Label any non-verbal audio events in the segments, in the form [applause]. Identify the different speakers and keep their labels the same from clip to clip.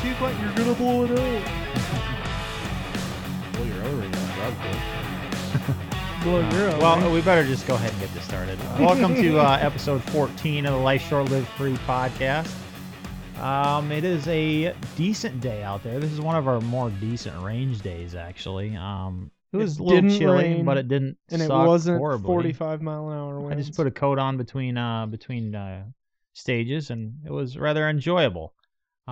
Speaker 1: Dude, what? You're gonna blow it out.
Speaker 2: Blow your own ring out. That'd be cool.
Speaker 1: [laughs] Blow your own,
Speaker 3: Uh, Well,
Speaker 1: right?
Speaker 3: we better just go ahead and get
Speaker 1: [laughs]
Speaker 3: this started. Welcome to uh, episode 14 of the Life Short Live Free podcast. Um, it is a decent day out there. This is one of our more decent range days, actually. Um,
Speaker 1: It
Speaker 3: it was a little
Speaker 1: didn't
Speaker 3: chilly,
Speaker 1: rain,
Speaker 3: but it didn't
Speaker 1: and it
Speaker 3: suck
Speaker 1: wasn't
Speaker 3: horribly.
Speaker 1: 45 mile an hour. Winds.
Speaker 3: I just put a coat on between uh, between uh, stages, and it was rather enjoyable.
Speaker 2: put a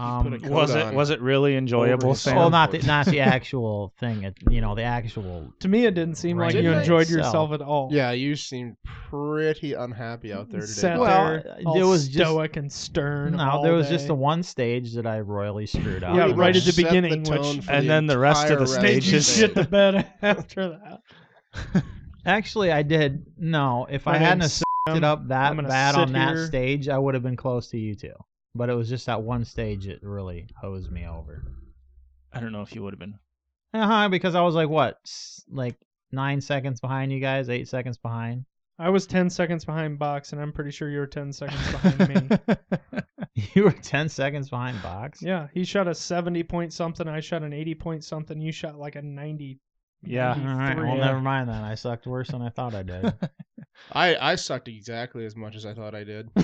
Speaker 3: Um,
Speaker 2: coat
Speaker 4: Was it
Speaker 2: on
Speaker 4: was it really enjoyable,
Speaker 2: his
Speaker 4: Sam?
Speaker 3: well,
Speaker 2: on?
Speaker 3: not the, not
Speaker 1: [laughs]
Speaker 3: the actual thing. It, you know, the actual.
Speaker 1: To me, it didn't seem like
Speaker 3: Right.
Speaker 1: you
Speaker 2: Didn't
Speaker 1: enjoyed
Speaker 3: I-
Speaker 1: yourself at all.
Speaker 2: Yeah, you seemed pretty unhappy out there
Speaker 1: You
Speaker 2: today.
Speaker 1: sat
Speaker 3: Well,
Speaker 1: there,
Speaker 3: uh,
Speaker 1: all
Speaker 3: there was just-
Speaker 1: stoic and stern.
Speaker 3: No,
Speaker 1: all
Speaker 3: there was just
Speaker 1: day.
Speaker 3: the one stage that I royally scewed up.
Speaker 1: Yeah,
Speaker 2: Pretty
Speaker 3: and
Speaker 1: right
Speaker 2: much
Speaker 1: at the
Speaker 2: set
Speaker 1: beginning,
Speaker 2: tone
Speaker 1: which-
Speaker 2: for
Speaker 4: And then the rest of
Speaker 2: entire
Speaker 4: the
Speaker 1: Made you
Speaker 4: stages.
Speaker 2: of the
Speaker 1: shit
Speaker 2: day.
Speaker 1: the bed [laughs] after that.
Speaker 3: Actually, I did. No, if
Speaker 1: My
Speaker 3: I hadn't
Speaker 1: name's
Speaker 3: have sucked it up
Speaker 1: I'm
Speaker 3: that
Speaker 1: gonna
Speaker 3: bad
Speaker 1: sit
Speaker 3: on that
Speaker 1: here.
Speaker 3: stage, I would have been close to you two. But it was just that one stage that really hosed me over.
Speaker 4: I don't know if you would have been.
Speaker 3: Uh huh. Because I was like, what, s- like nine seconds behind you guys, eight seconds behind. [laughs]
Speaker 1: I was 10 seconds behind Box, and I'm pretty sure you were 10 seconds
Speaker 3: [laughs]
Speaker 1: behind me.
Speaker 3: you were ten seconds behind box.
Speaker 1: Yeah, he shot a 70 point something. I shot an 80 point something. You shot like a 90.
Speaker 4: Yeah.
Speaker 3: All right. Well,
Speaker 1: Three.
Speaker 3: never mind then. I sucked worse than I thought
Speaker 1: [laughs]
Speaker 3: I did.
Speaker 2: [laughs] I, I sucked exactly as much as I thought I did.
Speaker 1: [laughs]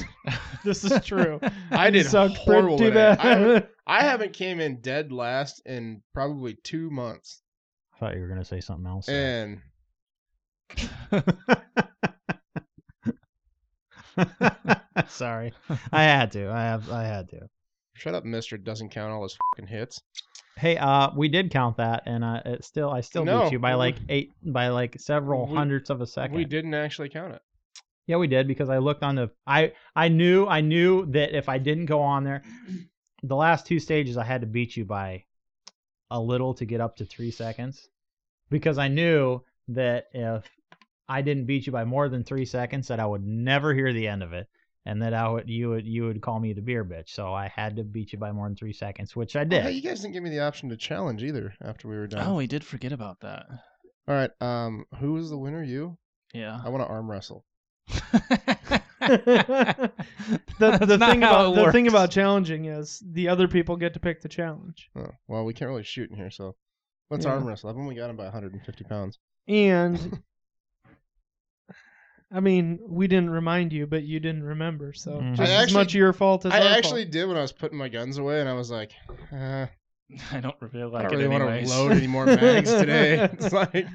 Speaker 1: This is true.
Speaker 2: [laughs] I
Speaker 1: You
Speaker 2: did
Speaker 1: sucked
Speaker 2: horrible
Speaker 1: pretty
Speaker 2: today.
Speaker 1: bad.
Speaker 2: I, I haven't came in dead last in probably two months,
Speaker 3: I thought you were gonna say something else. there.
Speaker 2: and
Speaker 3: [laughs] Sorry, I had to. I have. I had to.
Speaker 2: shut up, Mister doesn't count all his fucking hits.
Speaker 3: Hey, uh, we did count that, and uh, it still, I still
Speaker 2: No,
Speaker 3: beat you by
Speaker 2: we-
Speaker 3: like eight, by like several
Speaker 2: we-
Speaker 3: hundredths of a second.
Speaker 2: We didn't actually count it.
Speaker 3: Yeah, we did because I looked on the. I I knew I knew that if I didn't go on there, [clears throat] the last two stages I had to beat you by a little to get up to three seconds, because I knew that if I didn't beat you by more than three seconds, that I would never hear the end of it, and that I would you would you would call me the beer bitch. So I had to beat you by more than three seconds, which I
Speaker 2: Oh, Hey,
Speaker 3: did.
Speaker 2: you guys didn't give me the option to challenge either after we were done.
Speaker 4: Oh, we did forget about that.
Speaker 2: All right. Um, who was the winner? You?
Speaker 4: [laughs] Yeah.
Speaker 2: I want to arm wrestle.
Speaker 1: [laughs]
Speaker 4: [laughs]
Speaker 1: the the
Speaker 4: not
Speaker 1: thing
Speaker 4: how
Speaker 1: about
Speaker 4: it
Speaker 1: the thing
Speaker 4: works.
Speaker 1: about challenging is the other people get to pick the challenge,
Speaker 2: Oh, well, we can't really shoot in here, so let's
Speaker 1: Yeah.
Speaker 2: arm wrestle. I've only got him by 150 pounds.
Speaker 1: and [laughs] I mean, we didn't remind you, but you didn't remember, so
Speaker 4: Mm-hmm.
Speaker 3: Mhm.
Speaker 1: just
Speaker 2: I
Speaker 1: as
Speaker 2: actually-
Speaker 1: much your fault as
Speaker 2: I
Speaker 1: our fault.
Speaker 2: actually did when I was putting my guns away, and I was like, uh,
Speaker 4: [laughs] I don't really
Speaker 2: I
Speaker 4: like
Speaker 2: don't
Speaker 4: it
Speaker 2: really want
Speaker 4: anyways. [laughs]
Speaker 2: to load any
Speaker 3: [laughs]
Speaker 2: more mags today. [laughs] It's like,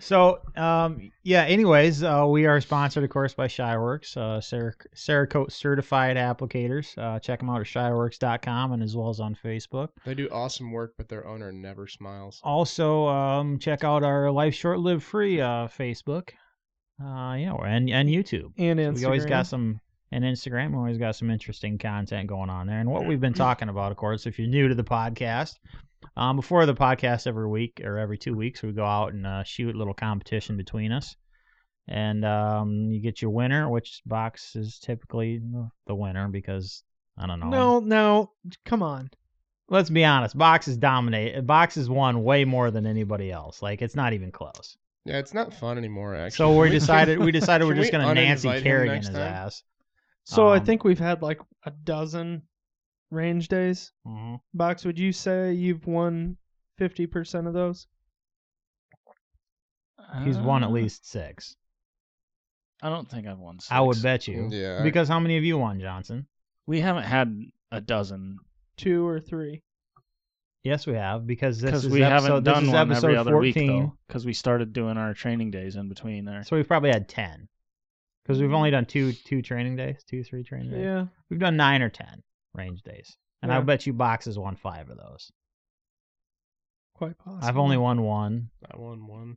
Speaker 3: So, um, yeah. Anyways, uh, we are sponsored, of course, by Shyworks, uh, Cera- Cerakote certified applicators. Uh, check them out at shyworks.com and as well as on Facebook.
Speaker 2: they do awesome work, but their owner never smiles.
Speaker 3: Also, um, check out our Life Short Live Free uh, Facebook. Uh, yeah, and and YouTube.
Speaker 1: and Instagram.
Speaker 3: We always got some and Instagram. We always got some interesting content going on there. And what we've
Speaker 1: Mm-hmm.
Speaker 3: been talking about, of course, if you're new to the podcast, um, before the podcast every week or every two weeks, we go out and uh, shoot a little competition between us, and um, you get your winner, which box is typically the winner because I don't know.
Speaker 1: no, no, come on.
Speaker 3: let's be honest, box is dominate. Box is won way more than anybody else. Like it's not even close.
Speaker 2: Yeah, it's not fun anymore. Actually,
Speaker 3: So we decided
Speaker 2: [laughs]
Speaker 3: we decided we're
Speaker 2: Can
Speaker 3: just
Speaker 2: we
Speaker 3: gonna Nancy
Speaker 2: uninvite him
Speaker 3: Kerrigan
Speaker 2: next
Speaker 3: his
Speaker 2: time?
Speaker 3: ass.
Speaker 1: So I
Speaker 3: Um,
Speaker 1: think we've had like a dozen range days.
Speaker 3: Mhm.
Speaker 1: Box, would you say you've won fifty percent of those?
Speaker 3: He's won at
Speaker 4: Uh,
Speaker 3: least six.
Speaker 4: I don't think I've won. Six.
Speaker 3: I would bet you.
Speaker 2: yeah, I-
Speaker 3: Because how many of you won, Johnson?
Speaker 4: we haven't had a dozen.
Speaker 1: Two or three?
Speaker 3: Yes, we have because this
Speaker 4: Because
Speaker 3: is
Speaker 4: we
Speaker 3: episode,
Speaker 4: haven't done
Speaker 3: this is
Speaker 4: one
Speaker 3: episode
Speaker 4: every other
Speaker 3: 14,
Speaker 4: week though, because we started doing our training days in between there.
Speaker 3: So we've probably had ten because we've only done two two training days, two three training days.
Speaker 1: Yeah.
Speaker 3: We've done nine or ten range days, and I
Speaker 1: Yeah.
Speaker 3: bet you Box has won five of those.
Speaker 1: Quite possible.
Speaker 3: I've only won one.
Speaker 2: I won one.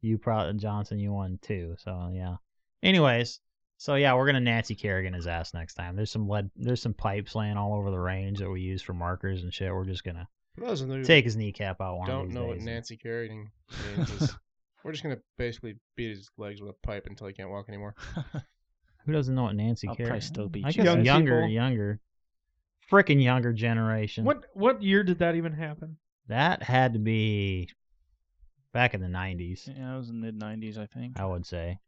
Speaker 3: You probably Johnson, you won two. So yeah. Anyways, so yeah, we're gonna Nancy Kerrigan his ass next time. There's some lead, there's some pipes laying all over the range that we use for markers and shit. We're just gonna
Speaker 2: For those of you who
Speaker 3: take his kneecap out one of
Speaker 2: don't
Speaker 3: these
Speaker 2: know what
Speaker 3: days.
Speaker 2: Nancy Kerrigan means, is [laughs] we're just gonna basically beat his legs with a pipe until he can't walk anymore.
Speaker 3: Who doesn't know what Nancy
Speaker 4: I'll
Speaker 3: Kerrigan?
Speaker 4: probably still beat
Speaker 3: I
Speaker 4: you.
Speaker 3: guess
Speaker 1: Young
Speaker 3: younger,
Speaker 1: people.
Speaker 3: younger, freaking younger generation.
Speaker 1: What what year did that even happen?
Speaker 3: That had to be back in the '90s,
Speaker 4: Yeah, it was in mid '90s, I think.
Speaker 3: I would say.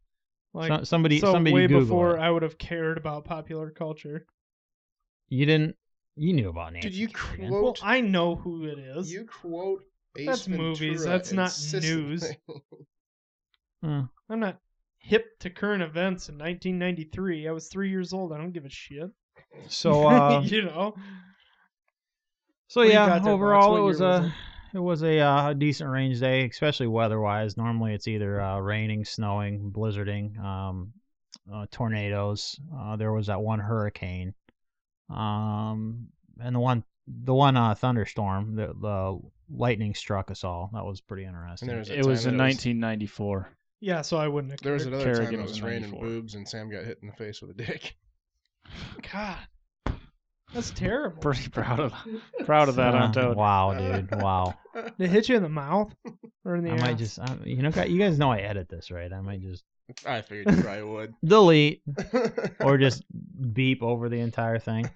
Speaker 1: Like
Speaker 3: So- somebody,
Speaker 1: so
Speaker 3: somebody
Speaker 1: way
Speaker 3: Google
Speaker 1: before
Speaker 3: it.
Speaker 1: I would have cared about popular culture.
Speaker 3: You didn't. You knew about Nancy.
Speaker 2: Did you
Speaker 3: Kerrigan.
Speaker 2: quote?
Speaker 1: Well, I know who it is.
Speaker 2: you quote Ace
Speaker 1: That's movies,
Speaker 2: Ventura
Speaker 1: that's not
Speaker 2: insistently.
Speaker 1: I'm not hip to current events in 1993. I was three years old. I don't give a shit. [laughs]
Speaker 2: [laughs]
Speaker 3: So uh,
Speaker 1: you know,
Speaker 3: so
Speaker 1: What do you
Speaker 3: yeah,
Speaker 1: got there, Box?
Speaker 3: overall
Speaker 1: What
Speaker 3: it was
Speaker 1: year was
Speaker 3: a it was a uh, decent range day, especially weather-wise. Normally it's either uh, raining, snowing, blizzarding, um, uh, tornadoes. Uh, there was that one hurricane, um, and the one the one uh, thunderstorm, the, the lightning struck us all. That was pretty interesting.
Speaker 2: And there was a
Speaker 4: It was
Speaker 2: time
Speaker 4: in
Speaker 2: that it
Speaker 4: 1994.
Speaker 1: yeah. So I wouldn't. Have
Speaker 2: There was
Speaker 1: cared.
Speaker 2: another time
Speaker 4: Kerrigan
Speaker 2: it
Speaker 4: was
Speaker 2: was
Speaker 4: in
Speaker 2: raining
Speaker 4: 94.
Speaker 2: boobs and Sam got hit in the face with a dick. [laughs]
Speaker 1: God. That's terrible.
Speaker 3: [laughs]
Speaker 4: Pretty [laughs] proud of proud of that,
Speaker 3: Uh,
Speaker 4: aren't I?
Speaker 3: wow, dude, wow.
Speaker 1: They hit you in the mouth or [laughs] in the
Speaker 3: I
Speaker 1: ass?
Speaker 3: might just, I, you know, you guys know I edit this, right? I might just
Speaker 2: I figured you probably would.
Speaker 3: delete or just beep over the entire thing.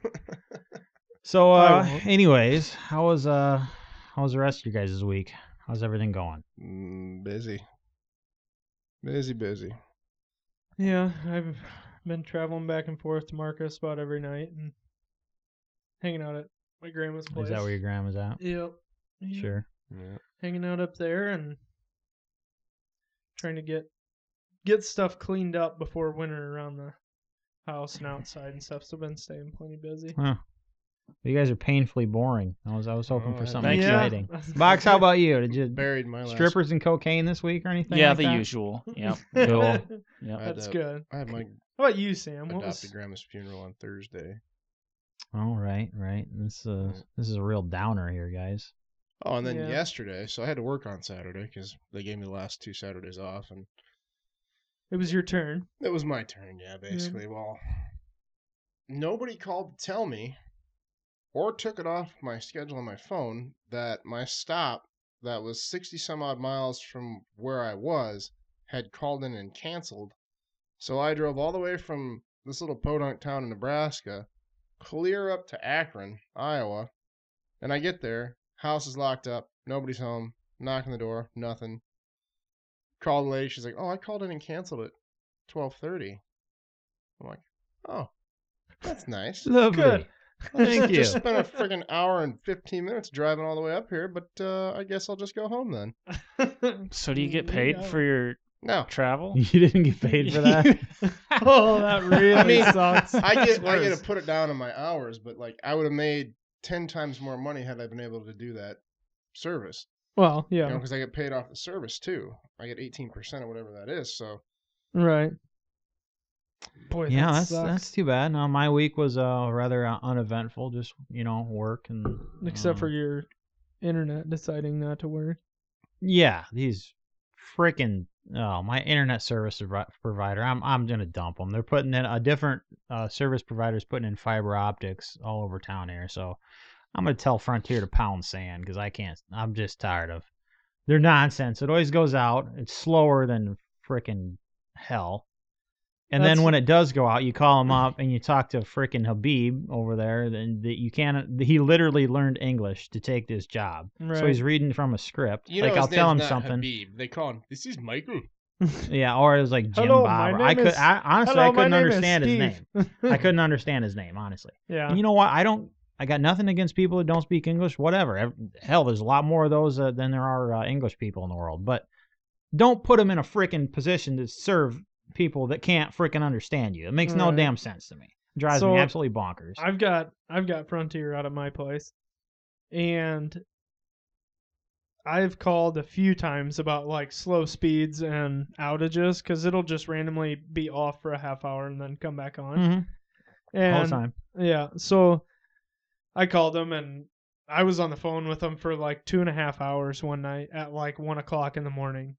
Speaker 3: So, uh,
Speaker 1: I won't.
Speaker 3: anyways, how was uh, how was the rest of you guys' week? How's everything going?
Speaker 2: [laughs] Mm, busy. Busy, busy.
Speaker 1: Yeah, I've been traveling back and forth to Marcus about every night and hanging out at my grandma's place.
Speaker 3: Is that where your grandma's at?
Speaker 1: Yep. Yep.
Speaker 3: Sure.
Speaker 2: Yeah.
Speaker 1: Hanging out up there and trying to get get stuff cleaned up before winter around the house and outside and stuff. So been staying plenty busy.
Speaker 3: You guys are painfully boring. I was I was hoping
Speaker 2: Oh,
Speaker 3: for
Speaker 2: I-
Speaker 3: something
Speaker 4: Thank
Speaker 1: [laughs]
Speaker 4: you.
Speaker 3: exciting. Box, how about you? Did you
Speaker 2: Buried my last.
Speaker 3: strippers and cocaine this week or anything?
Speaker 4: Yeah,
Speaker 3: like
Speaker 4: the
Speaker 3: that?
Speaker 4: [laughs] usual. Yeah.
Speaker 3: Cool.
Speaker 2: I had,
Speaker 1: That's
Speaker 2: uh,
Speaker 1: good.
Speaker 2: I had my
Speaker 1: How about you, Sam? What
Speaker 2: adopted
Speaker 1: was
Speaker 2: grandma's funeral on Thursday.
Speaker 3: All right, right. This uh, this is a real downer here, guys.
Speaker 2: Oh, and then
Speaker 1: Yeah.
Speaker 2: yesterday, so I had to work on Saturday because they gave me the last two Saturdays off, and
Speaker 1: it was your
Speaker 3: [laughs]
Speaker 1: turn. [laughs]
Speaker 2: it was my turn. Yeah, basically. Well, nobody called to tell me, or took it off my schedule on my phone that my stop that was sixty some odd miles from where I was had called in and canceled. So I drove all the way from this little podunk town in Nebraska, clear up to Akron, Iowa, and I get there, house is locked up, nobody's home, knock on the door, nothing. Call the lady, she's like, "Oh, I called in and canceled it." 12:30. I'm like, "Oh, that's
Speaker 3: [laughs]
Speaker 2: nice."
Speaker 3: Lovely.
Speaker 1: Good.
Speaker 3: Thank you.
Speaker 2: Just spent a freaking hour and 15 minutes driving all the way up here, but uh, I guess I'll just go home then.
Speaker 4: So do you get
Speaker 1: Yeah.
Speaker 4: paid for your
Speaker 2: No,
Speaker 3: [laughs]
Speaker 4: travel?
Speaker 3: You didn't get paid for that.
Speaker 1: oh, that really
Speaker 2: I mean,
Speaker 1: sucks. [laughs]
Speaker 2: I
Speaker 1: That's
Speaker 2: get I get
Speaker 1: worse.
Speaker 2: to put it down in my hours, but like I would have made 10 times more money had I been able to do that service.
Speaker 1: Well,
Speaker 2: You know,
Speaker 1: yeah,
Speaker 2: because I get paid off the service too. I get 18% or whatever that is. So
Speaker 1: right. Boy,
Speaker 3: yeah,
Speaker 1: that
Speaker 3: that's
Speaker 1: sucks.
Speaker 3: that's too bad. No, my week was uh, rather uh, uneventful. Just you know, work and
Speaker 1: except
Speaker 3: uh,
Speaker 1: for your internet deciding not to work.
Speaker 3: yeah, these freaking oh my internet service provi- provider. I'm I'm gonna dump them. They're putting in a different uh, service provider's putting in fiber optics all over town here. So I'm gonna tell Frontier to pound sand because I can't. I'm just tired of their nonsense. It always goes out. It's slower than freaking hell. And
Speaker 1: That's-
Speaker 3: then when it does go out, you call him up and you talk to frickin' Habib over there. Then that you can't. He literally learned English to take this job,
Speaker 1: Right.
Speaker 3: so he's reading from a script.
Speaker 2: you
Speaker 3: like
Speaker 2: know,
Speaker 3: I'll
Speaker 2: his
Speaker 3: tell him
Speaker 2: name's not
Speaker 3: something.
Speaker 2: Habib. They call him. This is Michael.
Speaker 3: Yeah, or it was like Jim
Speaker 1: Hello, my
Speaker 3: Bob.
Speaker 1: name
Speaker 3: I could.
Speaker 1: is-
Speaker 3: I, honestly,
Speaker 1: Hello,
Speaker 3: I couldn't
Speaker 1: my name
Speaker 3: understand
Speaker 1: is
Speaker 3: his
Speaker 1: Steve. Uh,
Speaker 3: name. I couldn't understand his name honestly.
Speaker 1: yeah.
Speaker 3: And you know what? I don't. I got nothing against people that don't speak English. Whatever. Ev- Hell, there's a lot more of those uh, than there are uh, English people in the world. But don't put them in a freaking position to serve people that can't freaking understand you. It makes no
Speaker 1: Right.
Speaker 3: damn sense to me. Drives
Speaker 1: So,
Speaker 3: me absolutely bonkers.
Speaker 1: I've got I've got Frontier out of my place, and I've called a few times about like slow speeds and outages because it'll just randomly be off for a half hour and then come back on.
Speaker 3: Mhm.
Speaker 1: And
Speaker 3: All the time.
Speaker 1: Yeah. So I called them and I was on the phone with them for like two and a half hours one night at like one o'clock in the morning.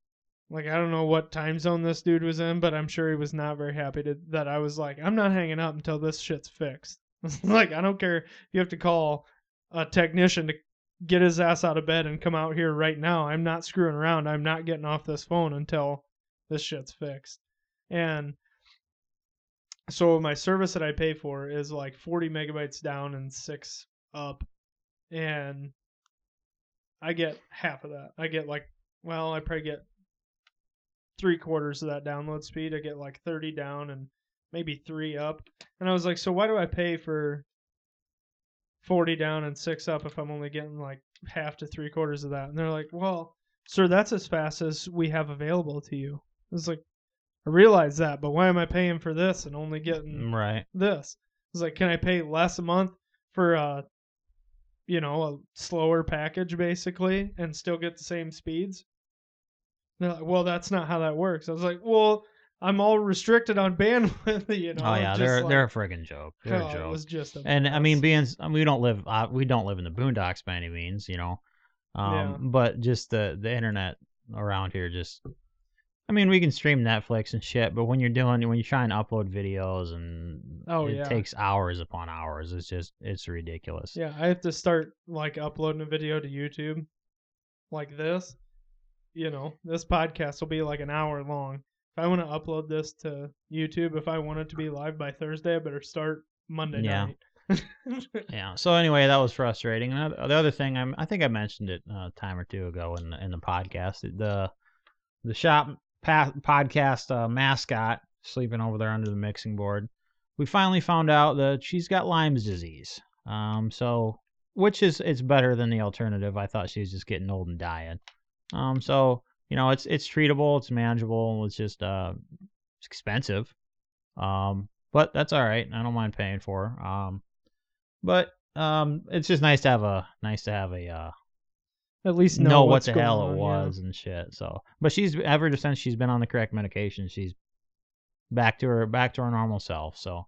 Speaker 1: Like I don't know what time zone this dude was in, but I'm sure he was not very happy to, that I was like, I'm not hanging up until this shit's fixed. [laughs] like I don't care if you have to call a technician to get his ass out of bed and come out here right now. I'm not screwing around. I'm not getting off this phone until this shit's fixed. And so my service that I pay for is like 40 megabytes down and six up, and I get half of that. I get like, well, I probably get three quarters of that download speed. I get like 30 down and maybe three up. And I was like, so why do I pay for 40 down and six up if I'm only getting like half to three quarters of that. And they're like, well, sir, that's as fast as we have available to you. It's like, I realize that, but why am I paying for this and only getting
Speaker 3: Right.
Speaker 1: this? It's like, can I pay less a month for a, you know, a slower package basically and still get the same speeds? And they're like, well, that's not how that works. I was like, well, I'm all restricted on bandwidth, [laughs] you know.
Speaker 3: oh yeah,
Speaker 1: just
Speaker 3: they're
Speaker 1: like-
Speaker 3: they're a friggin' joke. They're
Speaker 1: Oh,
Speaker 3: a
Speaker 1: it
Speaker 3: joke.
Speaker 1: was just a
Speaker 3: and I
Speaker 1: mess.
Speaker 3: mean, being I mean, we don't live uh, we don't live in the boondocks by any means, you know. Um,
Speaker 1: Yeah.
Speaker 3: but just the the internet around here, just I mean, we can stream Netflix and shit, but when you're doing when you're trying to upload videos and
Speaker 1: Oh,
Speaker 3: it
Speaker 1: yeah.
Speaker 3: takes hours upon hours, it's just it's ridiculous.
Speaker 1: Yeah, I have to start like uploading a video to YouTube like this. You know, this podcast will be like an hour long. If I want to upload this to YouTube, if I want it to be live by Thursday, I better start Monday
Speaker 3: Yeah.
Speaker 1: night.
Speaker 3: Yeah. So anyway, that was frustrating. And the other thing, I'm, I think I mentioned it uh, a time or two ago in the, in the podcast. The the shop pa- podcast uh, mascot sleeping over there under the mixing board. We finally found out that she's got Lyme's disease. Um, so which is it's better than the alternative. I thought she was just getting old and dying. Um, so you know, it's it's treatable, it's manageable, it's just uh, it's expensive. Um, but that's all right. I don't mind paying for. her. Um, but um, it's just nice to have a nice to have a uh,
Speaker 1: At least know,
Speaker 3: know what
Speaker 1: what's
Speaker 3: the hell
Speaker 1: going
Speaker 3: it
Speaker 1: on, yeah.
Speaker 3: was and shit. So, but she's ever since she's been on the correct medication, she's back to her back to her normal self. So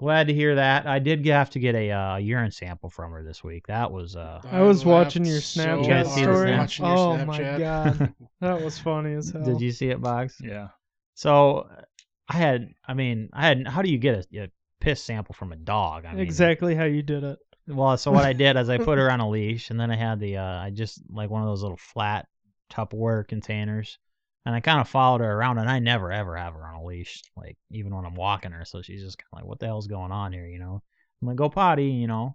Speaker 3: glad to hear that. I did have to get a uh, urine sample from her this week. That was uh,
Speaker 1: I was
Speaker 2: laughed
Speaker 1: watching your
Speaker 2: so
Speaker 1: Snapchat
Speaker 3: Yeah,
Speaker 2: hard
Speaker 3: see the
Speaker 1: story.
Speaker 3: Snap.
Speaker 2: watching your
Speaker 1: oh my
Speaker 2: Snapchat. [laughs]
Speaker 1: god, that was funny as hell.
Speaker 3: did you see it, Box?
Speaker 4: Yeah.
Speaker 3: So I had, I mean, I had. How do you get a, a piss sample from a dog? I mean,
Speaker 1: exactly how you did
Speaker 2: [laughs]
Speaker 1: it.
Speaker 3: Well, so what I did is I put her on a leash, and then I had the uh, I just like one of those little flat Tupperware containers, and I kind of followed her around, and I never ever have her on a leash, like even when I'm walking her. So she's just kind of like, "What the hell's going on here?" You know, I'm like, "Go potty," you know,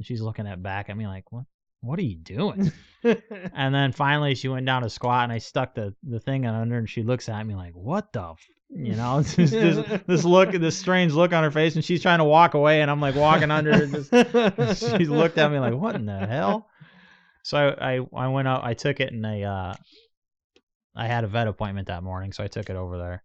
Speaker 3: and she's looking at back at me like, "What? What are you doing?" and then finally she went down to squat, and I stuck the the thing under, her, and she looks at me like, "What the?" F-? You know, [laughs] It's
Speaker 1: [laughs]
Speaker 3: just this this look, this strange look on her face, and she's trying to walk away, and I'm like walking
Speaker 1: [laughs]
Speaker 3: under her, just [laughs] she looked at me like, "What in the hell?" So I, I, I went out, I took it, and I, uh, I had a vet appointment that morning, so I took it over there,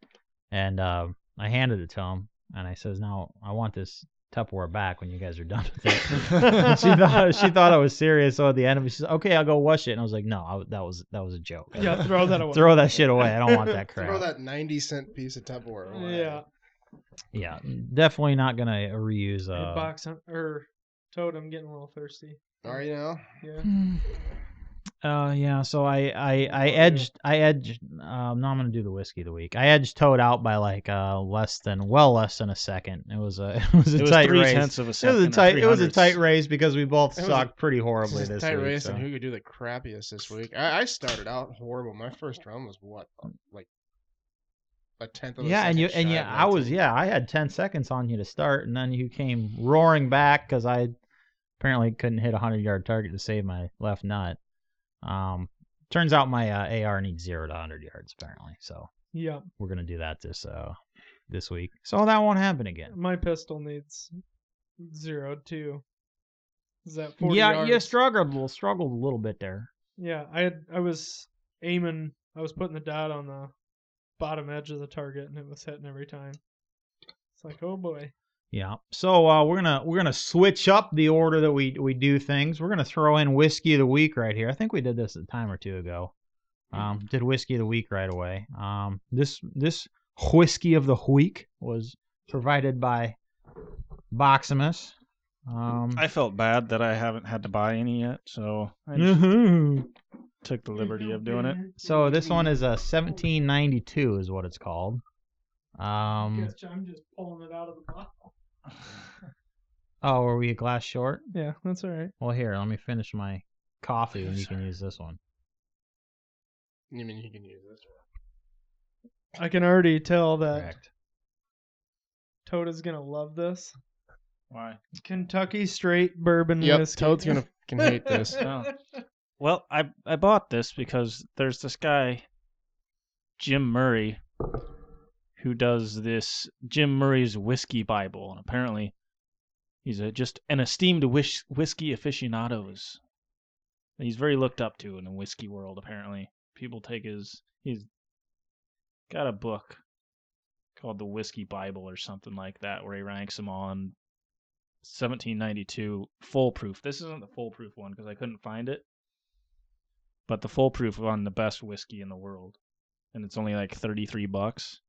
Speaker 3: and um, I handed it to him, and I says, "Now I want this Tupperware back when you guys are done with it." [laughs]
Speaker 1: [laughs]
Speaker 3: And she thought she thought I was serious, so at the end of it, she said, "Okay, I'll go wash it," and I was like, "No, I, that was that was a joke.
Speaker 1: Yeah, throw that away.
Speaker 3: Throw that shit away. I don't want that crap."
Speaker 2: [laughs] Throw that 90 cent piece of Tupperware away.
Speaker 1: Yeah.
Speaker 3: Yeah, definitely not gonna reuse.
Speaker 1: Hey,
Speaker 3: Uh,
Speaker 1: box hunt- or toad, I'm getting a little thirsty.
Speaker 2: Are you now?
Speaker 1: Yeah. [laughs]
Speaker 3: Hmm. Uh yeah, so I I I
Speaker 1: yeah.
Speaker 3: edged I edged um no I'm gonna do the whiskey of the week. I edged Toad out by like uh less than well less than a second. It was a [laughs] it was a
Speaker 4: It was
Speaker 3: tight
Speaker 4: three
Speaker 3: race.
Speaker 4: tenths of a
Speaker 3: It
Speaker 4: second.
Speaker 3: was a
Speaker 4: or
Speaker 3: tight
Speaker 4: three
Speaker 3: it was a
Speaker 4: hundredths.
Speaker 3: tight race because we both
Speaker 2: It was a-
Speaker 3: sucked pretty horribly
Speaker 2: This is
Speaker 3: this
Speaker 2: tight
Speaker 3: week.
Speaker 2: race
Speaker 3: so-
Speaker 2: and who could do the crappiest this week. I, I started out horrible. My first round was what, like a tenth of a
Speaker 3: yeah, and
Speaker 2: second
Speaker 3: you and
Speaker 2: shy
Speaker 3: yeah,
Speaker 2: of
Speaker 3: I was
Speaker 2: 19.
Speaker 3: yeah, I had ten seconds on you to start, and then you came roaring back because I apparently couldn't hit a hundred yard target to save my left nut. Um, turns out my uh, AR needs zero to hundred yards apparently, so
Speaker 1: Yeah.
Speaker 3: we're gonna do that this uh this week. So that won't happen again.
Speaker 1: My pistol needs zero too. Is that forty
Speaker 3: yeah,
Speaker 1: yards?
Speaker 3: you struggled struggled a little bit there.
Speaker 1: Yeah, I had I was aiming I was putting the dot on the bottom edge of the target and it was hitting every time. It's like, oh boy.
Speaker 3: Yeah. So uh, we're gonna we're gonna switch up the order that we we do things. We're gonna throw in whiskey of the week right here. I think we did this a time or two ago.
Speaker 1: Mm-hmm.
Speaker 3: Um, did whiskey of the week right away. Um, this this whiskey of the week was provided by Boximus. Um,
Speaker 4: I felt bad that I haven't had to buy any yet, so I
Speaker 3: Mm-hmm.
Speaker 4: just took the liberty of doing it.
Speaker 3: so this one is a 1792 is what it's called. Um,
Speaker 1: Guess I'm just pulling it out of the bottle.
Speaker 3: oh, are we a glass short?
Speaker 1: Yeah, that's all right.
Speaker 3: Well, here, let me finish my coffee, and you can use this one.
Speaker 2: You mean you can use this?
Speaker 1: I can already tell that
Speaker 3: Correct.
Speaker 1: Toad is gonna love this.
Speaker 4: Why?
Speaker 1: Kentucky straight bourbon
Speaker 2: Yep,
Speaker 1: whiskey.
Speaker 2: Toad's gonna fucking hate
Speaker 1: [laughs]
Speaker 2: [laughs] this.
Speaker 4: Oh. Well, I I bought this because there's this guy, Jim Murray, who does this Jim Murray's whiskey Bible, and apparently He's a, just an esteemed whis- whiskey aficionados. He's very looked up to in the whiskey world. Apparently, people take his. He's got a book called the Whiskey Bible or something like that, where he ranks them all. And 1792 foolproof. This isn't the foolproof one because I couldn't find it, but the foolproof on the best whiskey in the world, and it's only like 33 bucks.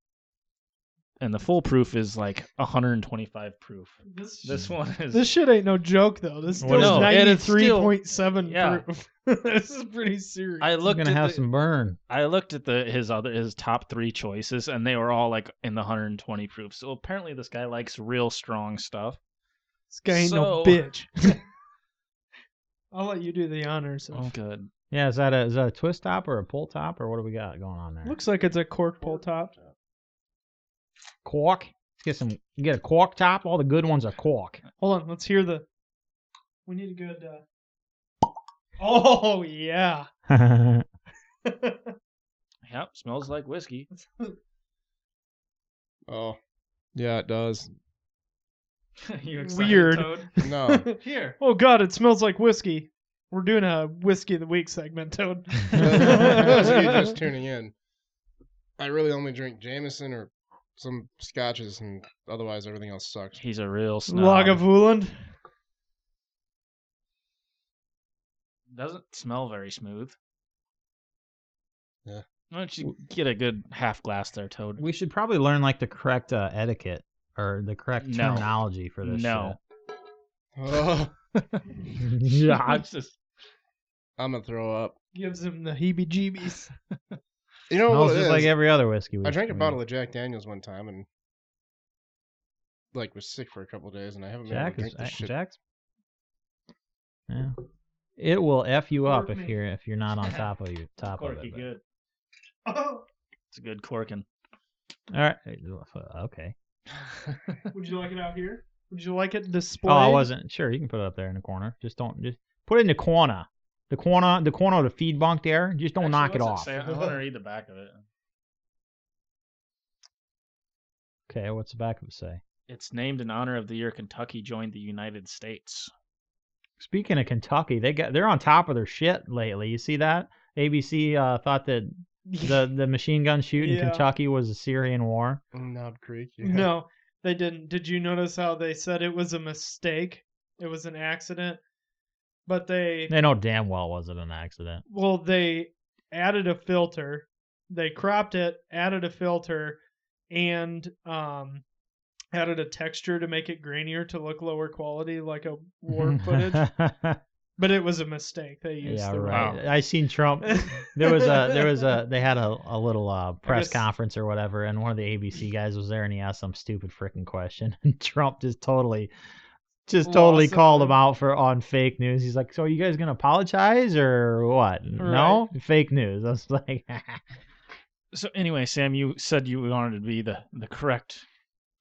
Speaker 4: And the foolproof is like 125 proof.
Speaker 1: This,
Speaker 4: This one is
Speaker 1: this shit ain't no joke though. This still
Speaker 3: What is
Speaker 1: is
Speaker 3: it? No,
Speaker 4: and it's
Speaker 1: ninety-three
Speaker 4: still-
Speaker 1: point seven
Speaker 4: yeah.
Speaker 1: proof. [laughs] this is pretty serious.
Speaker 4: I
Speaker 3: Look,
Speaker 4: looked
Speaker 3: gonna
Speaker 4: at
Speaker 3: have
Speaker 4: the,
Speaker 3: some burn.
Speaker 4: I looked at the his other his top three choices, and they were all like in the 120 proof. So apparently, this guy likes real strong stuff.
Speaker 1: this guy ain't no
Speaker 4: so-
Speaker 1: bitch.
Speaker 4: [laughs]
Speaker 1: [laughs] I'll let you do the honors. Of.
Speaker 4: Oh, good.
Speaker 3: Yeah, is that a is that a twist top or a pull top or what do we got going on there?
Speaker 1: Looks like it's a cork pull top.
Speaker 3: quark. Let's get some. You get a quark top. All the good ones are
Speaker 2: [laughs]
Speaker 3: quark.
Speaker 1: Hold on, let's hear the. We need a good. Uh... Oh
Speaker 4: [laughs]
Speaker 1: yeah.
Speaker 3: That's
Speaker 4: Yep, smells like whiskey. [laughs]
Speaker 2: Oh, yeah, it [laughs] does.
Speaker 4: you excited,
Speaker 1: Weird.
Speaker 4: Toad?
Speaker 2: No,
Speaker 4: Here.
Speaker 1: [laughs] oh God, it smells like whiskey. We're doing a whiskey of the week segment,
Speaker 4: [laughs]
Speaker 1: Toad.
Speaker 2: those of
Speaker 1: [laughs]
Speaker 2: you
Speaker 3: [laughs]
Speaker 2: just tuning in, I really only drink Jameson or some scotches, and otherwise everything else sucks. [laughs]
Speaker 4: He's a real snob.
Speaker 1: Lagavulin.
Speaker 4: Doesn't smell very smooth.
Speaker 2: Yeah.
Speaker 4: Why don't you get a good half glass there, Toad?
Speaker 3: we should probably learn like the correct uh, etiquette or the correct
Speaker 4: No.
Speaker 3: terminology for this.
Speaker 4: No.
Speaker 2: Ugh, [laughs]
Speaker 3: shit. [laughs]
Speaker 4: [laughs] I'm
Speaker 3: Yeah.
Speaker 4: just-
Speaker 2: I'm gonna throw up.
Speaker 1: Gives him the heebie-jeebies.
Speaker 2: You know
Speaker 3: Smells
Speaker 2: what? It
Speaker 3: just
Speaker 2: is?
Speaker 3: like every other whiskey. we-
Speaker 2: I drank a
Speaker 3: we-
Speaker 2: bottle of Jack Daniels one time and like was sick for a couple of days, and I haven't been able
Speaker 3: Jack
Speaker 2: to
Speaker 3: is uh,
Speaker 2: drink this shit.
Speaker 3: Jack's. Yeah. It will f you up
Speaker 1: Cork
Speaker 3: if
Speaker 1: me.
Speaker 3: you're if you're not on top of your top of
Speaker 4: Corky
Speaker 3: it. but-
Speaker 4: good.
Speaker 1: Oh,
Speaker 4: It's a good [laughs] corking.
Speaker 3: All right. Okay.
Speaker 1: [laughs] would you like it out here? Would you like it displayed?
Speaker 3: Oh,
Speaker 1: [laughs]
Speaker 3: I wasn't sure. You can put it up there in the corner. Just don't just put it in the corner. The corner, the corner of the feed bunk there. Just don't knock it
Speaker 4: Actually,
Speaker 3: off.
Speaker 4: what's say? I want to read the back of it.
Speaker 3: Okay, what's the back of it say?
Speaker 4: It's named in honor of the year Kentucky joined the United States.
Speaker 3: Speaking of Kentucky, they got they're on top of their shit lately. You see that? ABC uh, thought that the the machine gun shoot in
Speaker 1: Yeah.
Speaker 3: Kentucky was a Syrian war.
Speaker 2: Knob Creek. yeah.
Speaker 1: No, they didn't. Did you notice how they said it was a mistake? It was an accident. But they
Speaker 3: They know damn well it wasn't an accident.
Speaker 1: well they added a filter. They cropped it, added a filter, and um added a texture to make it grainier to look lower quality like a
Speaker 3: [laughs]
Speaker 1: war footage. But it was a mistake. They used
Speaker 3: yeah,
Speaker 1: the
Speaker 3: right.
Speaker 1: wrong- [laughs]
Speaker 3: I seen Trump. There was a there was a they had a, a little uh, press
Speaker 1: guess-
Speaker 3: conference or whatever, and one of the ABC guys was there, and he asked some stupid freaking question, [laughs] and Trump just totally, just totally
Speaker 1: Lost it,
Speaker 3: called him
Speaker 1: huh?
Speaker 3: out for on fake news. He's like, "So are you guys gonna apologize or what? No, fake news." I was [laughs] like,
Speaker 4: So anyway, Sam, you said you wanted to be the, the correct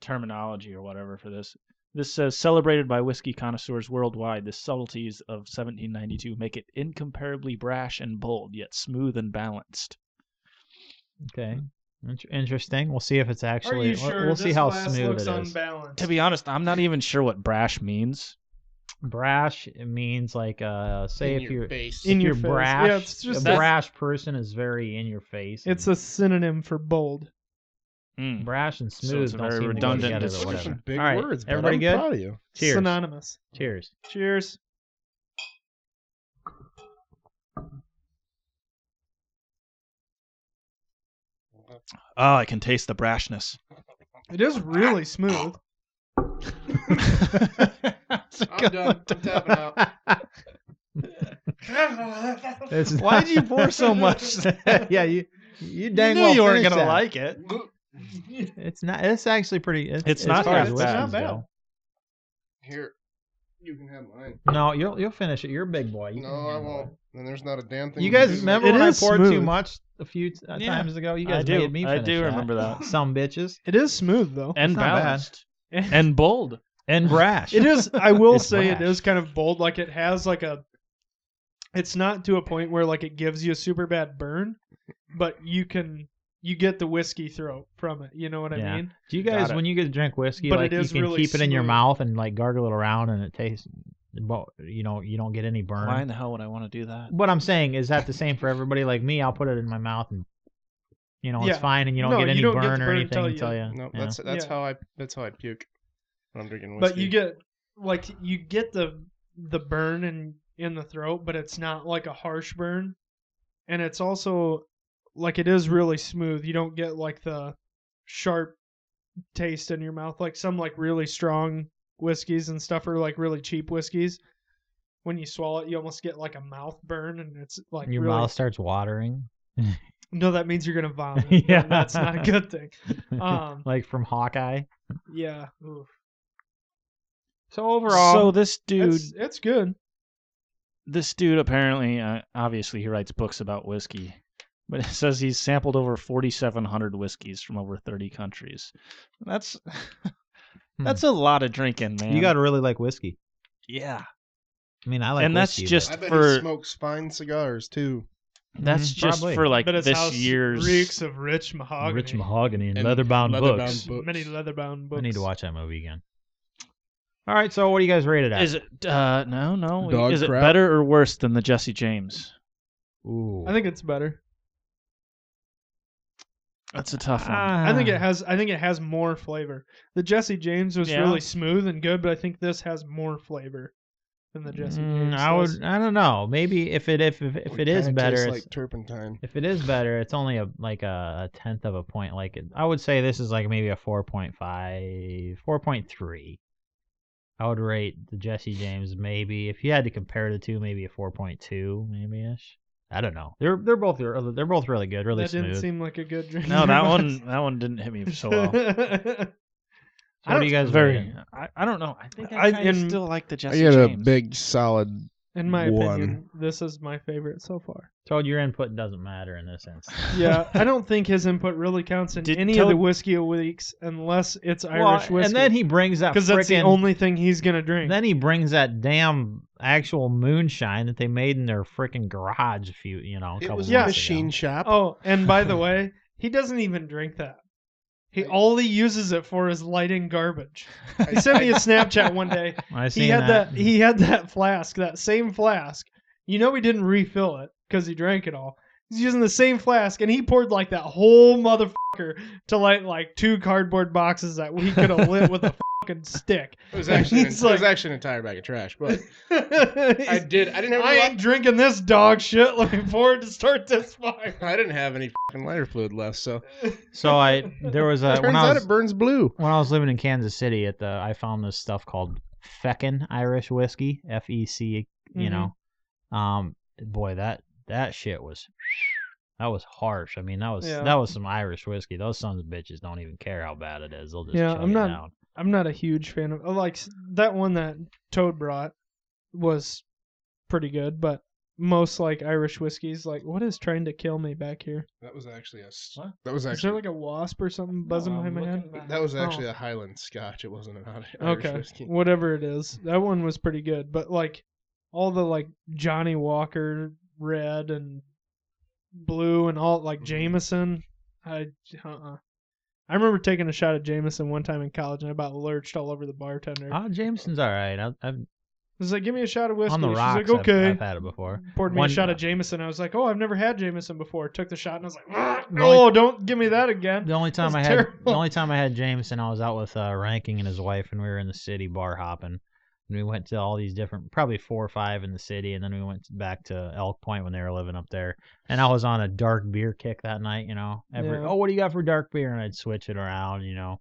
Speaker 4: terminology or whatever for this. This says celebrated by whiskey connoisseurs worldwide, the subtleties of 1792 make it incomparably brash and bold, yet smooth and balanced.
Speaker 3: "Okay, Int- interesting. We'll see if it's
Speaker 1: Are
Speaker 3: actually.
Speaker 1: you
Speaker 3: we'll-
Speaker 1: sure
Speaker 3: We'll, see
Speaker 1: this
Speaker 3: how
Speaker 1: glass
Speaker 3: smooth it
Speaker 1: looks
Speaker 3: is.
Speaker 1: unbalanced?
Speaker 4: To be honest, I'm not even sure what brash means.
Speaker 3: brash it means like uh, say
Speaker 2: In
Speaker 3: if
Speaker 2: your
Speaker 3: you're
Speaker 2: face.
Speaker 1: In
Speaker 3: if
Speaker 1: your
Speaker 3: you're
Speaker 1: face.
Speaker 3: brash,
Speaker 1: Yeah, it's just-
Speaker 3: a
Speaker 1: That's-
Speaker 3: brash person is very in your face.
Speaker 1: It's
Speaker 3: and-
Speaker 1: a synonym for bold.
Speaker 4: Mm.
Speaker 3: brash and
Speaker 4: So
Speaker 3: smooth
Speaker 4: it's a
Speaker 3: don't
Speaker 4: very
Speaker 3: seem
Speaker 4: redundant
Speaker 3: to go together, but
Speaker 2: Those are
Speaker 3: whatever.
Speaker 2: some big
Speaker 3: All right,
Speaker 2: words. but
Speaker 3: everybody
Speaker 2: I'm
Speaker 3: good?
Speaker 2: Proud
Speaker 3: [laughs]
Speaker 2: of you.
Speaker 3: Cheers.
Speaker 1: Synonymous.
Speaker 3: Cheers.
Speaker 1: Cheers.
Speaker 4: Oh, I can taste the [laughs] brashness.
Speaker 1: It is really smooth.
Speaker 2: I'm done. I'm tapping out.
Speaker 3: [laughs] It's
Speaker 4: Why'd
Speaker 3: not-
Speaker 4: you
Speaker 3: [laughs]
Speaker 4: pour so much?
Speaker 3: yeah, you you dang
Speaker 4: you knew
Speaker 3: well
Speaker 4: you weren't
Speaker 3: finished
Speaker 4: gonna
Speaker 3: that.
Speaker 4: like it.
Speaker 3: It's not. It's actually pretty. It's,
Speaker 4: It's not
Speaker 3: as far
Speaker 4: half
Speaker 3: as
Speaker 4: bad.
Speaker 3: whiskeys
Speaker 1: Not bad.
Speaker 3: go.
Speaker 2: [laughs] Here, you can have mine.
Speaker 3: No, you'll you'll finish it. You're a big boy. You
Speaker 2: No,
Speaker 3: can
Speaker 2: I
Speaker 3: handle it.
Speaker 2: won't. And there's not a damn thing.
Speaker 3: You
Speaker 2: can
Speaker 3: guys
Speaker 2: do.
Speaker 3: remember
Speaker 1: It
Speaker 3: when I
Speaker 1: is
Speaker 3: poured too
Speaker 1: smooth.
Speaker 3: much a few t- uh,
Speaker 4: Yeah.
Speaker 3: times ago? You
Speaker 4: I
Speaker 3: guys
Speaker 4: do.
Speaker 3: made me
Speaker 4: I
Speaker 3: finish
Speaker 4: do
Speaker 3: [laughs]
Speaker 4: remember that.
Speaker 3: Some bitches
Speaker 1: It is smooth though.
Speaker 4: And
Speaker 3: It's not bad.
Speaker 4: balanced.
Speaker 1: [laughs] it
Speaker 4: And bold.
Speaker 3: and brash.
Speaker 1: is.
Speaker 3: [laughs]
Speaker 1: I will
Speaker 3: It's
Speaker 1: say
Speaker 3: brash.
Speaker 1: it is kind of bold. Like it has like a. It's not to a point where like it gives you a super bad burn, but you can you get the whiskey throat from it. You know what I
Speaker 3: Yeah.
Speaker 1: mean?
Speaker 3: Do you
Speaker 4: Got
Speaker 3: guys,
Speaker 4: it.
Speaker 3: when you guys drink whiskey,
Speaker 1: But
Speaker 3: like
Speaker 1: it
Speaker 3: you
Speaker 1: is
Speaker 3: can
Speaker 1: really
Speaker 3: keep it in your
Speaker 1: smooth.
Speaker 3: mouth and like gargle it around, and it tastes, but you know, you don't get any burn.
Speaker 4: Why in the hell would I want to do that?
Speaker 3: What I'm saying is that the same for everybody. Like me, I'll put it in my mouth, and you know,
Speaker 1: Yeah.
Speaker 3: it's fine, and you don't
Speaker 1: No,
Speaker 3: get
Speaker 1: you
Speaker 3: any
Speaker 1: don't
Speaker 3: burn,
Speaker 1: get the
Speaker 3: or
Speaker 1: burn
Speaker 3: anything
Speaker 1: till
Speaker 3: until
Speaker 1: you-
Speaker 3: you.
Speaker 2: No,
Speaker 3: yeah.
Speaker 2: that's that's
Speaker 1: Yeah.
Speaker 2: how I that's how I puke when I'm drinking whiskey.
Speaker 1: But you get like you get the the burn in in the throat, but it's not like a harsh burn, and it's also like it is really smooth. You don't get like the sharp taste in your mouth like some like really strong whiskeys and stuff are like really cheap whiskeys. When you swallow it, you almost get like a mouth burn, and it's like
Speaker 3: your
Speaker 1: really
Speaker 3: mouth starts watering.
Speaker 1: No, that means you're
Speaker 3: [laughs]
Speaker 1: gonna vomit.
Speaker 3: Yeah.
Speaker 1: and that's not a
Speaker 3: [laughs]
Speaker 1: good thing. Um,
Speaker 3: like from Hawkeye.
Speaker 1: yeah, oof.
Speaker 3: So overall,
Speaker 4: so this dude,
Speaker 1: it's, it's good.
Speaker 4: this dude apparently, uh, obviously, he writes books about whiskey, but it says he's sampled over 4,700 whiskeys from over 30 countries. That's [laughs] that's a lot of drinking, man.
Speaker 3: you got to really like whiskey.
Speaker 4: yeah.
Speaker 3: I mean, I like,
Speaker 4: And that's
Speaker 3: whiskey, but-
Speaker 4: just-
Speaker 2: I bet
Speaker 4: for-
Speaker 2: he smokes fine cigars too.
Speaker 4: That's
Speaker 3: Mhm,
Speaker 4: just
Speaker 3: probably.
Speaker 4: for like
Speaker 1: but his
Speaker 4: this
Speaker 1: house
Speaker 4: year's.
Speaker 1: reeks of rich mahogany.
Speaker 3: rich mahogany and,
Speaker 2: And
Speaker 3: leather-bound,
Speaker 2: leather-bound
Speaker 3: books.
Speaker 2: books.
Speaker 1: Many leatherbound books.
Speaker 3: I need to watch that movie again. All right, so what do you guys rate it at?
Speaker 4: Is it uh no no
Speaker 2: Dog
Speaker 4: is
Speaker 2: crap?
Speaker 4: it better or worse than the Jesse James?
Speaker 3: Ooh,
Speaker 1: I think it's better.
Speaker 4: That's a tough one.
Speaker 3: [laughs]
Speaker 1: I
Speaker 3: Ah.
Speaker 1: think it has. I think it has more flavor. The Jesse James was
Speaker 4: Yeah.
Speaker 1: really smooth and good, but I think this has more flavor than the Jesse
Speaker 3: Mm,
Speaker 1: James.
Speaker 3: I
Speaker 1: does.
Speaker 3: would. I don't know. Maybe if it if if, if it is
Speaker 2: kinda
Speaker 3: better, it's,
Speaker 2: tastes like turpentine.
Speaker 3: if it is better, it's only a like a, a tenth of a point. Like it, I would say this is like maybe a 4.5, 4.3. I would rate the Jesse James maybe if you had to compare the two, maybe a four point two, maybe ish. I don't know. They're they're both they're both really good, really
Speaker 1: that
Speaker 3: smooth.
Speaker 1: didn't seem like a good drink.
Speaker 4: no,
Speaker 1: [laughs]
Speaker 4: that one that one didn't hit me so well.
Speaker 3: So what do you guys rate
Speaker 4: very?
Speaker 3: it?
Speaker 4: I, I don't know. I think
Speaker 1: I-
Speaker 4: I, kinda
Speaker 1: in-
Speaker 4: still like the Jesse
Speaker 2: I get a
Speaker 4: James.
Speaker 2: big solid.
Speaker 1: [laughs] In my
Speaker 2: One.
Speaker 1: opinion, this is my favorite so far.
Speaker 3: Told your input doesn't matter in this instance.
Speaker 1: Yeah, I don't think his input really counts in
Speaker 4: [laughs] Did
Speaker 1: any
Speaker 4: Toad-
Speaker 1: of the whiskey weeks unless it's Irish whiskey.
Speaker 3: and then he brings that
Speaker 1: because that's the
Speaker 3: frickin'
Speaker 1: only thing he's gonna drink.
Speaker 3: Then he brings that damn actual moonshine that they made in their freaking garage a few, you know, a
Speaker 2: It
Speaker 3: couple
Speaker 2: was
Speaker 1: Yeah.
Speaker 2: a
Speaker 3: months
Speaker 2: machine
Speaker 3: ago.
Speaker 2: shop.
Speaker 1: oh, and by
Speaker 3: [laughs]
Speaker 1: the way, he doesn't even drink that. He
Speaker 2: I-
Speaker 1: all he uses it for is lighting garbage. [laughs] He
Speaker 3: [laughs]
Speaker 2: I-
Speaker 1: sent me a Snapchat one day.
Speaker 3: I seen
Speaker 1: He had
Speaker 3: that.
Speaker 1: that. he had that flask, that same flask. You know he didn't refill it because he drank it all. He's using the same flask, and he poured like that whole motherfucker to light like two cardboard boxes that he could have lit
Speaker 3: [laughs]
Speaker 1: with a fucking stick. [laughs]
Speaker 2: It was actually an,
Speaker 1: He's
Speaker 2: it was
Speaker 1: like-
Speaker 2: actually an entire bag of trash, but
Speaker 1: [laughs]
Speaker 2: I
Speaker 1: I,
Speaker 2: did. I didn't have.
Speaker 1: I
Speaker 2: Any
Speaker 1: ain't drinking this dog shit. Looking forward to start this fire.
Speaker 2: li- I didn't have any fucking lighter fluid left, so
Speaker 3: So I there was
Speaker 1: [laughs]
Speaker 3: a
Speaker 2: turns
Speaker 3: when I
Speaker 2: out
Speaker 3: was
Speaker 2: it burns blue.
Speaker 3: when I was living in Kansas City at the I found this stuff called Feckin Irish whiskey, F E C, you
Speaker 1: Mhm.
Speaker 3: know. Um boy, that that shit was that was harsh. I mean, that was
Speaker 1: Yeah.
Speaker 3: that was some Irish whiskey. Those sons of bitches don't even care how bad it is. They'll just
Speaker 1: Yeah,
Speaker 3: chug
Speaker 1: I'm
Speaker 3: it
Speaker 1: not-
Speaker 3: down.
Speaker 1: I'm not a huge fan of like s- that one that Toad brought was pretty good, but most like Irish whiskeys, like what is trying to kill me back here?
Speaker 2: That was actually a. s-
Speaker 4: What?
Speaker 2: That was
Speaker 1: Is there
Speaker 2: actually. Um,
Speaker 1: like a wasp or something buzzing behind my head? Oh.
Speaker 2: that was actually a Highland Scotch. It wasn't an Irish
Speaker 1: Okay,
Speaker 2: whiskey.
Speaker 1: whatever it is, that one was pretty good. But like all the like Johnny Walker red and blue and all like
Speaker 2: Mhm.
Speaker 1: Jameson, I uh-uh. I remember taking a shot at Jameson one time in college, and I about lurched all over the bartender.
Speaker 3: Oh, Jameson's all right. I, I've
Speaker 1: I was like, "Give me a shot of whiskey."
Speaker 3: on the
Speaker 1: She's
Speaker 3: rocks.
Speaker 1: like, "Okay."
Speaker 3: I've, I've had it before.
Speaker 1: poured me
Speaker 3: One-
Speaker 1: a shot of Jameson. I was like, "Oh, I've never had Jameson before." Took the shot and I was like, "Ah,
Speaker 3: The
Speaker 1: "Oh, don't give me that again."
Speaker 3: The only time I
Speaker 1: That's
Speaker 3: had the
Speaker 1: terrible.
Speaker 3: only time I had Jameson, I was out with uh, Ranking and his wife, and we were in the city bar hopping, and we went to all these different, probably four or five in the city, and then we went back to Elk Point when they were living up there. And I was on a dark beer kick that night, you know. Every
Speaker 1: Yeah.
Speaker 3: oh, what do you got for dark beer? And I'd switch it around, you know.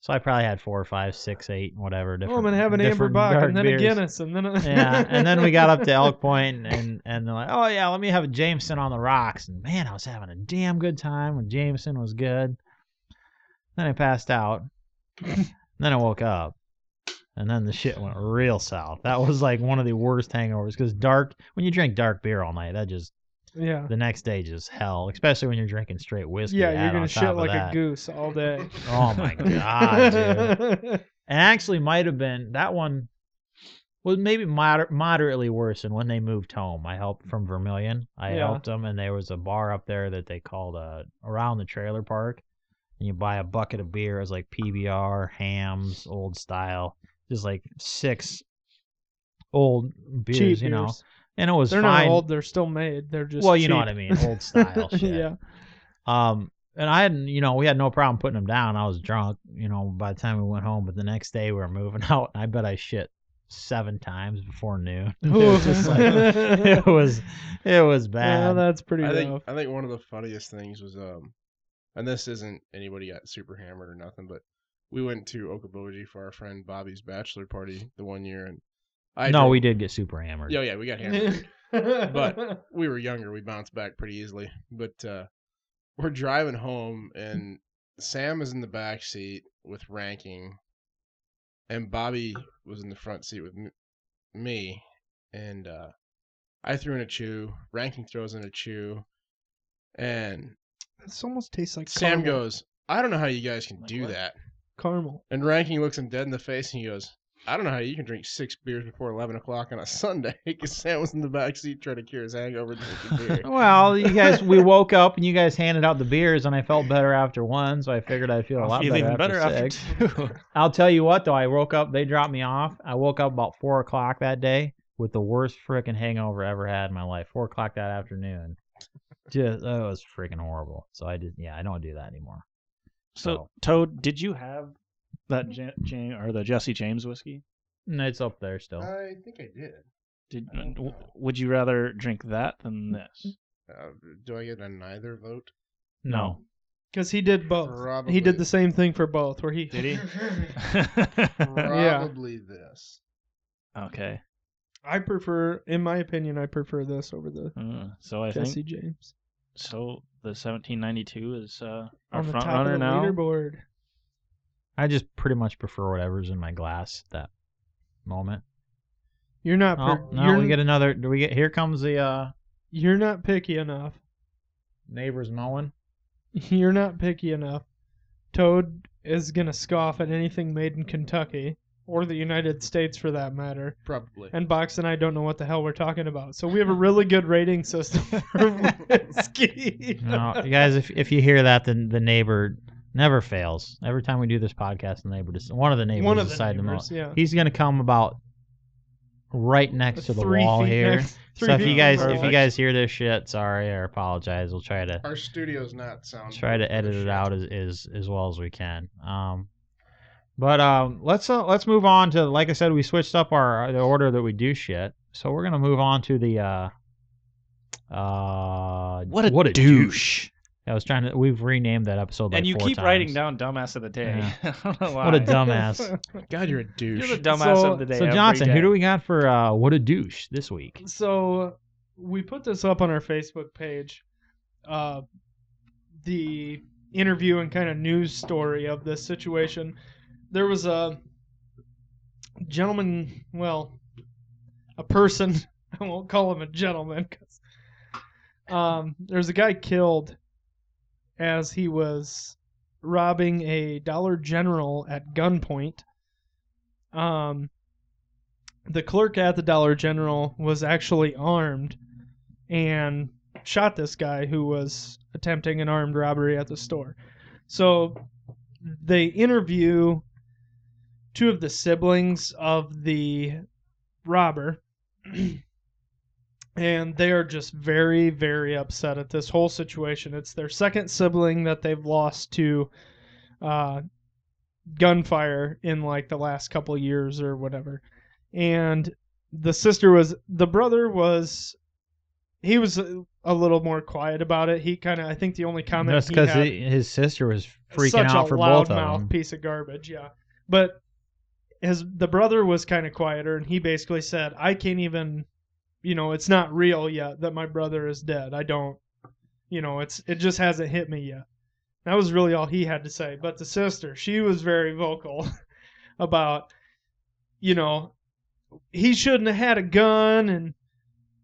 Speaker 3: So I probably had four or five, six, eight, whatever.
Speaker 1: Oh,
Speaker 3: Different,
Speaker 1: I'm gonna have an Amber
Speaker 3: different
Speaker 1: Buck
Speaker 3: dark
Speaker 1: and then
Speaker 3: beers.
Speaker 1: a Guinness and then a [laughs]
Speaker 3: yeah, and then we got up to Elk Point, and and they're like, "Oh yeah, let me have a Jameson on the rocks." And man, I was having a damn good time when Jameson was good. Then I passed out. then I woke up, and then the shit went real south. That was like one of the worst hangovers because dark. When you drink dark beer all night, that just
Speaker 1: yeah,
Speaker 3: the next day just hell. Especially when you're drinking straight whiskey.
Speaker 1: yeah.
Speaker 3: add
Speaker 1: You're
Speaker 3: on
Speaker 1: gonna
Speaker 3: top
Speaker 1: shit
Speaker 3: of
Speaker 1: like
Speaker 3: that.
Speaker 1: a goose all day. [laughs]
Speaker 3: Oh my god, dude! And actually, might have been that one. was maybe moder- moderately worse. And when they moved home, I helped from Vermillion. I
Speaker 1: Yeah.
Speaker 3: helped them, and there was a bar up there that they called uh, around the trailer park. And you buy a bucket of beer. It was like PBR, hams, old style, just like six old beers,
Speaker 1: cheap
Speaker 3: you know.
Speaker 1: beers.
Speaker 3: And it was
Speaker 1: They're
Speaker 3: fine.
Speaker 1: not old. They're still made. They're just
Speaker 3: well, you know
Speaker 1: cheap.
Speaker 3: what I mean,
Speaker 1: [laughs]
Speaker 3: old style shit. [laughs]
Speaker 1: yeah.
Speaker 3: Um, and I hadn't, you know, we had no problem putting them down. I was drunk, you know, by the time we went home. But the next day we were moving [laughs] out, and I bet I shit seven times before noon. [laughs] It was
Speaker 1: [laughs]
Speaker 3: just like [laughs] it was, it was
Speaker 1: Yeah,
Speaker 3: bad.
Speaker 1: that's pretty
Speaker 2: I think
Speaker 1: rough.
Speaker 2: I think one of the funniest things was um, and this isn't anybody got super hammered or nothing, but we went to Okoboji for our friend Bobby's bachelor party the one year, and I
Speaker 3: no,
Speaker 2: drank-
Speaker 3: we did get super hammered.
Speaker 2: [laughs] yeah yeah we got hammered.
Speaker 1: [laughs]
Speaker 2: [laughs] But- we were younger, we bounced back pretty easily. But uh we're driving home and Sam is in the back seat with ranking and Bobby was in the front seat with m- me and uh I threw in a chew, ranking throws in a chew and
Speaker 1: this almost tastes like
Speaker 2: Sam
Speaker 1: caramel.
Speaker 2: goes, "I don't know how you guys can
Speaker 4: Like
Speaker 2: do
Speaker 4: what?
Speaker 2: that."
Speaker 1: caramel.
Speaker 2: And ranking looks him dead in the face and he goes, I don't know how you can drink six beers before 11 o'clock on a Sunday [laughs] because Sam was in the back seat trying to cure his hangover drinking beer.
Speaker 3: [laughs] Well, you guys, we woke up and you guys handed out the beers, and I felt better after one, so I figured I'd feel a lot
Speaker 4: Feel
Speaker 3: better,
Speaker 4: even better
Speaker 3: after
Speaker 4: after
Speaker 3: six. [laughs]
Speaker 4: two.
Speaker 3: I'll tell you what, though, I woke up. They dropped me off. I woke up about four o'clock that day with the worst freaking hangover I ever had in my life. Four o'clock that afternoon, just oh, it was freaking horrible. So I just yeah, I don't do that anymore.
Speaker 4: so
Speaker 3: So-
Speaker 4: Toad, did you have that Ja- Ja- or the Jesse James whiskey?
Speaker 3: And it's up there still.
Speaker 1: Uh,
Speaker 2: I think I did.
Speaker 4: Did
Speaker 2: I don't
Speaker 4: w-
Speaker 2: know.
Speaker 4: would you rather drink that than this?
Speaker 2: Uh, do I get a neither vote?
Speaker 3: no,
Speaker 1: Because he did both.
Speaker 2: Probably.
Speaker 1: He did the same thing for both, where he
Speaker 4: Did he?
Speaker 2: Probably this.
Speaker 4: [laughs] okay.
Speaker 1: [laughs] I prefer, in my opinion, I prefer this over the
Speaker 4: Uh, so I
Speaker 1: Jesse
Speaker 4: think
Speaker 1: James
Speaker 4: so. The 1792 is uh, our
Speaker 1: on the
Speaker 4: front
Speaker 1: top
Speaker 4: runner
Speaker 1: of the
Speaker 4: now.
Speaker 1: leaderboard.
Speaker 3: I just pretty much prefer whatever's in my glass at that moment.
Speaker 1: You're not.
Speaker 3: Oh
Speaker 1: per-
Speaker 3: no,
Speaker 1: you're,
Speaker 3: we get another. Do we get? Here comes the uh,
Speaker 1: you're not picky enough. [laughs]
Speaker 3: neighbors mowing.
Speaker 1: You're not picky enough. Toad is gonna scoff at anything made in Kentucky or the United States for that matter.
Speaker 2: Probably.
Speaker 1: And Box and I don't know what the hell we're talking about. So we
Speaker 3: [laughs]
Speaker 1: have a really good rating system [laughs] for whiskey.
Speaker 3: No, you guys, if if you hear that, then the neighbor never fails. Every time we do this podcast, the neighbor just one of the neighbors
Speaker 1: One of the
Speaker 3: decide to mow.
Speaker 1: neighbors, yeah.
Speaker 3: He's gonna come about right next to the wall
Speaker 1: feet
Speaker 3: here.
Speaker 1: next-
Speaker 3: so
Speaker 1: three
Speaker 3: if
Speaker 1: feet
Speaker 3: you guys
Speaker 1: from the
Speaker 3: if
Speaker 1: wall.
Speaker 3: you guys hear this shit, sorry, I apologize. We'll try to
Speaker 2: Our studio's not
Speaker 4: Um,
Speaker 2: sound.
Speaker 3: try to edit it out as, as as well as we can. Um, but um, let's uh, let's move on to like I said, we switched up our the order that we do shit. So we're gonna move on to the uh, uh,
Speaker 4: What a
Speaker 3: what
Speaker 4: douche.
Speaker 3: I was trying to. We've renamed that episode. Like
Speaker 4: and you
Speaker 3: four
Speaker 4: keep
Speaker 3: times.
Speaker 4: writing down dumbass of the day. [laughs] I don't know why.
Speaker 3: What a dumbass.
Speaker 2: [laughs] God, you're a
Speaker 4: You're
Speaker 2: douche.
Speaker 4: the dumbass
Speaker 1: So-
Speaker 4: of the day.
Speaker 3: so
Speaker 4: every
Speaker 3: Johnson,
Speaker 4: day.
Speaker 3: who do we got for uh, what a douche this week?
Speaker 1: [laughs] so we put this up on our Facebook page. Uh, the interview and kind of news story of this situation. There was a gentleman, well, a person. [laughs] I won't call him a gentleman 'cause, um, there's a guy killed as he was robbing a Dollar General at gunpoint. Um, the clerk at the Dollar General was actually armed and shot this guy who was attempting an armed robbery at the store. So they interview two of the siblings of the robber [clears throat] and they are just very very upset at this whole situation. It's their second sibling that they've lost to uh gunfire in like the last couple years or whatever and the sister was the brother was he was a, a little more quiet about it he kind of i think the only comment
Speaker 3: That's
Speaker 1: he
Speaker 3: because
Speaker 1: had-
Speaker 3: his sister was freaking
Speaker 1: such
Speaker 3: out
Speaker 1: a
Speaker 3: for
Speaker 1: loud
Speaker 3: both of
Speaker 1: mouth
Speaker 3: them.
Speaker 1: piece of garbage yeah but his the brother was kind of quieter and he basically said i can't even you know it's not real yet that my brother is dead i don't you know it's it just hasn't hit me yet that was really all he had to say but the sister she was very vocal [laughs] about you know he shouldn't have had a gun and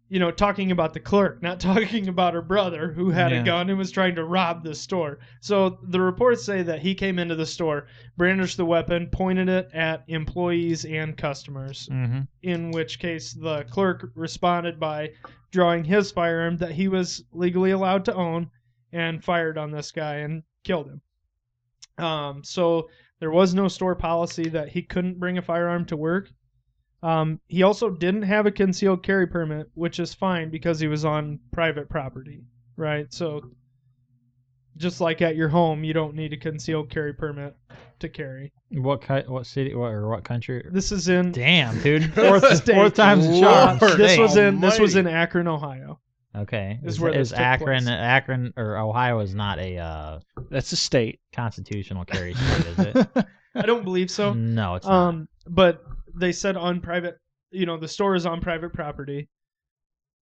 Speaker 1: you know, talking about the clerk, not [laughs] talking about her brother who had
Speaker 4: Yeah.
Speaker 1: a gun and was trying to rob the store. So the reports say that he came into the store, brandished the weapon, pointed it at employees and customers,
Speaker 4: Mm-hmm.
Speaker 1: in which case the clerk responded by drawing his firearm that he was legally allowed to own and fired on this guy and killed him. Um, so there was no store policy that he couldn't bring a firearm to work. Um, he also didn't have a concealed carry permit, which is fine because he was on private property, right? So just like at your home, you don't need a concealed carry permit to carry.
Speaker 3: What cut? What city? What or what country?
Speaker 1: This is in [laughs]
Speaker 3: Damn, dude.
Speaker 2: Fourth-
Speaker 3: Fourth,
Speaker 1: State.
Speaker 3: fourth time's a charm.
Speaker 2: Lord.
Speaker 1: This was in this
Speaker 2: Almighty.
Speaker 1: was in Akron, Ohio.
Speaker 3: Okay.
Speaker 1: is where this
Speaker 3: is
Speaker 1: took
Speaker 3: Akron.
Speaker 1: place.
Speaker 3: Akron or Ohio is not a uh,
Speaker 4: That's a state.
Speaker 3: constitutional carry state, is it?
Speaker 1: I don't believe [laughs] so.
Speaker 3: no, Mm, it's not.
Speaker 1: Um, but they said on private, you know, the store is on private property.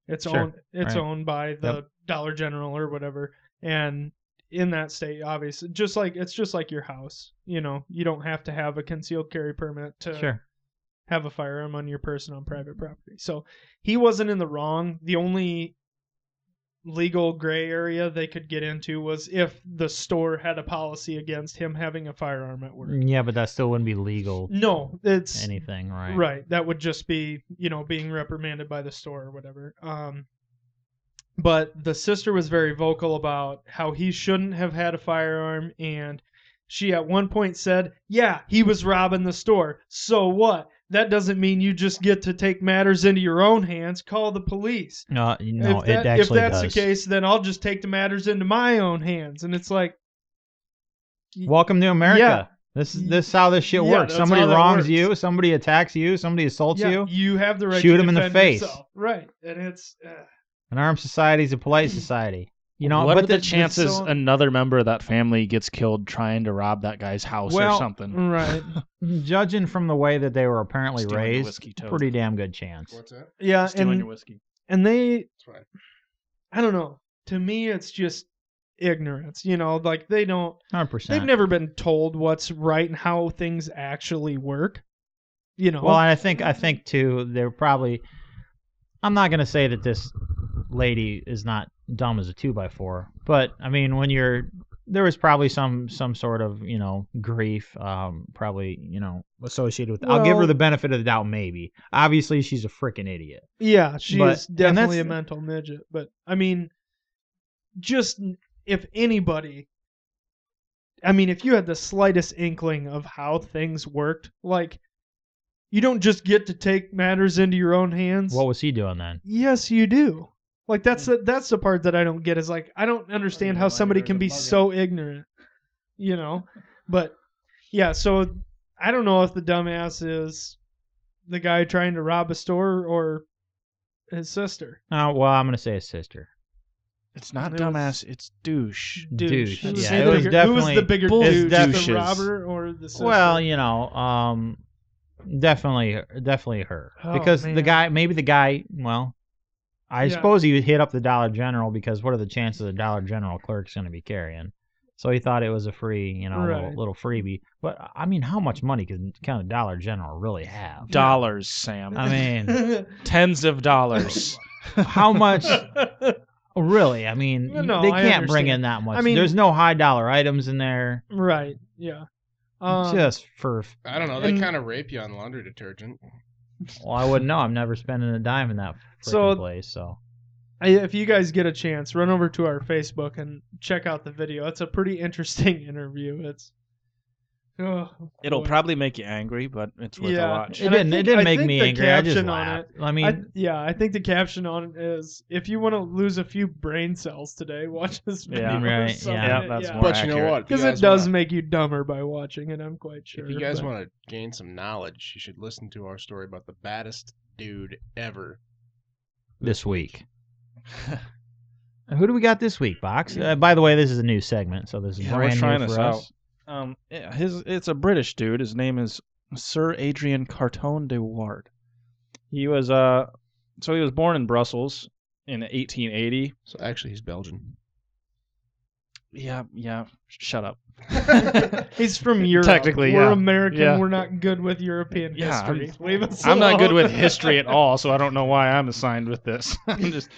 Speaker 1: It's
Speaker 3: Sure.
Speaker 1: owned. It's
Speaker 3: Right.
Speaker 1: owned by the Dollar General or whatever, and in that state, obviously, just like it's just like your house. You know, you don't have to have a concealed carry permit to
Speaker 3: Sure.
Speaker 1: have a firearm on your person on private property. So he wasn't in the wrong. The only legal gray area they could get into was if the store had a policy against him having a firearm at work.
Speaker 3: Yeah, but that still wouldn't be legal.
Speaker 1: No, it's
Speaker 3: Anything, right?
Speaker 1: right. That would just be, you know, being reprimanded by the store or whatever. Um but the sister was very vocal about how he shouldn't have had a firearm and she at one point said, "Yeah, he was robbing the store. So what? That doesn't mean you just get to take matters into your own hands. Call the police."
Speaker 3: No, no,
Speaker 1: if, that-
Speaker 3: it actually
Speaker 1: if that's
Speaker 3: does.
Speaker 1: the case, then I'll just take the matters into my own hands. And it's like,
Speaker 3: Welcome to America.
Speaker 1: Yeah.
Speaker 3: This is this is how this shit
Speaker 1: Yeah,
Speaker 3: works.
Speaker 1: that's
Speaker 3: Somebody
Speaker 1: how that
Speaker 3: wrongs
Speaker 1: works.
Speaker 3: you. Somebody attacks you. Somebody assaults
Speaker 1: yeah,
Speaker 3: you.
Speaker 1: you have the right
Speaker 3: Shoot
Speaker 1: to
Speaker 3: him in the
Speaker 1: defend
Speaker 3: face.
Speaker 1: yourself. right? And it's uh,
Speaker 3: [laughs] An armed society is a polite society. You know,
Speaker 4: Hmm. what
Speaker 3: but
Speaker 4: are the,
Speaker 3: th-
Speaker 4: chances
Speaker 1: so-
Speaker 4: another member of that family gets killed trying to rob that guy's house
Speaker 3: Well,
Speaker 4: or something?
Speaker 1: right.
Speaker 3: [laughs] judging from the way that they were apparently
Speaker 4: Stealing your
Speaker 3: raised,
Speaker 4: whiskey toast.
Speaker 3: pretty damn good chance.
Speaker 2: What's that?
Speaker 1: Yeah,
Speaker 4: Stealing
Speaker 1: uh, and
Speaker 4: your whiskey.
Speaker 1: and they
Speaker 2: That's fine.
Speaker 1: I don't know. To me it's just ignorance, you know, like they don't
Speaker 3: Hundred
Speaker 1: they've
Speaker 3: percent.
Speaker 1: never been told what's right and how things actually work. You know.
Speaker 3: Well, and I think I think too they're probably. I'm not gonna say that this lady is not dumb as a two by four, but I mean when you're there was probably some some sort of you know grief, um, probably you know associated with. I'll give her
Speaker 1: Well-
Speaker 3: the benefit of the doubt. Maybe obviously she's a freaking idiot.
Speaker 1: yeah, she
Speaker 3: but-
Speaker 1: is
Speaker 3: and that's-
Speaker 1: definitely a mental midget, but I mean just if anybody I mean, if you had the slightest inkling of how things worked, like you don't just get to take matters into your own hands.
Speaker 3: What was he doing then?
Speaker 1: Yes, you do. Like that's the that's the part that I don't get is like I don't understand how somebody can be so ignorant. You know? But yeah, so I don't know if the dumbass is the guy trying to rob a store or his sister.
Speaker 3: Oh well, I'm gonna say his sister.
Speaker 4: It's not
Speaker 1: It was-
Speaker 4: dumbass. It's douche.
Speaker 3: Douche.
Speaker 1: Who
Speaker 4: Yeah,
Speaker 1: the bigger-
Speaker 4: it was
Speaker 1: who was the
Speaker 3: definitely-
Speaker 1: bigger
Speaker 4: Bull
Speaker 1: douche,
Speaker 4: douches.
Speaker 1: the robber or the sister?
Speaker 3: Well, you know, um, definitely, definitely her
Speaker 1: Oh,
Speaker 3: because the
Speaker 1: man.
Speaker 3: guy, maybe the guy, well, I
Speaker 1: Yeah.
Speaker 3: suppose he hit up the Dollar General because what are the chances a Dollar General clerk's going to be carrying? So he thought it was a free, you know, little,
Speaker 1: Right.
Speaker 3: little freebie. But I mean, how much money can can a Dollar General really have?
Speaker 4: Dollars, Sam.
Speaker 3: I
Speaker 1: [laughs]
Speaker 3: mean,
Speaker 1: no,
Speaker 4: Tens of dollars.
Speaker 3: how much really? I mean,
Speaker 1: No, no,
Speaker 3: they
Speaker 1: I
Speaker 3: can't
Speaker 1: understand.
Speaker 3: bring in that much.
Speaker 1: I mean-
Speaker 3: there's no high dollar items in there.
Speaker 1: [laughs] right, yeah. Um,
Speaker 3: just for
Speaker 2: I don't know. They
Speaker 1: And-
Speaker 2: kind of rape you on laundry detergent.
Speaker 3: well, I wouldn't know. I'm never spending a dime in that freaking
Speaker 1: So-
Speaker 3: place. So
Speaker 1: I- if you guys get a chance, run over to our Facebook and check out the video. It's a pretty [laughs] interesting interview. It's oh,
Speaker 4: It'll
Speaker 1: boy.
Speaker 4: probably make you angry, but it's worth
Speaker 1: Yeah.
Speaker 4: a watch.
Speaker 3: It
Speaker 1: And I
Speaker 3: didn't.
Speaker 1: think-
Speaker 3: it didn't
Speaker 1: I
Speaker 3: make
Speaker 1: think
Speaker 3: me
Speaker 1: the
Speaker 3: angry. I just
Speaker 1: caption on
Speaker 3: laughed. I mean,
Speaker 1: I, yeah, I think the caption on it is if you want to lose a few brain cells today, [laughs] watch this video.
Speaker 4: Yeah.
Speaker 1: or
Speaker 3: Right,
Speaker 1: something.
Speaker 3: yeah.
Speaker 4: Yeah, that's more-
Speaker 2: But you know
Speaker 4: accurate.
Speaker 2: what? If you
Speaker 1: Because it
Speaker 2: guys
Speaker 1: does
Speaker 2: wanna-
Speaker 1: make you dumber by watching it. I'm quite sure.
Speaker 2: If you guys
Speaker 1: but-
Speaker 2: want to gain some knowledge, you should listen to our story about the baddest dude ever.
Speaker 3: this [laughs] week. Who do we got this week, Box? Uh, by the way, this is a new segment, so this is
Speaker 4: Yeah, we're
Speaker 3: brand
Speaker 4: trying
Speaker 3: new
Speaker 4: this
Speaker 3: for us.
Speaker 4: Um, yeah, his it's a British dude. His name is Sir Adrian Carton de Ward. He was uh, so he was born in Brussels in 1880.
Speaker 2: So actually, he's Belgian.
Speaker 4: Yeah, yeah. Shut up. [laughs]
Speaker 1: He's from Europe.
Speaker 4: Technically,
Speaker 1: we're
Speaker 4: yeah.
Speaker 1: American.
Speaker 4: Yeah.
Speaker 1: We're not good with European
Speaker 4: Yeah, I'm-
Speaker 1: history. Leave us
Speaker 4: I'm not good
Speaker 1: alone.
Speaker 4: with history at all, so I don't know why I'm assigned with this. [laughs] I'm just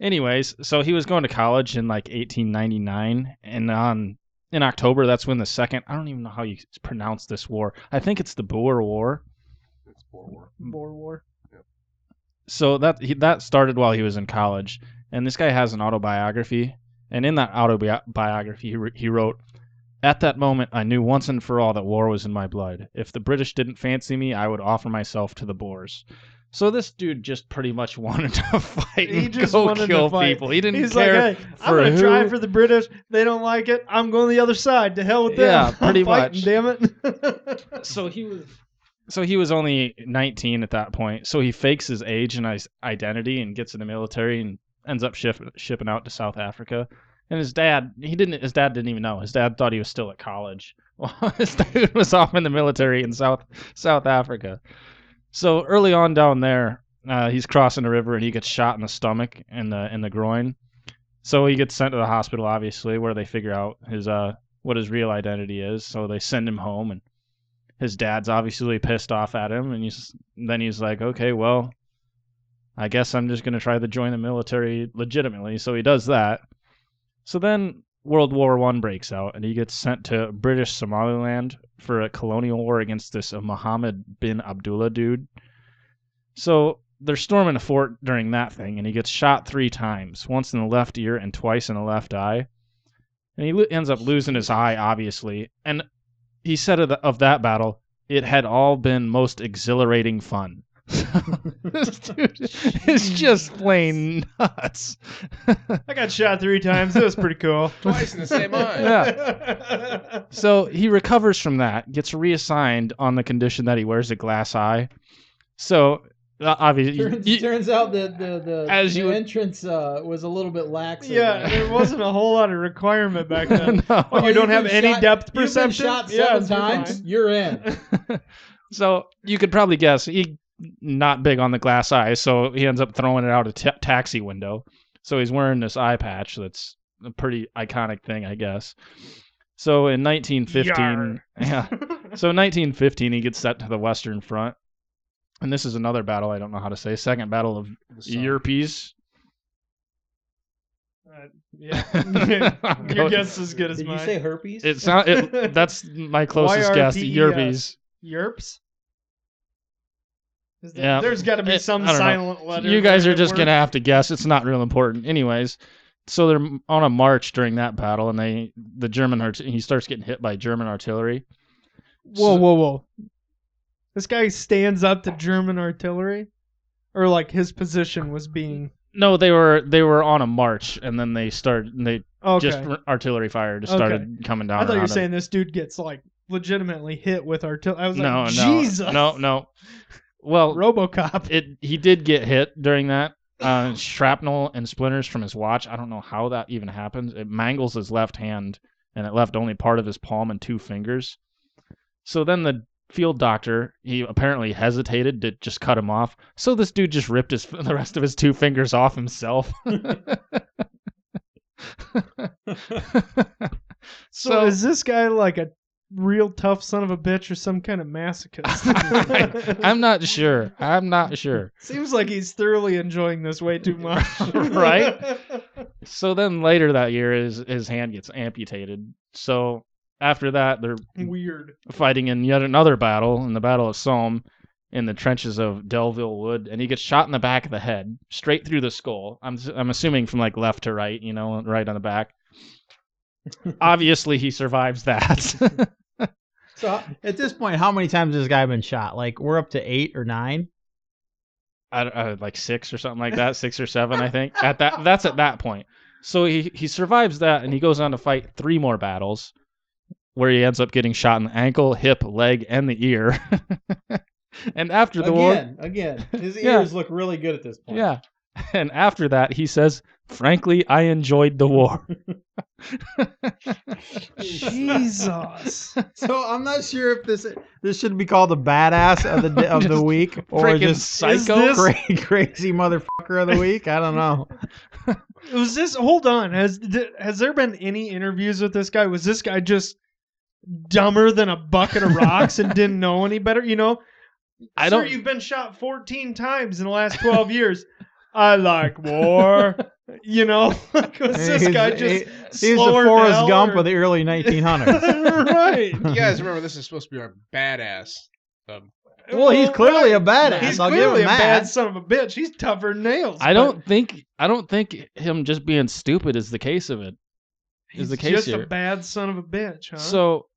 Speaker 4: anyways so he was going to college in like 1899 and on in october that's when the second i don't even know how you pronounce this war i think it's the boer war
Speaker 2: It's World War. [laughs]
Speaker 1: Boer War.
Speaker 4: so that he, that started while he was in college and this guy has an autobiography and in that autobiography he, wr- he wrote at that moment i knew once and for all that war was in my blood if the british didn't fancy me i would offer myself to the boers so this dude just pretty much [laughs] wanted to fight
Speaker 1: He
Speaker 4: and
Speaker 1: just
Speaker 4: go
Speaker 1: wanted to
Speaker 4: kill
Speaker 1: fight.
Speaker 4: people he didn't
Speaker 1: He's
Speaker 4: care
Speaker 1: like, hey, I'm
Speaker 4: for
Speaker 1: gonna try
Speaker 4: who-
Speaker 1: for the British. They don't like it. I'm going the other side. To hell with them.
Speaker 4: Yeah,
Speaker 1: [laughs] I'm
Speaker 4: pretty
Speaker 1: fighting,
Speaker 4: much.
Speaker 1: Damn it. [laughs]
Speaker 4: so he was so he was only 19 at that point so he fakes his age and his identity and gets in the military and ends up ship, shipping out to south africa and his dad he didn't his dad didn't even know his dad thought he was still at college [laughs] well his dad was off in the military in south south africa so early on down there uh, he's crossing the river and he gets shot in the stomach and the in the groin so he gets sent to the hospital obviously where they figure out his uh what his real identity is so they send him home and his dad's obviously pissed off at him, and he's then he's like, okay, well, I guess I'm just gonna try to join the military legitimately. So he does that. So then World War One breaks out, and he gets sent to British Somaliland for a colonial war against this uh, Mohammed bin Abdullah dude. So they're storming a fort during that thing, and he gets shot three times, once in the left ear and twice in the left eye. And he lo- ends up losing his eye, obviously. And he said of, the, of that battle, it had all been most exhilarating fun. [laughs] this dude is just plain nuts. [laughs]
Speaker 1: I got shot three times. It was pretty cool.
Speaker 2: Twice in
Speaker 1: [laughs]
Speaker 2: the same eye.
Speaker 1: Yeah.
Speaker 4: so he recovers from that, gets reassigned on the condition that he wears a glass eye. So uh, obviously,
Speaker 5: Turns, turns out that the the,
Speaker 4: As
Speaker 5: the
Speaker 4: you-
Speaker 5: entrance uh, was a little bit lax. in
Speaker 1: yeah,
Speaker 5: that.
Speaker 1: there [laughs] wasn't a whole lot of requirement back
Speaker 4: [laughs]
Speaker 1: then.
Speaker 4: No.
Speaker 1: Oh, you
Speaker 5: you've
Speaker 1: don't have
Speaker 5: been
Speaker 1: any
Speaker 5: shot-
Speaker 1: depth
Speaker 5: You've been
Speaker 1: perception.
Speaker 5: shot
Speaker 1: Yeah,
Speaker 5: seven
Speaker 1: you're
Speaker 5: times.
Speaker 1: fine.
Speaker 5: You're
Speaker 1: [laughs]
Speaker 5: in.
Speaker 4: [laughs] so you could probably guess he not big on the glass eye, so he ends up throwing it out a t- taxi window. So he's wearing this eye patch that's a pretty iconic thing, I guess. So in 1915, [laughs] yeah. So in 1915 he gets sent to the Western Front. And this is another battle I don't know how to say, second battle of
Speaker 2: The sun.
Speaker 4: Europees.
Speaker 1: Uh, [laughs]
Speaker 4: [laughs]
Speaker 1: yeah. [laughs] Your guess is good as
Speaker 5: Did
Speaker 1: mine.
Speaker 5: you say herpes?
Speaker 4: It sound, it, that's my closest guess.
Speaker 1: YRPES.
Speaker 4: Europees.
Speaker 1: Yerps? Is there-
Speaker 4: Yeah.
Speaker 1: There's got to be
Speaker 4: It-
Speaker 1: some
Speaker 4: I don't know.
Speaker 1: silent letter.
Speaker 4: You guys
Speaker 1: there
Speaker 4: are
Speaker 1: that
Speaker 4: just gonna
Speaker 1: works.
Speaker 4: have to guess. It's not real important, anyways. So they're on a march during that battle, and they the German art- he starts getting hit by German artillery.
Speaker 1: Whoa, whoa, whoa! This guy stands up to German artillery, or like his position was being
Speaker 4: No, they were they were on a march, and then they started and they
Speaker 1: okay.
Speaker 4: just r- artillery fire just
Speaker 1: Okay.
Speaker 4: started coming down.
Speaker 1: I thought you
Speaker 4: around
Speaker 1: were
Speaker 4: him.
Speaker 1: saying this dude gets like legitimately hit with artillery. I was
Speaker 4: no,
Speaker 1: like,
Speaker 4: no,
Speaker 1: Jesus,
Speaker 4: no, no. Well,
Speaker 1: RoboCop.
Speaker 4: it he did get hit during that. Uh, shrapnel and splinters from his watch. I don't know how that even happens. It mangles his left hand, and it left only part of his palm and two fingers. So then the field doctor he apparently hesitated to just cut him off. So this dude just ripped his [laughs] the rest of his two fingers
Speaker 1: [laughs]
Speaker 4: off himself. [laughs]
Speaker 1: So, is this guy like a real tough son of a bitch or some kind of
Speaker 4: [laughs]
Speaker 1: masochist?
Speaker 4: I'm not sure. I'm not sure.
Speaker 1: [laughs] Seems like he's thoroughly enjoying this way
Speaker 4: [laughs]
Speaker 1: too much.
Speaker 4: Right? So then later that year, his his hand gets amputated. So after that, they're
Speaker 1: Weird.
Speaker 4: fighting in yet another battle, in the Battle of Somme, in the trenches of Delville Wood, and he gets shot in the back of the head, straight through the skull. I'm s- I'm assuming from like left to right, you know, right on the back. Obviously, he survives that.
Speaker 5: [laughs]
Speaker 4: [laughs]
Speaker 1: [laughs]
Speaker 5: so
Speaker 3: At this point, how many times has this guy been shot? Like we're up to eight or nine.
Speaker 4: I, I, like six or something like that, six or seven, I think. At that, that's at that point. So he he survives that, and he goes on to fight three more battles, where he ends up getting shot in the ankle, hip, leg, and the ear. [laughs] and after the war,
Speaker 5: again, again, his
Speaker 4: Yeah.
Speaker 5: ears look really good at this point.
Speaker 4: yeah. [laughs] And after that, he says, "Frankly, I enjoyed the war."
Speaker 1: Jesus.
Speaker 3: So I'm not sure if this this should be called the badass of the d- [laughs] of the
Speaker 4: Just
Speaker 3: week or
Speaker 4: freaking
Speaker 3: just [laughs]
Speaker 4: psycho.
Speaker 3: cra- crazy motherfucker of the week. I don't [laughs] know.
Speaker 1: Was this? Hold on. Has th- has there been any interviews with this guy? Was this guy just dumber than a bucket of rocks and didn't know any better? You know,
Speaker 4: [laughs] I
Speaker 1: Sir,
Speaker 4: don't-
Speaker 1: You've been shot 14 times in the last 12 years. I like
Speaker 4: [laughs]
Speaker 1: war. You know, [laughs] like, was this guy just
Speaker 3: he, he's the
Speaker 1: slower
Speaker 3: Forrest
Speaker 1: now,
Speaker 3: Gump
Speaker 1: or- [laughs]
Speaker 3: of the early [laughs] 1900s.
Speaker 1: right?
Speaker 3: [laughs]
Speaker 2: You guys remember this is supposed to be our badass. Um,
Speaker 3: well, he's clearly a badass.
Speaker 1: He's
Speaker 3: I'll give
Speaker 1: clearly
Speaker 3: him
Speaker 1: a bad
Speaker 3: that.
Speaker 1: son of a bitch. He's tougher than nails.
Speaker 4: I
Speaker 1: but
Speaker 4: don't think I don't think him just being stupid is the case of it.
Speaker 1: He's
Speaker 4: the case
Speaker 1: just
Speaker 4: here.
Speaker 1: a bad son of a bitch, huh?
Speaker 4: So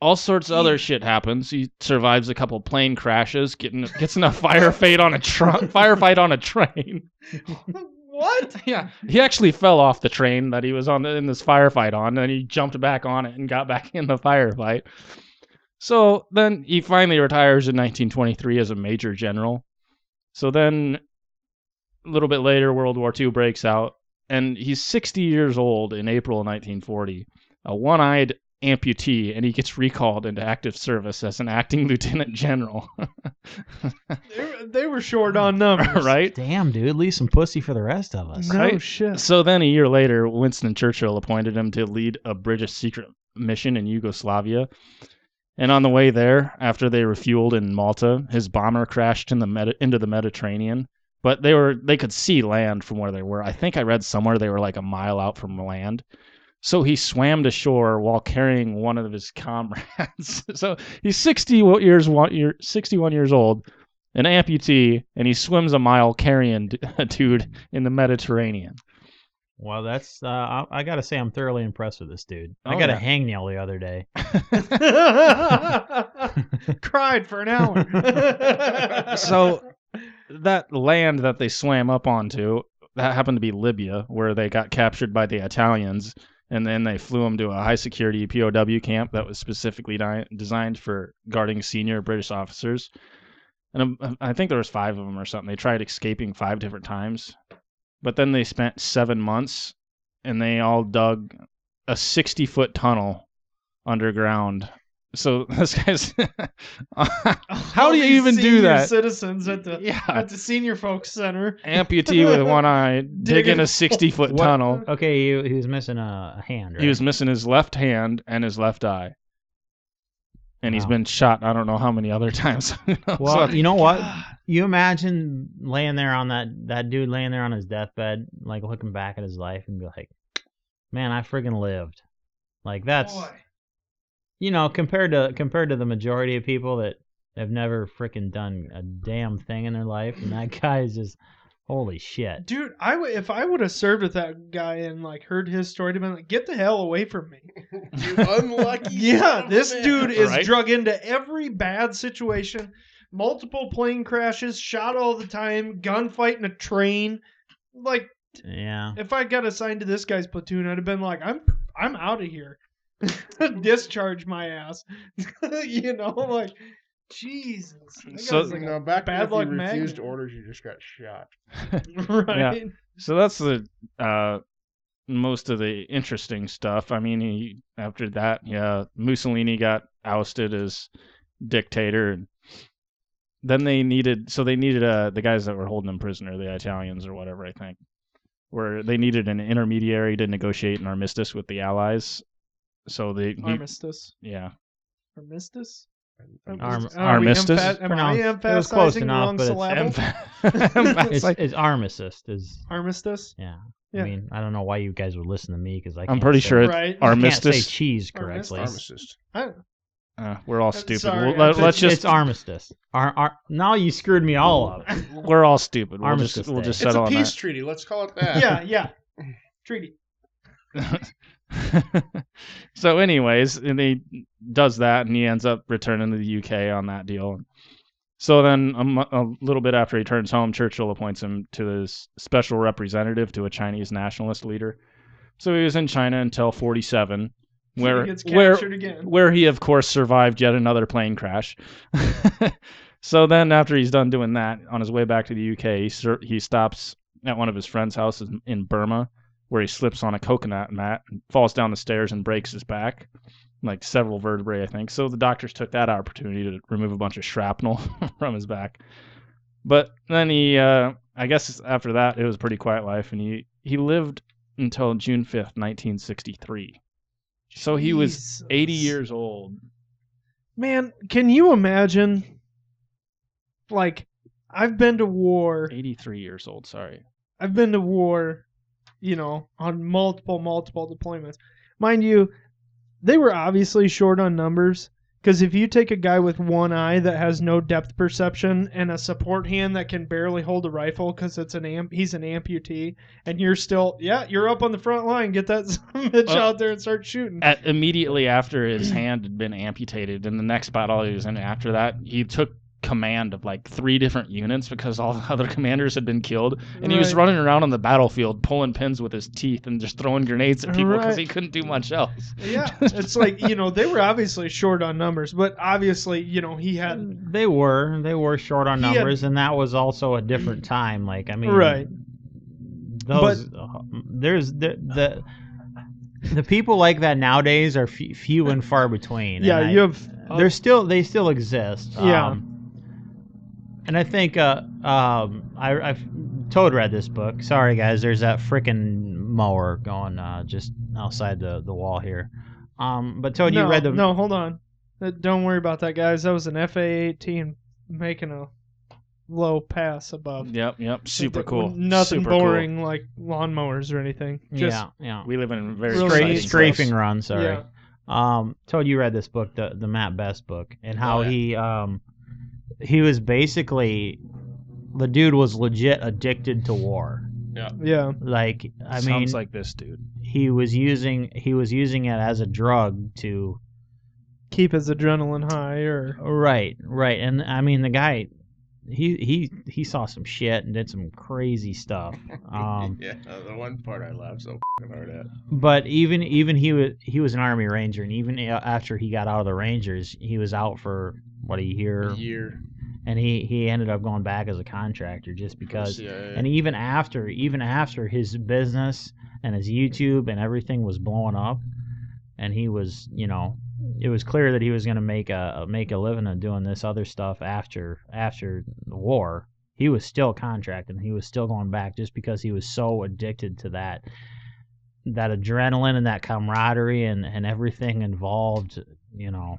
Speaker 4: all sorts of other shit happens. He survives a couple plane crashes, getting gets in a firefight on a truck, [laughs] firefight on a train.
Speaker 1: [laughs] what?
Speaker 4: Yeah, he actually fell off the train that he was on in this firefight on, and he jumped back on it and got back [laughs] in the firefight. So then he finally retires in 1923 as a major general. So then, a little bit later, World War II breaks out, and he's 60 years old in April 1940, a one-eyed amputee, and he gets recalled into active service as an acting [laughs] lieutenant general.
Speaker 1: They were, they were short
Speaker 4: [laughs]
Speaker 1: on numbers,
Speaker 4: right?
Speaker 3: Damn, dude, leave some pussy for the rest of us.
Speaker 1: No
Speaker 4: Right?
Speaker 1: shit.
Speaker 4: So then a year later, Winston Churchill appointed him to lead a British secret mission in Yugoslavia. And on the way there, after they refueled in Malta, his bomber crashed in the Medi- into the Mediterranean. But they were they could see land from where they were. I think I read somewhere they were like a mile out from land. So he swam to shore while carrying one of his [laughs] comrades. so he's 60 years one year 61 years old, an amputee, and he swims a mile carrying d- [laughs] a dude in the Mediterranean.
Speaker 3: Well, that's uh, I, I gotta say I'm thoroughly impressed with this dude. I
Speaker 4: Oh,
Speaker 3: got a
Speaker 4: yeah.
Speaker 3: hangnail the other day.
Speaker 1: [laughs] Cried for an [laughs] hour.
Speaker 4: so that land that they swam up onto that happened to be libya where they got captured by the italians and then they flew him to a high security pow camp that was specifically di- designed for guarding senior british officers and um, i think there was five of them or something they tried escaping five different times but then they spent seven months and they all dug a 60 foot tunnel underground so [laughs] this guy's how do you even do that?
Speaker 1: Citizens at the
Speaker 4: yeah
Speaker 1: at the senior folks center.
Speaker 3: [laughs]
Speaker 4: amputee with one eye digging
Speaker 1: Digging.
Speaker 4: a 60 foot
Speaker 3: What-
Speaker 4: tunnel.
Speaker 3: Okay, he, he was missing a a hand. Right?
Speaker 4: He was missing his left hand and his left eye. And he's
Speaker 3: Wow.
Speaker 4: been shot I don't know how many other [laughs] times. You know,
Speaker 3: Well,
Speaker 4: so-
Speaker 3: you know
Speaker 1: Uh,
Speaker 3: what?
Speaker 1: Ah,
Speaker 3: You imagine laying there on that that dude laying there on his deathbed, like looking back at his life and be like, "Man, I friggin' lived." Like that's
Speaker 1: Boy.
Speaker 3: you know compared to compared to the majority of people that have never frickin' done a damn thing in their life, and that [laughs] guy is just holy shit.
Speaker 1: Dude, I w- if I would have served with that guy and like heard his story, to been like, get the hell away from me. Oh,
Speaker 2: you unlucky.
Speaker 1: [laughs]
Speaker 2: son
Speaker 1: Yeah,
Speaker 2: of a
Speaker 1: this
Speaker 2: bitch.
Speaker 1: dude is
Speaker 4: Right?
Speaker 1: drug into every bad situation, multiple plane crashes, shot all the time, gunfight in a train. Like,
Speaker 3: Yeah.
Speaker 1: if I got assigned to this guy's platoon, I'd have been like, I'm I'm out of here. [laughs] Discharge my ass. [laughs] you know, like Jesus. That guy's
Speaker 4: So-
Speaker 1: like
Speaker 2: you
Speaker 1: a-
Speaker 2: know, back
Speaker 1: bad
Speaker 2: then if
Speaker 1: luck
Speaker 2: you refused
Speaker 1: magnet.
Speaker 2: orders, you just got shot.
Speaker 1: [laughs] right.
Speaker 4: so that's the uh, most of the interesting stuff. I mean, he, after that, yeah, Mussolini got ousted as dictator, and then they needed so they needed uh, the guys that were holding him prisoner, the Italians or whatever, I think, where they needed an intermediary to negotiate an armistice with the Allies. So they, he-
Speaker 1: Armistice.
Speaker 4: yeah,
Speaker 1: Armistice?
Speaker 2: Um,
Speaker 3: Arm-
Speaker 1: Are we empha-
Speaker 4: armistice?
Speaker 1: am I
Speaker 3: Pronounced- it was
Speaker 1: emphasizing
Speaker 3: close
Speaker 1: the
Speaker 3: enough,
Speaker 1: wrong
Speaker 3: but it's
Speaker 1: syllable?
Speaker 4: Em-
Speaker 1: [laughs]
Speaker 3: It's,
Speaker 4: [laughs] It's like-
Speaker 3: it's armistice is
Speaker 1: Armistice?
Speaker 3: yeah.
Speaker 1: Yeah.
Speaker 3: I mean, I don't know why you guys would listen to me because I.
Speaker 4: I'm
Speaker 3: can't
Speaker 4: pretty
Speaker 3: say-
Speaker 4: sure It's
Speaker 1: right.
Speaker 3: I can't say
Speaker 4: Armistice.
Speaker 3: cheese correctly.
Speaker 2: Pharmacist.
Speaker 4: uh, we're all
Speaker 1: I'm
Speaker 4: stupid.
Speaker 1: sorry,
Speaker 4: We'll- let,
Speaker 1: I'm
Speaker 4: us
Speaker 1: Let's
Speaker 3: it's,
Speaker 4: just
Speaker 3: it's armistice. Ar, ar, now you screwed me all
Speaker 1: [laughs]
Speaker 3: up. [laughs]
Speaker 4: we're all stupid. We'll just
Speaker 3: Armistice
Speaker 4: we'll
Speaker 3: Day.
Speaker 4: just
Speaker 2: it's
Speaker 4: settle
Speaker 2: a
Speaker 4: on that.
Speaker 2: peace treaty. Let's call it that.
Speaker 1: yeah, yeah. Treaty.
Speaker 4: [laughs] so anyways and he does that and he ends up returning to the uk on that deal so then a, mo- a little bit after he turns home churchill appoints him to his special representative to a chinese nationalist leader so he was in china until 47 where
Speaker 1: he gets
Speaker 4: where
Speaker 1: captured again.
Speaker 4: where he of course survived yet another plane crash. [laughs] so then after he's done doing that, on his way back to the UK, he, sur- he stops at one of his friend's houses in- in Burma where he slips on a coconut mat and falls down the stairs and breaks his back, like several vertebrae, I think. So the doctors took that opportunity to remove a bunch of shrapnel [laughs] from his back. But then he, uh, I guess after that, it was a pretty quiet life, and he, he lived until June 5th, 1963. So he was 80
Speaker 5: Jesus.
Speaker 4: years old.
Speaker 1: Man, can you imagine? Like, I've been to war.
Speaker 4: 83 years old, sorry.
Speaker 1: I've been to war, you know, on multiple, multiple deployments. Mind you, they were obviously short on numbers. Because if you take a guy with one eye that has no depth perception and a support hand that can barely hold a rifle because it's an amp, he's an amputee, and you're still, yeah, you're up on the front line. Get that [laughs] son of a bitch
Speaker 4: Well-
Speaker 1: out there and start shooting.
Speaker 4: At, immediately after [clears throat] his hand had been amputated, in the next battle he was in after that, he took command of like three different units because all the [laughs] other commanders had been killed. And he was
Speaker 1: Right.
Speaker 4: running around on the battlefield pulling pins with his teeth and just throwing grenades at people because
Speaker 1: Right.
Speaker 4: he couldn't do much else.
Speaker 1: Yeah, it's like you know they were obviously short on numbers, but obviously you know he had
Speaker 3: They were they were short on
Speaker 1: He had-
Speaker 3: numbers, and that was also a different time. Like I mean,
Speaker 1: Right.
Speaker 3: Those there's the the the people like that nowadays are fe few and far between. and
Speaker 1: yeah
Speaker 3: I-
Speaker 1: you have
Speaker 3: they're still they still exist.
Speaker 1: Oh. Yeah.
Speaker 3: Um, and I think uh um I I've Toad read this book. Sorry guys, there's that frickin' mower going uh just outside the the wall here. Um, but Toad,
Speaker 1: no,
Speaker 3: you read the
Speaker 1: no hold on, Uh, don't worry about that guys. That was an FA eighteen making a low pass above.
Speaker 4: Yep, yep. Super cool.
Speaker 1: Nothing
Speaker 4: Super cool.
Speaker 1: boring like lawnmowers or anything. Just,
Speaker 3: yeah yeah
Speaker 4: We live in a very
Speaker 1: Really
Speaker 3: Scra-
Speaker 4: exciting
Speaker 1: nice
Speaker 4: place.
Speaker 3: scraping run. Sorry.
Speaker 1: yeah.
Speaker 3: um told you read this book the the matt best book and how
Speaker 4: Oh, yeah.
Speaker 3: he um he was basically the dude was legit addicted to war
Speaker 1: yeah.
Speaker 3: like i mean
Speaker 4: Sounds like this dude.
Speaker 3: he was using he was using it as a drug to
Speaker 1: Keep his adrenaline high or
Speaker 3: right right and i mean the guy he he he saw some shit and did some crazy stuff um
Speaker 2: [laughs] yeah, uh, the one part I laughed so fucking hard at.
Speaker 3: but even even he was he was an army ranger and even a- after he got out of the rangers he was out for what a year
Speaker 2: A year
Speaker 3: and he he ended up going back as a contractor just because
Speaker 2: yeah,
Speaker 3: and even after even after his business and his youtube and everything was blowing up and he was you know it was clear that he was going to make a make a living of doing this other stuff after after the war he was still contracting he was still going back just because he was so addicted to that that adrenaline and that camaraderie and and everything involved you know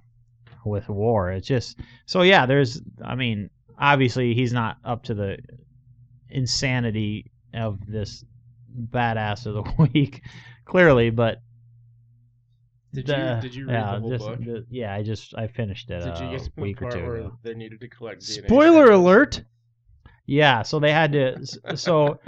Speaker 3: with war it's just so yeah there's i mean obviously he's not up to the insanity of this badass of the [laughs] week, clearly. But
Speaker 2: did
Speaker 3: the-
Speaker 2: you did you read
Speaker 3: uh, yeah,
Speaker 2: the whole
Speaker 3: just-
Speaker 2: book?
Speaker 3: the- yeah, I just I finished it
Speaker 2: did
Speaker 3: a
Speaker 2: you get to the
Speaker 3: uh, week or
Speaker 2: part
Speaker 3: two
Speaker 2: where
Speaker 3: ago.
Speaker 2: they needed to collect DNA?
Speaker 1: spoiler
Speaker 2: samples? [laughs]
Speaker 1: alert.
Speaker 3: Yeah, so they had to. s- so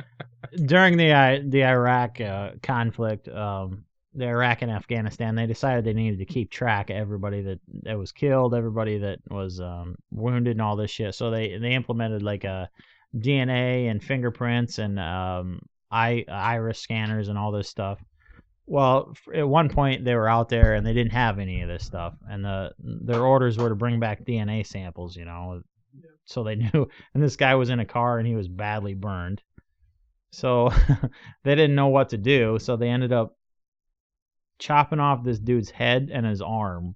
Speaker 3: during the I the Iraq uh, conflict, um, the Iraq and Afghanistan, they decided they needed to keep track of everybody that, that was killed, everybody that was um, wounded, and all this shit. So they they implemented like a DNA and fingerprints and um, I, iris scanners and all this stuff. Well, f- at one point they were out there and they didn't have any of this stuff, and the their orders were to bring back DNA samples, you know, so they [laughs] knew. And this guy was in a car and he was badly burned, so [laughs] they didn't know what to do, so they ended up chopping off this dude's head and his arm,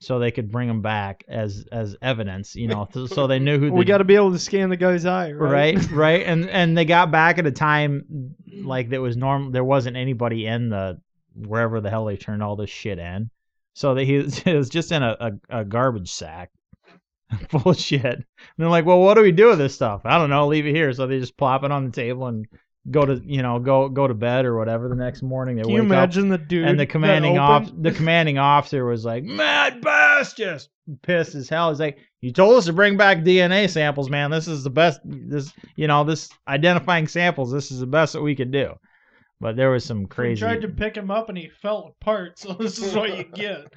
Speaker 3: so they could bring him back as as evidence, you know, so- so they knew who
Speaker 1: We
Speaker 3: the
Speaker 1: got to be able to scan the guy's eye, right? [laughs]
Speaker 3: right right and and they got back at a time like that was normal there wasn't anybody in the wherever the hell they turned all this shit in so that he was, [laughs] it was just in a, a, a garbage sack [laughs] full of shit and they're like well what do we do with this stuff i don't know leave it here so they just plop it on the table and go to you know go go to bed or whatever the next morning they
Speaker 1: Can
Speaker 3: wake
Speaker 1: you
Speaker 3: up
Speaker 1: imagine the dude
Speaker 3: and the
Speaker 1: that
Speaker 3: commanding off
Speaker 1: opened-
Speaker 3: the commanding officer was like, "Mad Bass just pissed as hell." He's like, "You told us to bring back DNA samples, man. This is the best. This, you know, this identifying samples. This is the best that we could do." But there was some
Speaker 1: We
Speaker 3: crazy,
Speaker 1: tried to pick him up and he fell apart. So [laughs] this is what you get.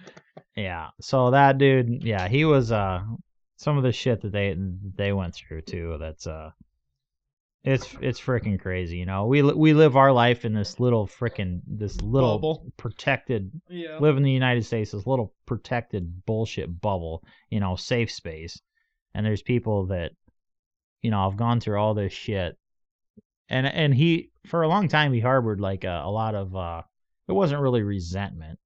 Speaker 3: yeah. So that dude, yeah, he was uh some of the shit that they they went through too. That's uh. It's it's freaking crazy, you know. We li- we live our life in this little freaking this little
Speaker 1: Bubble.
Speaker 3: protected
Speaker 1: Yeah.
Speaker 3: live in the United States, this little protected bullshit bubble, you know, safe space. And there's people that, you know, have gone through all this shit and and he for a long time he harbored like a, a lot of uh, it wasn't really resentment,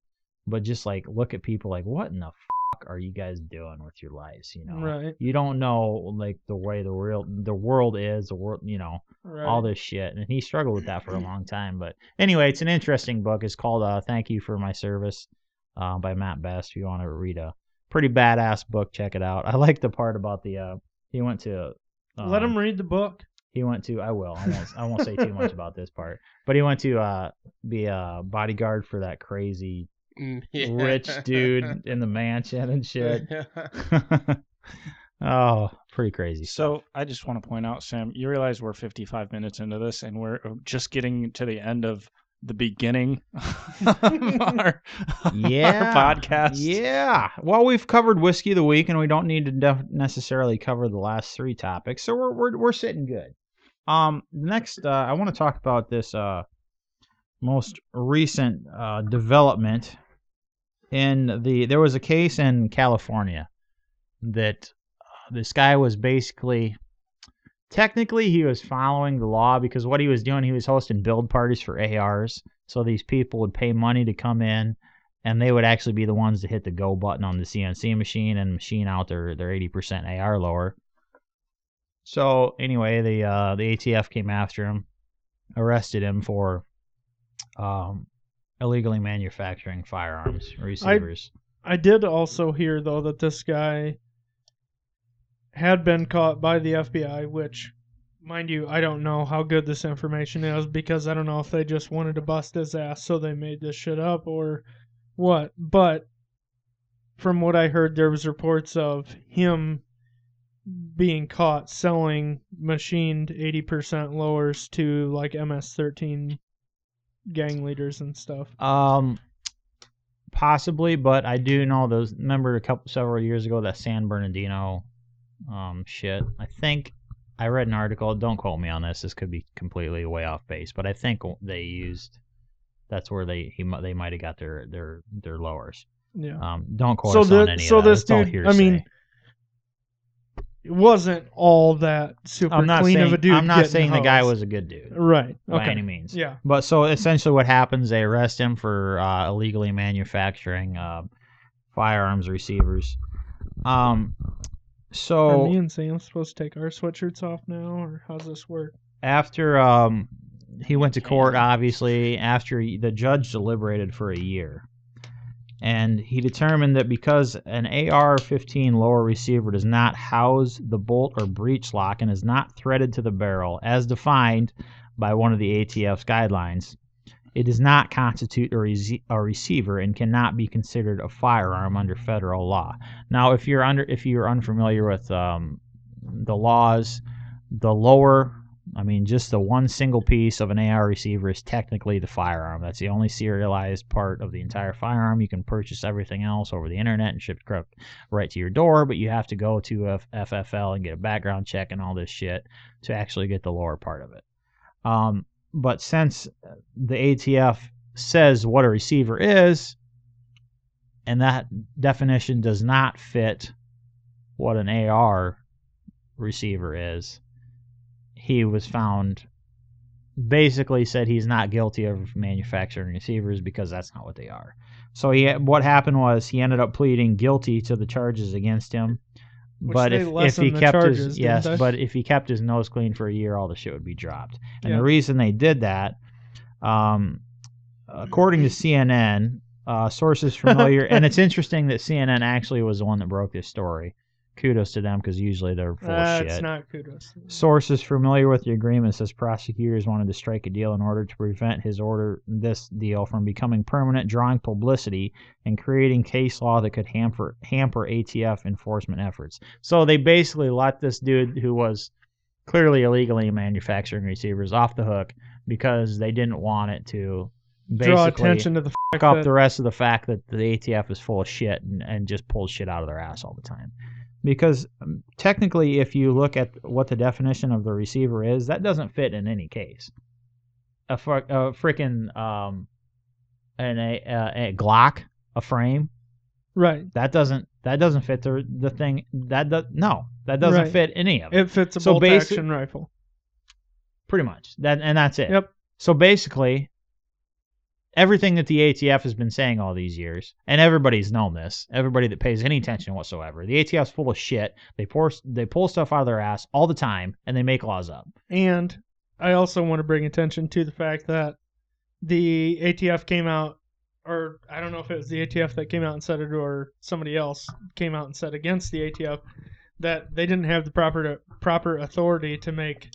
Speaker 3: but just like look at people like what in the fuck are you guys doing with your lives? You know,
Speaker 1: Right.
Speaker 3: you don't know like the way the real the world is the world you know
Speaker 1: Right.
Speaker 3: all this shit and he struggled with that for
Speaker 1: [clears throat]
Speaker 3: a long time but anyway it's an interesting book it's called uh thank you for my service uh, by matt best if you want to read a pretty badass book check it out i [laughs] like the part about the uh he went to uh,
Speaker 1: Let him read the book.
Speaker 3: he went to i will i won't, I won't say too
Speaker 1: [laughs]
Speaker 3: much about this part but he went to uh be a bodyguard for that crazy
Speaker 2: Mm, Yeah. [laughs]
Speaker 3: rich dude
Speaker 1: [laughs]
Speaker 3: in the mansion and shit [laughs] oh pretty crazy
Speaker 4: So I just want to point out, Sam, you realize we're 55 minutes into this and we're uh, just getting to the end of the beginning [laughs] of [laughs] our,
Speaker 3: [laughs]
Speaker 1: [laughs]
Speaker 3: Yeah.
Speaker 4: our podcast.
Speaker 3: Yeah. Well, we've covered whiskey of the week, and we don't need to def- necessarily cover the last three topics, so we're we're we're sitting good. Um, next, uh, I want to talk about this uh, most recent uh, development in the there was a case in California that uh, this guy was basically technically he was following the law because what he was doing he was hosting build parties for ARs so these people would pay money to come in and they would actually be the ones to hit the go button on the CNC machine and machine out their their 80% AR lower. So anyway, the uh, the ATF came after him, arrested him for um, illegally manufacturing firearms receivers.
Speaker 1: I did also hear though that this guy had been caught by the FBI, which mind you, I don't know how good this information is because I don't know if they just wanted to bust his ass so they made this shit up or what. But from what I heard there was reports of him being caught selling machined 80% lowers to like MS13 gang leaders and stuff.
Speaker 3: Um, possibly, but I do know those. Remember a couple several years ago that San Bernardino um, shit. I think I read an article. Don't quote me on this. This could be completely way off base, but I think they used. That's where they he mi- they might have got their their their lowers.
Speaker 1: Yeah.
Speaker 3: Um, don't quote
Speaker 1: So
Speaker 3: us on
Speaker 1: the-
Speaker 3: any
Speaker 1: so
Speaker 3: of that.
Speaker 1: this
Speaker 3: It's all
Speaker 1: dude- I
Speaker 3: hearsay.
Speaker 1: mean, it wasn't all that super
Speaker 3: I'm not
Speaker 1: clean
Speaker 3: saying
Speaker 1: of a dude.
Speaker 3: I'm not
Speaker 1: getting
Speaker 3: saying the guy
Speaker 1: hosed.
Speaker 3: was a good dude
Speaker 1: right.
Speaker 3: by any
Speaker 1: Okay.
Speaker 3: means.
Speaker 1: Yeah.
Speaker 3: But so essentially, what happens? They arrest him for uh, illegally manufacturing uh, firearms receivers. Um,
Speaker 1: Are me
Speaker 3: so
Speaker 1: and Sam supposed to take our sweatshirts off now, or how's this work?
Speaker 3: after um, he went to court, obviously, after he- the judge deliberated for a year, and he determined that because an AR-15 lower receiver does not house the bolt or breech lock and is not threaded to the barrel, as defined by one of the ATF's guidelines, It does not constitute a, rece- a receiver and cannot be considered a firearm under federal law. Now, if you're under, if you're unfamiliar with um, the laws, the lower, I mean, just the one single piece of an AR receiver is technically the firearm. That's the only serialized part of the entire firearm. You can purchase everything else over the internet and ship crap right to your door, but you have to go to F- FFL and get a background check and all this shit to actually get the lower part of it. Um, but since the ATF says what a receiver is, and that definition does not fit what an AR receiver is, he was found basically said he's not guilty of manufacturing receivers because that's not what they are. So he what happened was he ended up pleading guilty to the charges against him.
Speaker 1: Which
Speaker 3: but
Speaker 1: they
Speaker 3: if, if
Speaker 1: lessened
Speaker 3: he
Speaker 1: the
Speaker 3: kept
Speaker 1: charges,
Speaker 3: his
Speaker 1: didn't
Speaker 3: yes,
Speaker 1: they?
Speaker 3: but if he kept his nose clean for a year, all the shit would be dropped. And
Speaker 1: Yeah.
Speaker 3: the reason they did that, um, according to CNN, uh, sources familiar, and it's interesting that CNN actually was the one that broke this story. Kudos to them because usually they're full of
Speaker 1: That's
Speaker 3: shit.
Speaker 1: not kudos.
Speaker 3: Sources familiar with the agreement says prosecutors wanted to strike a deal in order to prevent his order this deal from becoming permanent, drawing publicity and creating case law that could hamper hamper ATF enforcement efforts. So they basically let this dude who was clearly illegally manufacturing receivers off the hook because they didn't want it to basically
Speaker 1: Draw attention to the
Speaker 3: fuck
Speaker 1: fact
Speaker 3: up
Speaker 1: that-
Speaker 3: the rest of the fact that the ATF is full of shit and, and just pulls shit out of their ass all the time. Because um, technically, if you look at what the definition of the receiver is, that doesn't fit in any case. A, fr- a freaking um, an a, uh, a, a Glock, a frame
Speaker 1: right.
Speaker 3: that doesn't that doesn't fit the the thing that does no that doesn't
Speaker 1: Right.
Speaker 3: fit any of it.
Speaker 1: It fits a
Speaker 3: So
Speaker 1: bolt
Speaker 3: basi-
Speaker 1: action rifle.
Speaker 3: Pretty much. That and that's it.
Speaker 1: Yep.
Speaker 3: So basically, everything that the ATF has been saying all these years, and everybody's known this, everybody that pays any attention whatsoever, the ATF's full of shit. They pour they pull stuff out of their ass all the time, and they make laws up.
Speaker 1: And I also want to bring attention to the fact that the ATF came out, or I don't know if it was the ATF that came out and said it, or somebody else came out and said against the ATF that they didn't have the proper proper authority to make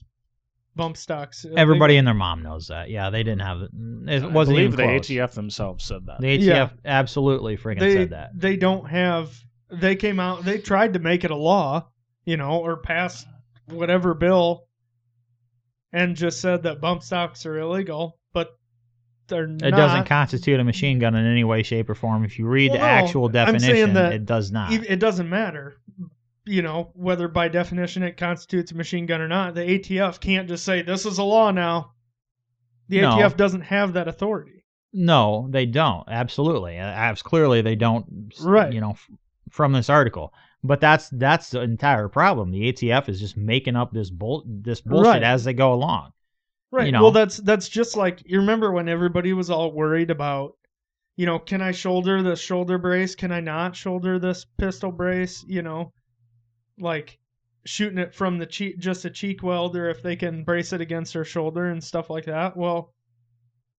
Speaker 1: bump stocks. illegal.
Speaker 3: Everybody and their mom knows that. Yeah, they didn't have it.
Speaker 4: I
Speaker 3: wasn't
Speaker 4: believe
Speaker 3: even
Speaker 4: the
Speaker 3: close.
Speaker 4: ATF themselves said that.
Speaker 3: The ATF
Speaker 1: Yeah.
Speaker 3: absolutely freaking
Speaker 1: they
Speaker 3: said that.
Speaker 1: they don't have. They came out. They tried to make it a law, you know, or pass whatever bill, and just said that bump stocks are illegal, but they're not.
Speaker 3: It doesn't constitute a machine gun in any way, shape, or form. If you read
Speaker 1: Well,
Speaker 3: the
Speaker 1: no,
Speaker 3: actual
Speaker 1: I'm saying
Speaker 3: definition,
Speaker 1: that
Speaker 3: it does not.
Speaker 1: Ev- it doesn't matter you know whether by definition it constitutes a machine gun or not the atf can't just say this is a law now the
Speaker 3: No.
Speaker 1: atf doesn't have that authority
Speaker 3: No, they don't. Absolutely, Uh, abs clearly they don't. s-
Speaker 1: Right.
Speaker 3: You know, f- from this article, but that's that's the entire problem. The ATF is just making up this bull this bullshit
Speaker 1: Right.
Speaker 3: as they go along.
Speaker 1: right
Speaker 3: You know.
Speaker 1: well that's that's just like you remember when everybody was all worried about you know can i shoulder this shoulder brace can i not shoulder this pistol brace you know like shooting it from the cheek just a cheek weld or if they can brace it against their shoulder and stuff like that well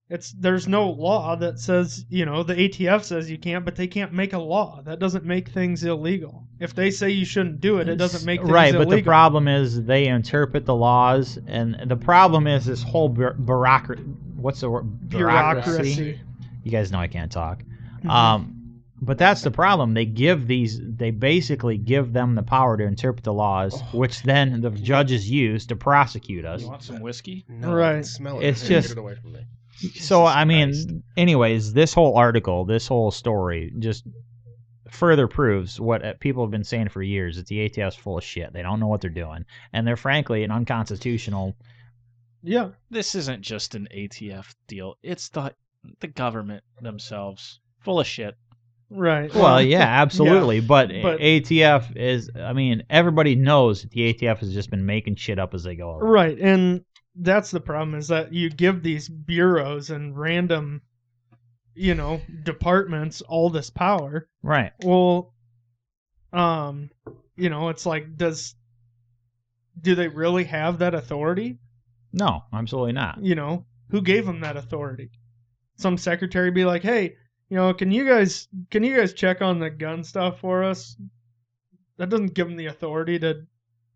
Speaker 1: it's there's no law that says you know the ATF says you can't, but they can't make a law that doesn't make things illegal. If they say you shouldn't do it, it doesn't make things
Speaker 3: right.
Speaker 1: illegal.
Speaker 3: But the problem is they interpret the laws, and the problem is this whole bu- bureaucracy. What's the word?
Speaker 1: bureaucracy.
Speaker 3: You guys know I can't talk.
Speaker 1: Mm-hmm.
Speaker 3: Um, but that's the problem. They give these, they basically give them the power to interpret the laws, which then the judges use to prosecute us.
Speaker 4: You want some whiskey?
Speaker 2: No, I
Speaker 1: Right.
Speaker 2: can smell it.
Speaker 3: It's
Speaker 2: Hey, get
Speaker 3: just-
Speaker 2: it away from me.
Speaker 3: So I mean,
Speaker 2: Christ.
Speaker 3: anyways, this whole article, this whole story, just further proves what uh, people have been saying for years: that the ATF's full of shit. They don't know what they're doing, and they're frankly an unconstitutional.
Speaker 1: Yeah,
Speaker 4: This isn't just an ATF deal. It's the the government themselves, full of shit.
Speaker 1: right. [laughs]
Speaker 3: Well, yeah, absolutely, but,
Speaker 1: but-
Speaker 3: ATF is. I mean, everybody knows that the ATF has just been making shit up as they go along.
Speaker 1: Right, and that's the problem is that you give these bureaus and random, you know, departments all this power.
Speaker 3: Right.
Speaker 1: Well, um, you know, it's like does do they really have that authority?
Speaker 3: No, absolutely not.
Speaker 1: You know, who gave them that authority? Some secretary be like, "Hey, you know, can you guys can you guys check on the gun stuff for us?" That doesn't give them the authority to,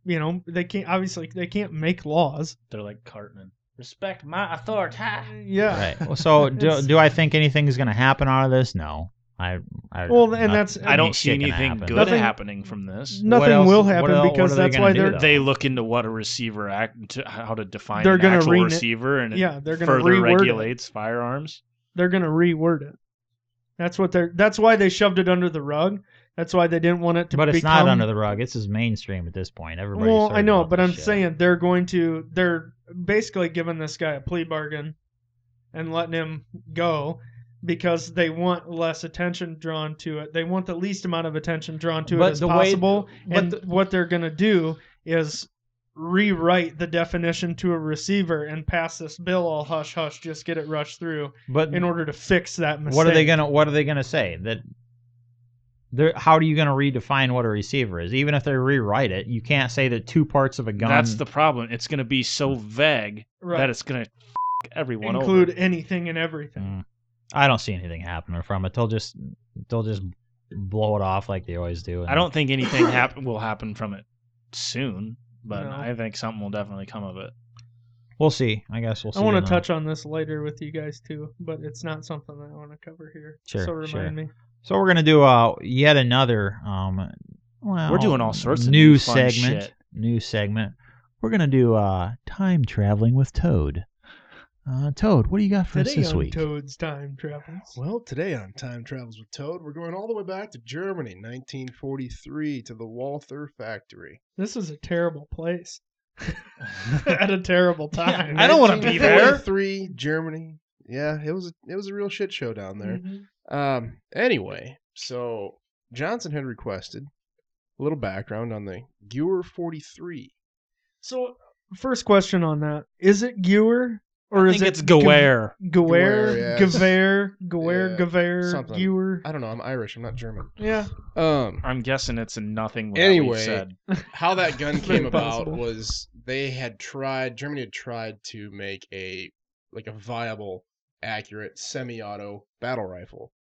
Speaker 1: you know, they can't obviously they can't make laws.
Speaker 4: They're like Cartman. Respect my authority.
Speaker 1: Yeah.
Speaker 3: Right. Well, so do,
Speaker 1: It's-
Speaker 3: do I think anything is going to happen out of this? No. I. I
Speaker 1: Well, and
Speaker 3: not-
Speaker 1: that's
Speaker 4: I don't
Speaker 3: Ain't
Speaker 4: see
Speaker 3: shit gonna
Speaker 4: anything
Speaker 3: happen.
Speaker 4: good
Speaker 1: Nothing-
Speaker 4: happening from this.
Speaker 1: nothing
Speaker 3: else-
Speaker 1: will
Speaker 3: what
Speaker 1: happen
Speaker 3: el- what
Speaker 1: because
Speaker 3: are they
Speaker 1: that's
Speaker 3: gonna
Speaker 1: why
Speaker 3: do,
Speaker 1: they're
Speaker 3: though?
Speaker 4: They look into what a receiver act, to, how to define
Speaker 1: They're
Speaker 4: an
Speaker 1: gonna
Speaker 4: actual
Speaker 1: rena-
Speaker 4: receiver, and it
Speaker 1: yeah they're gonna
Speaker 4: further
Speaker 1: reword it.
Speaker 4: regulates firearms.
Speaker 1: They're gonna reword it. That's what they're. That's why they shoved it under the rug. That's why they didn't want it to.
Speaker 3: But it's
Speaker 1: become,
Speaker 3: not under the rug. It's as mainstream at this point. Everybody's
Speaker 1: Well,
Speaker 3: heard
Speaker 1: I know,
Speaker 3: about
Speaker 1: but
Speaker 3: this
Speaker 1: I'm
Speaker 3: shit.
Speaker 1: saying they're going to. They're basically giving this guy a plea bargain, and letting him go because they want less attention drawn to it. They want the least amount of attention drawn to
Speaker 3: But
Speaker 1: it as
Speaker 3: the way-
Speaker 1: possible.
Speaker 3: but
Speaker 1: and
Speaker 3: the-
Speaker 1: what they're gonna do is rewrite the definition to a receiver and pass this bill all hush hush, just get it rushed through
Speaker 3: But
Speaker 1: in order to fix that mistake.
Speaker 3: what are they gonna What are they gonna say that? They're, how are you going to redefine what a receiver is? Even if they rewrite it, you can't say that two parts of a gun.
Speaker 4: That's the problem. It's going to be so vague
Speaker 1: Right.
Speaker 4: that it's going to f- everyone
Speaker 1: include
Speaker 4: over.
Speaker 1: anything and everything?
Speaker 3: Mm. I don't see anything happening from it. They'll just they'll just blow it off like they always do. and-
Speaker 4: I don't think anything [coughs] hap- will happen from it soon, but
Speaker 1: No.
Speaker 4: I think something will definitely come of it.
Speaker 3: We'll see. I guess we'll see.
Speaker 1: I want
Speaker 3: in
Speaker 1: to
Speaker 3: the-
Speaker 1: touch on this later with you guys too, but it's not something that I want to cover here.
Speaker 3: Sure,
Speaker 1: so remind
Speaker 3: sure.
Speaker 1: me.
Speaker 3: So we're gonna do uh yet another um well,
Speaker 4: We're doing all sorts of
Speaker 3: new
Speaker 4: new fun
Speaker 3: segment.
Speaker 4: shit.
Speaker 3: New segment. We're gonna do uh time traveling with Toad. Uh Toad, what do you got for us
Speaker 1: Today
Speaker 3: this
Speaker 1: on
Speaker 3: week?
Speaker 4: [laughs]
Speaker 1: Toad's time travels.
Speaker 2: Well, today on Time Travels with Toad, we're going all the way back to Germany, 1943, to the Walther factory.
Speaker 1: This is a terrible place [laughs] at a terrible time.
Speaker 4: I don't wanna be there.
Speaker 2: 1943, Germany. Yeah, it was it was a real shit show down there.
Speaker 1: Mhm.
Speaker 2: Um. Anyway, so Johnson had requested a little background on the Gewer 43.
Speaker 1: So First question on that: Is it Gewer or
Speaker 4: I
Speaker 1: is
Speaker 4: think
Speaker 1: it
Speaker 4: it's Gawair.
Speaker 2: Gewer,
Speaker 1: Gewer,
Speaker 2: yes.
Speaker 1: Gewehr, Gewehr,
Speaker 2: Yeah,
Speaker 1: Gewehr,
Speaker 2: something.
Speaker 1: Gewer.
Speaker 2: I don't know. I'm Irish. I'm not German.
Speaker 1: Yeah,
Speaker 2: Um,
Speaker 4: I'm guessing it's nothing. What
Speaker 2: Anyway.
Speaker 4: we said.
Speaker 2: how that gun
Speaker 1: [laughs] Very
Speaker 2: came about
Speaker 1: possible.
Speaker 2: was they had tried Germany had tried to make a like a viable, accurate semi-auto battle rifle,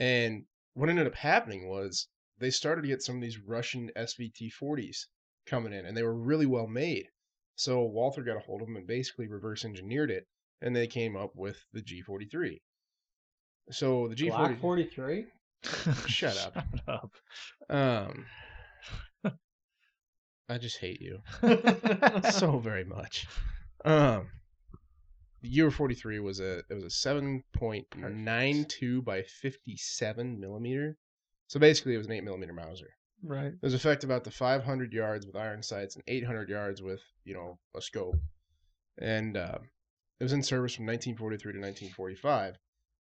Speaker 2: and what ended up happening was they started to get some of these Russian SVT-40s coming in, and they were really well made. So Walther got a hold of them and basically reverse engineered it, and they came up with the G43. So the
Speaker 5: Glock
Speaker 2: G40,
Speaker 5: 43.
Speaker 2: [laughs] Shut up.
Speaker 4: Shut up.
Speaker 2: um, I just
Speaker 4: [laughs]
Speaker 2: hate you. so very much. Um, the year forty three was a it was a seven point nine two by fifty seven millimeter. So basically, it was an eight millimeter Mauser.
Speaker 1: right.
Speaker 2: It was effective about the five hundred yards with iron sights and eight hundred yards with you know a scope, and uh, it was in service from nineteen forty three to nineteen forty five,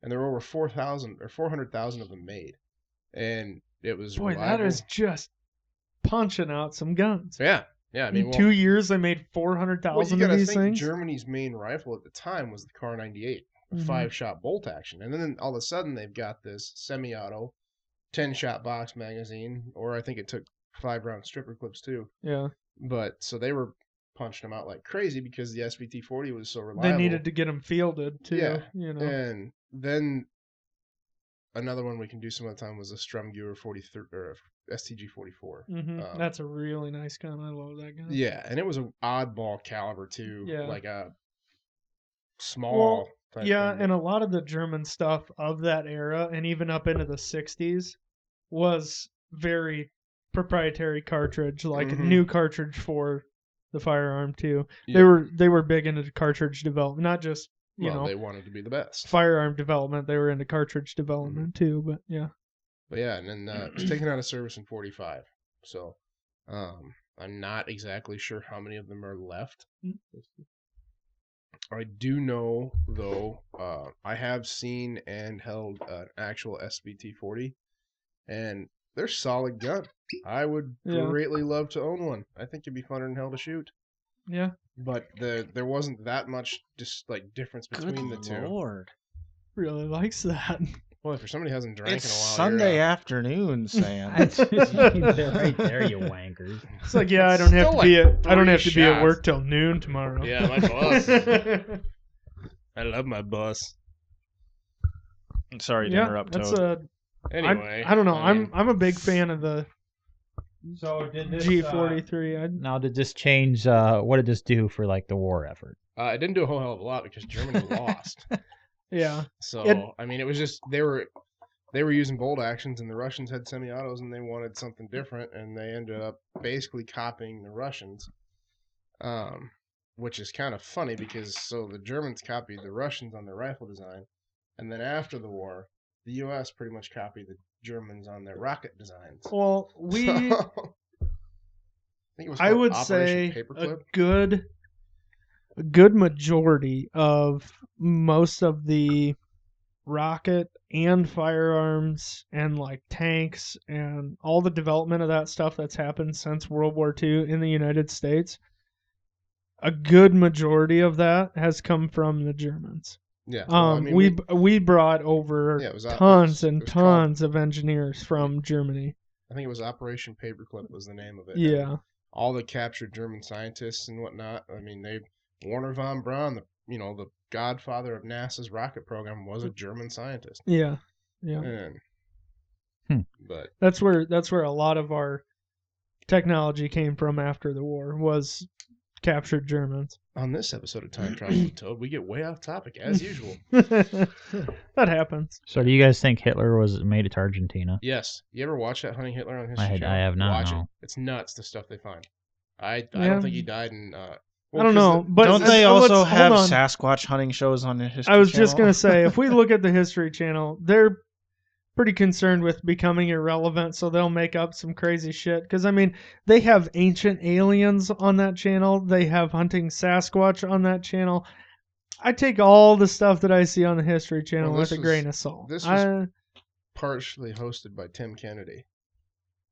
Speaker 2: and there were over four thousand or four hundred thousand of them made, and it was
Speaker 1: Boy, that
Speaker 2: reliable.
Speaker 1: is just punching out some guns.
Speaker 2: yeah yeah. I mean,
Speaker 1: in
Speaker 2: well-
Speaker 1: two years, they made four hundred
Speaker 2: Well, you
Speaker 1: thousand
Speaker 2: gotta
Speaker 1: of these
Speaker 2: think
Speaker 1: things.
Speaker 2: Germany's main rifle at the time was the Kar 98, a
Speaker 1: Mhm.
Speaker 2: five shot bolt action. And then all of a sudden they've got this semi auto, 10 shot box magazine, or I think it took five round stripper clips too.
Speaker 1: yeah,
Speaker 2: But so they were punching them out like crazy because the SBT 40 was so
Speaker 1: they
Speaker 2: reliable.
Speaker 1: needed to get them fielded too.
Speaker 2: Yeah,
Speaker 1: you know.
Speaker 2: And then another one we can do some other time was the Strumgewehr 43 or STG 44.
Speaker 1: hmm
Speaker 2: um,
Speaker 1: That's a really nice gun. I love that gun.
Speaker 2: Yeah, and it was an oddball caliber too,
Speaker 1: Yeah.
Speaker 2: like a small. type
Speaker 1: Yeah,
Speaker 2: thing.
Speaker 1: and uh, a lot of the German stuff of that era and even up into the 60s was very proprietary cartridge, like
Speaker 2: Mhm.
Speaker 1: a new cartridge for the firearm too. They
Speaker 2: Yeah.
Speaker 1: were they were big into cartridge development, not just, you
Speaker 2: well,
Speaker 1: know,
Speaker 2: they Mm-hmm. wanted to be the best.
Speaker 1: firearm development, they were into cartridge development too, but yeah.
Speaker 2: But yeah, and then uh, it was taken out of service in 45. So um, I'm not exactly sure how many of them are left. I do know, though, uh, I have seen and held an actual SBT 40, and they're solid gun. I would
Speaker 1: Yeah.
Speaker 2: greatly love to own one. I think it'd be funner than hell to shoot.
Speaker 1: Yeah.
Speaker 2: But the, there wasn't that much just like difference between the two.
Speaker 4: lord!
Speaker 1: Really likes that.
Speaker 2: Well, for somebody who hasn't drank
Speaker 4: It's
Speaker 2: in a while,
Speaker 4: Sunday
Speaker 2: you're, uh, [laughs]
Speaker 4: afternoon, Sam.
Speaker 3: I just- right there, you wankers.
Speaker 1: It's like, yeah, I don't have to
Speaker 2: Still
Speaker 1: be
Speaker 2: like
Speaker 1: at I don't
Speaker 2: three
Speaker 1: have to be at
Speaker 2: shots.
Speaker 1: work till noon tomorrow. [laughs]
Speaker 2: yeah, my boss. I love my boss.
Speaker 4: I'm sorry to
Speaker 1: Yeah,
Speaker 4: interrupt,
Speaker 1: that's
Speaker 4: Toad.
Speaker 1: a I'm-
Speaker 2: Anyway,
Speaker 1: I, don't know.
Speaker 2: I
Speaker 1: I
Speaker 2: mean,
Speaker 1: am I'm a big fan of the
Speaker 3: So did
Speaker 5: uh,
Speaker 1: G forty three. I
Speaker 3: now did this change? Uh, what did this do for like the war effort?
Speaker 2: uh, I didn't do a whole hell of a lot because [laughs] Germany lost.
Speaker 1: yeah.
Speaker 2: So
Speaker 1: It-
Speaker 2: I mean, it was just they were they were using bolt actions, and the Russians had semi-autos, and they wanted something different, and they ended up basically copying the Russians. Um, which is kind of funny because so the Germans copied the Russians on their rifle design, and then after the war, the U.S. pretty much copied the Germans on their rocket designs.
Speaker 1: Well, we
Speaker 2: So- [laughs] I, think it was
Speaker 1: I
Speaker 2: called
Speaker 1: would
Speaker 2: Operation
Speaker 1: say a
Speaker 2: Paperclip.
Speaker 1: good a good majority of most of the rocket and firearms and like tanks and all the development of that stuff that's happened since World War II in the United States a good majority of that has come from the Germans.
Speaker 2: Yeah.
Speaker 1: Um, we b- we brought over
Speaker 2: yeah, it was,
Speaker 1: tons and
Speaker 2: it was called-
Speaker 1: tons of engineers from Germany.
Speaker 2: I think it was Operation Paperclip was the name of it.
Speaker 1: Yeah,
Speaker 2: All the captured German scientists and whatnot. I mean, they Warner von Braun, the you know the godfather of NASA's rocket program, was a German scientist.
Speaker 1: yeah, yeah.
Speaker 2: And,
Speaker 3: Hmm.
Speaker 2: But
Speaker 1: That's where that's where a lot of our technology came from after the war was captured Germans. [laughs]
Speaker 2: on this episode of
Speaker 1: [clears throat]
Speaker 2: Time Travel with Toad, we get way off topic
Speaker 1: [laughs]
Speaker 2: as usual.
Speaker 1: that happens.
Speaker 3: So do you guys think Hitler was made it to Argentina?
Speaker 2: Yes, you ever watch that Hunting Hitler on History
Speaker 3: had- I
Speaker 2: Channel?
Speaker 3: have not,
Speaker 2: Watch it.
Speaker 3: no.
Speaker 2: It's nuts the stuff they find. I I
Speaker 1: Yeah.
Speaker 2: don't think he died in. Uh,
Speaker 1: I don't
Speaker 2: 'cause the-
Speaker 1: know, but
Speaker 4: Don't
Speaker 1: let's-
Speaker 4: they
Speaker 1: let's-
Speaker 4: also
Speaker 1: hold
Speaker 4: have
Speaker 1: on.
Speaker 4: Sasquatch hunting shows on the History
Speaker 1: I was just
Speaker 4: Channel?
Speaker 1: gonna say, if we look
Speaker 2: [laughs]
Speaker 1: at the History Channel, they're pretty concerned with becoming irrelevant, so they'll make up some crazy shit. Because I mean, they have ancient aliens on that channel. They have hunting Sasquatch on that channel. I take all the stuff that I see on the History Channel
Speaker 2: Well,
Speaker 1: with
Speaker 2: this
Speaker 1: a
Speaker 2: was-
Speaker 1: grain of salt.
Speaker 2: this was-
Speaker 1: I,
Speaker 2: partially hosted by Tim Kennedy.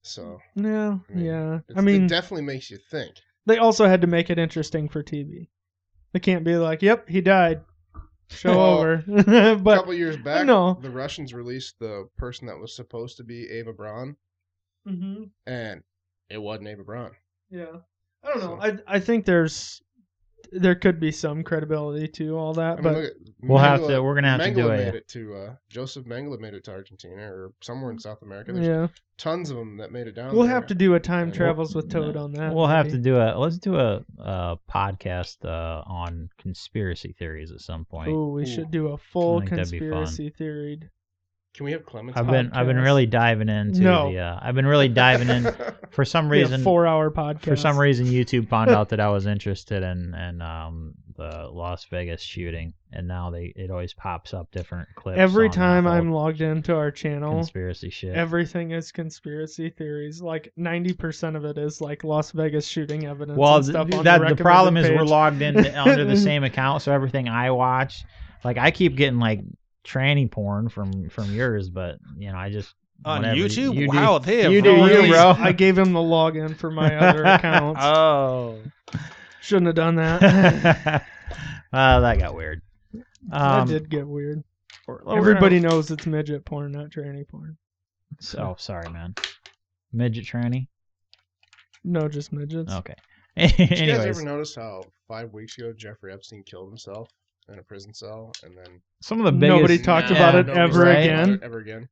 Speaker 2: So
Speaker 1: no,
Speaker 2: I mean,
Speaker 1: yeah.
Speaker 2: it's,
Speaker 1: I mean,
Speaker 2: it definitely makes you think.
Speaker 1: They also had to make it interesting for TV. They can't be like, "Yep, he died." Show
Speaker 2: Well,
Speaker 1: over. [laughs]
Speaker 2: a
Speaker 1: but
Speaker 2: couple years back,
Speaker 1: no.
Speaker 2: the Russians released the person that was supposed to be Ava Braun,
Speaker 1: Mhm,
Speaker 2: and it wasn't Ava Braun.
Speaker 1: yeah, I don't know. I I think there's there could be some credibility to all that,
Speaker 2: I mean,
Speaker 1: but
Speaker 2: look at,
Speaker 3: We'll have
Speaker 2: Mengele-
Speaker 3: to. We're gonna have to
Speaker 2: Mengele
Speaker 3: do
Speaker 2: made
Speaker 3: a.
Speaker 2: it to uh, Joseph Mengele made it to Argentina or somewhere in South America. There's
Speaker 1: yeah,
Speaker 2: tons of them that made it down.
Speaker 1: we'll
Speaker 2: there.
Speaker 1: have to do a time
Speaker 2: We'll-
Speaker 1: travels with Toad on
Speaker 4: Uh,
Speaker 1: that.
Speaker 3: We'll have to
Speaker 1: maybe.
Speaker 3: do a. Let's do a, a podcast uh, on conspiracy theories at some point.
Speaker 1: Ooh, we
Speaker 2: Ooh.
Speaker 1: should do a full
Speaker 3: I think that'd be fun.
Speaker 1: conspiracy theory.
Speaker 2: Can we have Clemens?
Speaker 3: I've
Speaker 1: [laughs]
Speaker 2: on?
Speaker 3: been I've been
Speaker 1: podcast.
Speaker 3: really diving into
Speaker 1: No.
Speaker 3: the. Uh, I've been really
Speaker 1: [laughs]
Speaker 3: diving in for some reason.
Speaker 1: four hour podcast
Speaker 3: For some reason, YouTube found out that
Speaker 1: [laughs]
Speaker 3: I was interested in in um, the Las Vegas shooting, and now they it always pops up different clips.
Speaker 1: Every
Speaker 3: on the
Speaker 1: time
Speaker 3: whole
Speaker 1: I'm oh, logged into our channel,
Speaker 3: conspiracy shit.
Speaker 1: everything is conspiracy theories. Like ninety percent of it is like Las Vegas shooting evidence.
Speaker 3: well,
Speaker 1: and stuff
Speaker 3: th-
Speaker 1: on
Speaker 3: that the
Speaker 1: recommended
Speaker 3: problem is we're
Speaker 1: page.
Speaker 3: logged in under
Speaker 1: [laughs]
Speaker 3: the same account, so everything I watch, like I keep getting like tranny porn from from yours, but you know I just
Speaker 6: on
Speaker 3: whatever, you-
Speaker 6: YouTube.
Speaker 3: you do- [laughs]
Speaker 6: wow, they have
Speaker 3: you do you,
Speaker 6: really-
Speaker 3: bro.
Speaker 1: I gave him the login for
Speaker 3: [laughs]
Speaker 1: my other account.
Speaker 2: Uh,
Speaker 6: Oh,
Speaker 1: Shouldn't have done
Speaker 3: [laughs]
Speaker 1: that.
Speaker 3: uh, that got weird.
Speaker 1: that
Speaker 3: Um,
Speaker 1: did get weird.
Speaker 3: or- or-
Speaker 1: Everybody
Speaker 3: [laughs]
Speaker 1: knows it's midget porn, not tranny porn. Hmm.
Speaker 3: So sorry, man. Midget tranny.
Speaker 1: No, just midgets.
Speaker 3: Okay. [laughs]
Speaker 2: Did you guys ever
Speaker 3: Anyways,
Speaker 2: notice how five weeks ago Jeffrey Epstein killed himself in a prison cell, and then
Speaker 3: some of the biggest.
Speaker 1: Nobody talked
Speaker 3: Yeah,
Speaker 1: about it
Speaker 2: nobody
Speaker 1: ever
Speaker 2: talked
Speaker 3: right?
Speaker 2: about
Speaker 1: again.
Speaker 2: it Ever again?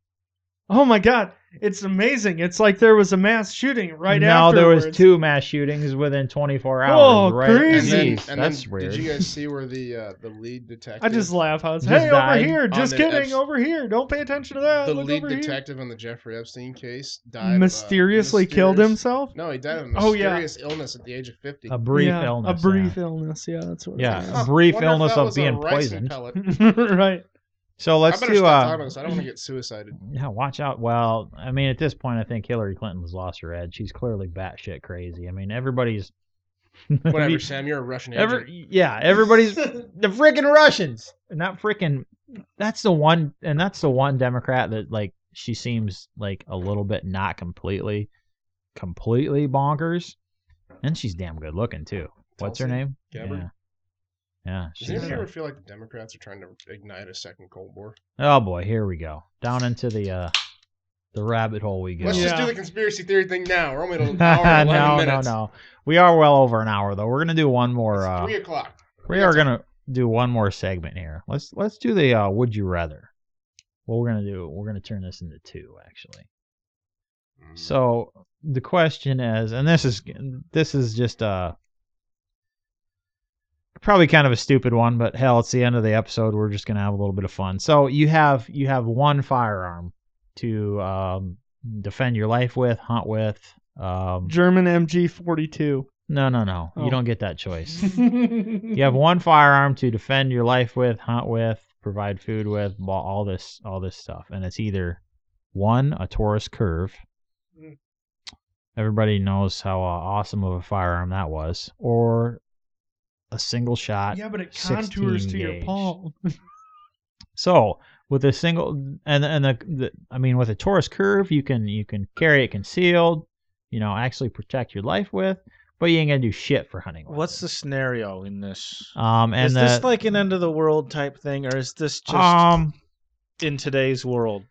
Speaker 1: Oh my god, it's amazing. It's like there was a mass shooting right
Speaker 3: now
Speaker 1: after.
Speaker 3: there was two mass shootings within 24 hours.
Speaker 1: Whoa,
Speaker 3: right?
Speaker 1: Oh, crazy.
Speaker 2: And then,
Speaker 3: Jeez,
Speaker 2: and
Speaker 3: that's
Speaker 2: then
Speaker 3: weird.
Speaker 2: did you guys see where the uh, the lead detective?
Speaker 1: I just laugh. I was,
Speaker 3: Just
Speaker 1: hey,
Speaker 3: died
Speaker 1: over here.
Speaker 2: on
Speaker 1: Just
Speaker 2: the
Speaker 1: kidding.
Speaker 2: Epst-
Speaker 1: over here. Don't pay attention to that.
Speaker 2: The
Speaker 1: Look
Speaker 2: lead
Speaker 1: over here.
Speaker 2: detective in the Jeffrey Epstein case died of, uh,
Speaker 1: Mysteriously killed
Speaker 2: mysterious-
Speaker 1: himself.
Speaker 2: No, he died of a
Speaker 1: Oh, yeah.
Speaker 2: mysterious illness at the age of fifty.
Speaker 3: a brief
Speaker 1: Yeah,
Speaker 3: illness.
Speaker 1: A brief
Speaker 3: yeah.
Speaker 1: illness. Yeah, that's what.
Speaker 3: Yeah,
Speaker 1: It
Speaker 3: a brief illness of being poisoned.
Speaker 2: poisoned.
Speaker 3: [laughs]
Speaker 1: is. right.
Speaker 3: So
Speaker 2: I
Speaker 3: let's
Speaker 2: better
Speaker 3: do.
Speaker 2: stop
Speaker 3: Uh,
Speaker 2: talking about this. I don't want to get
Speaker 3: [laughs]
Speaker 2: suicided.
Speaker 3: yeah, watch out. Well, I mean, at this point, I think Hillary Clinton's lost her edge. She's clearly batshit crazy. I mean, everybody's. [laughs]
Speaker 2: Whatever, Sam, you're a Russian agent.
Speaker 3: Ever, yeah, everybody's the freaking Russians. Not freaking. That's the one, and that's the one Democrat that like she seems like a little bit not completely, completely bonkers, and she's damn good looking too. What's her
Speaker 2: Tulsi
Speaker 3: name?
Speaker 2: Gabbard.
Speaker 3: Yeah. Yeah,
Speaker 2: Does
Speaker 3: she's
Speaker 2: anybody
Speaker 3: uh,
Speaker 2: ever feel like the Democrats are trying to ignite a second Cold War?
Speaker 3: Oh boy, here we go. Down into the uh the rabbit hole we go.
Speaker 2: Let's just
Speaker 1: Yeah.
Speaker 2: do the conspiracy theory thing now. We're
Speaker 3: [laughs]
Speaker 2: only at an hour and eleven
Speaker 3: no, no,
Speaker 2: minutes.
Speaker 3: no. We are well over an hour though. We're gonna do one more
Speaker 2: It's
Speaker 3: uh
Speaker 2: three o'clock.
Speaker 3: we are gonna do one more segment here. Let's let's do the uh would you rather. What we're gonna do we're gonna turn this into two actually.
Speaker 2: Mm,
Speaker 3: So the question is, and this is this is just uh probably kind of a stupid one, but hell, it's the end of the episode. We're just gonna have a little bit of fun. So you have you have one firearm to um, defend your life with, hunt with. Um,
Speaker 1: German MG forty two.
Speaker 3: no, no, no,
Speaker 1: Oh.
Speaker 3: you don't get that choice.
Speaker 1: you [laughs]
Speaker 3: you
Speaker 1: Mm-hmm.
Speaker 3: have one firearm to defend your life with, hunt with, provide food with, blah, all this, all this stuff, and it's either one a Taurus Curve.
Speaker 1: Mm.
Speaker 3: Everybody knows how uh, awesome of a firearm that was, or a single shot.
Speaker 1: Yeah, but it contours
Speaker 3: 16
Speaker 1: to your
Speaker 3: gauge.
Speaker 1: palm.
Speaker 3: [laughs] So with a single and and the, the I mean with a Taurus curve you can you can carry it concealed, you know actually protect your life with, but you ain't gonna do shit for hunting. with
Speaker 6: what's
Speaker 3: it.
Speaker 6: the scenario in this?
Speaker 3: um and
Speaker 6: is
Speaker 3: the,
Speaker 6: this like an end of the world type thing, or is this just
Speaker 3: um
Speaker 6: in today's world?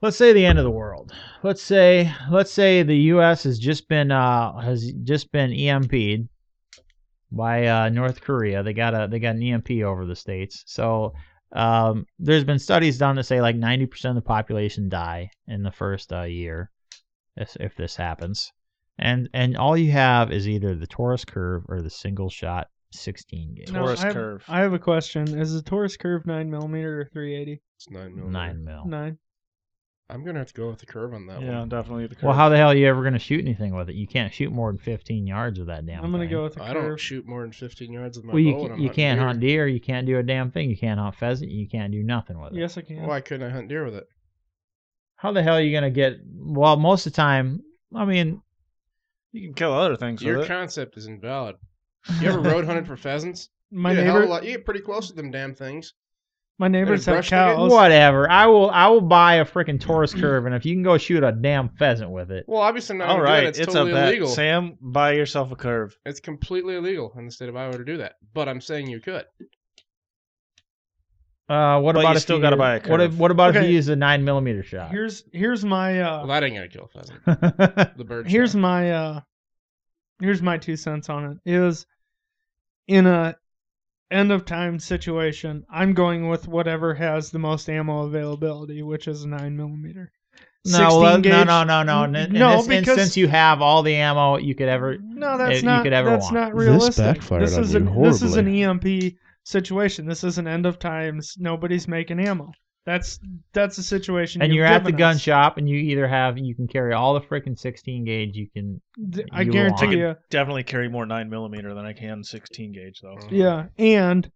Speaker 3: let's say the end of the world. Let's say let's say the U.S. has just been uh has just been EMP'd by uh, North Korea. They got a they got an EMP over the states. So um, there's been studies done that say like 90% of the population die in the first uh, year if, if this happens. And and all you have is either the Taurus curve or the single shot 16 gauge.
Speaker 1: No,
Speaker 6: Taurus
Speaker 1: I have,
Speaker 6: curve.
Speaker 1: I have a question. Is the Taurus curve nine millimeter or three eighty?
Speaker 2: It's nine millimeter.
Speaker 3: Nine mil.
Speaker 1: Nine.
Speaker 2: I'm gonna have to go with the curve on that
Speaker 6: yeah,
Speaker 2: one.
Speaker 6: definitely the.
Speaker 3: Well, how the hell are you ever going to shoot anything with it? You can't shoot more than 15 yards with that damn
Speaker 1: I'm gonna
Speaker 3: thing.
Speaker 1: go with the
Speaker 2: I don't
Speaker 1: curve.
Speaker 2: shoot more than 15 yards with my
Speaker 3: Well, you,
Speaker 2: bow.
Speaker 3: ca-
Speaker 2: and I'm
Speaker 3: you
Speaker 2: hunting
Speaker 3: can't
Speaker 2: deer.
Speaker 3: hunt deer. You can't do a damn thing. You can't hunt pheasant. You can't do nothing with it.
Speaker 1: Yes, I can.
Speaker 2: Why couldn't I hunt deer with it?
Speaker 3: How the hell are you gonna get? Well, most of the time, I mean,
Speaker 6: you can kill other things
Speaker 2: Your
Speaker 6: with it.
Speaker 2: concept is
Speaker 1: [laughs]
Speaker 2: invalid. You ever road hunted for pheasants?
Speaker 1: My
Speaker 2: you get a hell of
Speaker 1: neighbor,
Speaker 2: a lot- you get pretty close to them damn things.
Speaker 1: My neighbors have
Speaker 2: brush nugget?
Speaker 1: cows.
Speaker 3: Whatever. I will. I will buy a freaking Taurus curve, and if you can go shoot a damn pheasant with it,
Speaker 2: Well, obviously I'm not.
Speaker 6: All
Speaker 2: gonna do that.
Speaker 6: right,
Speaker 2: It's,
Speaker 6: it's,
Speaker 2: totally
Speaker 6: a bet.
Speaker 2: illegal.
Speaker 6: Sam, buy yourself a curve.
Speaker 2: It's completely illegal in the state of Iowa to do that. But I'm saying you could.
Speaker 3: uh, what
Speaker 6: But
Speaker 3: about
Speaker 6: you
Speaker 3: if
Speaker 6: still
Speaker 3: you
Speaker 6: gotta buy a
Speaker 3: What, if,
Speaker 6: curve.
Speaker 3: what about if
Speaker 1: Okay.
Speaker 3: you use a nine millimeter shot?
Speaker 1: Here's here's my uh,
Speaker 2: Well, that ain't gonna kill a pheasant. The bird.
Speaker 1: here's
Speaker 2: shot.
Speaker 1: my uh here's my two cents on it is in a end of time situation i'm going with whatever has the most ammo availability which is a 9 millimeter
Speaker 3: [laughs] no, well, no,
Speaker 1: gauge-
Speaker 3: no, no, no. In, in
Speaker 1: No,
Speaker 3: this
Speaker 1: because-
Speaker 3: instance, you have all the ammo you could ever. eh,
Speaker 1: no that's
Speaker 3: you
Speaker 1: not
Speaker 3: could ever
Speaker 1: that's
Speaker 3: want.
Speaker 1: not
Speaker 7: This
Speaker 1: realistic
Speaker 7: backfired on
Speaker 1: is
Speaker 7: you
Speaker 1: an, this is an
Speaker 7: horribly.
Speaker 1: emp situation this is an end of times nobody's making ammo that's that's a situation
Speaker 3: And
Speaker 1: you've
Speaker 3: you're at the
Speaker 1: given
Speaker 3: gun
Speaker 1: us.
Speaker 3: shop, and you either have you can carry all the freaking 16 gauge you can.
Speaker 1: D- i
Speaker 3: you
Speaker 1: guarantee
Speaker 3: want.
Speaker 1: you
Speaker 6: Definitely carry more nine millimeter than I can sixteen gauge though.
Speaker 1: Yeah, and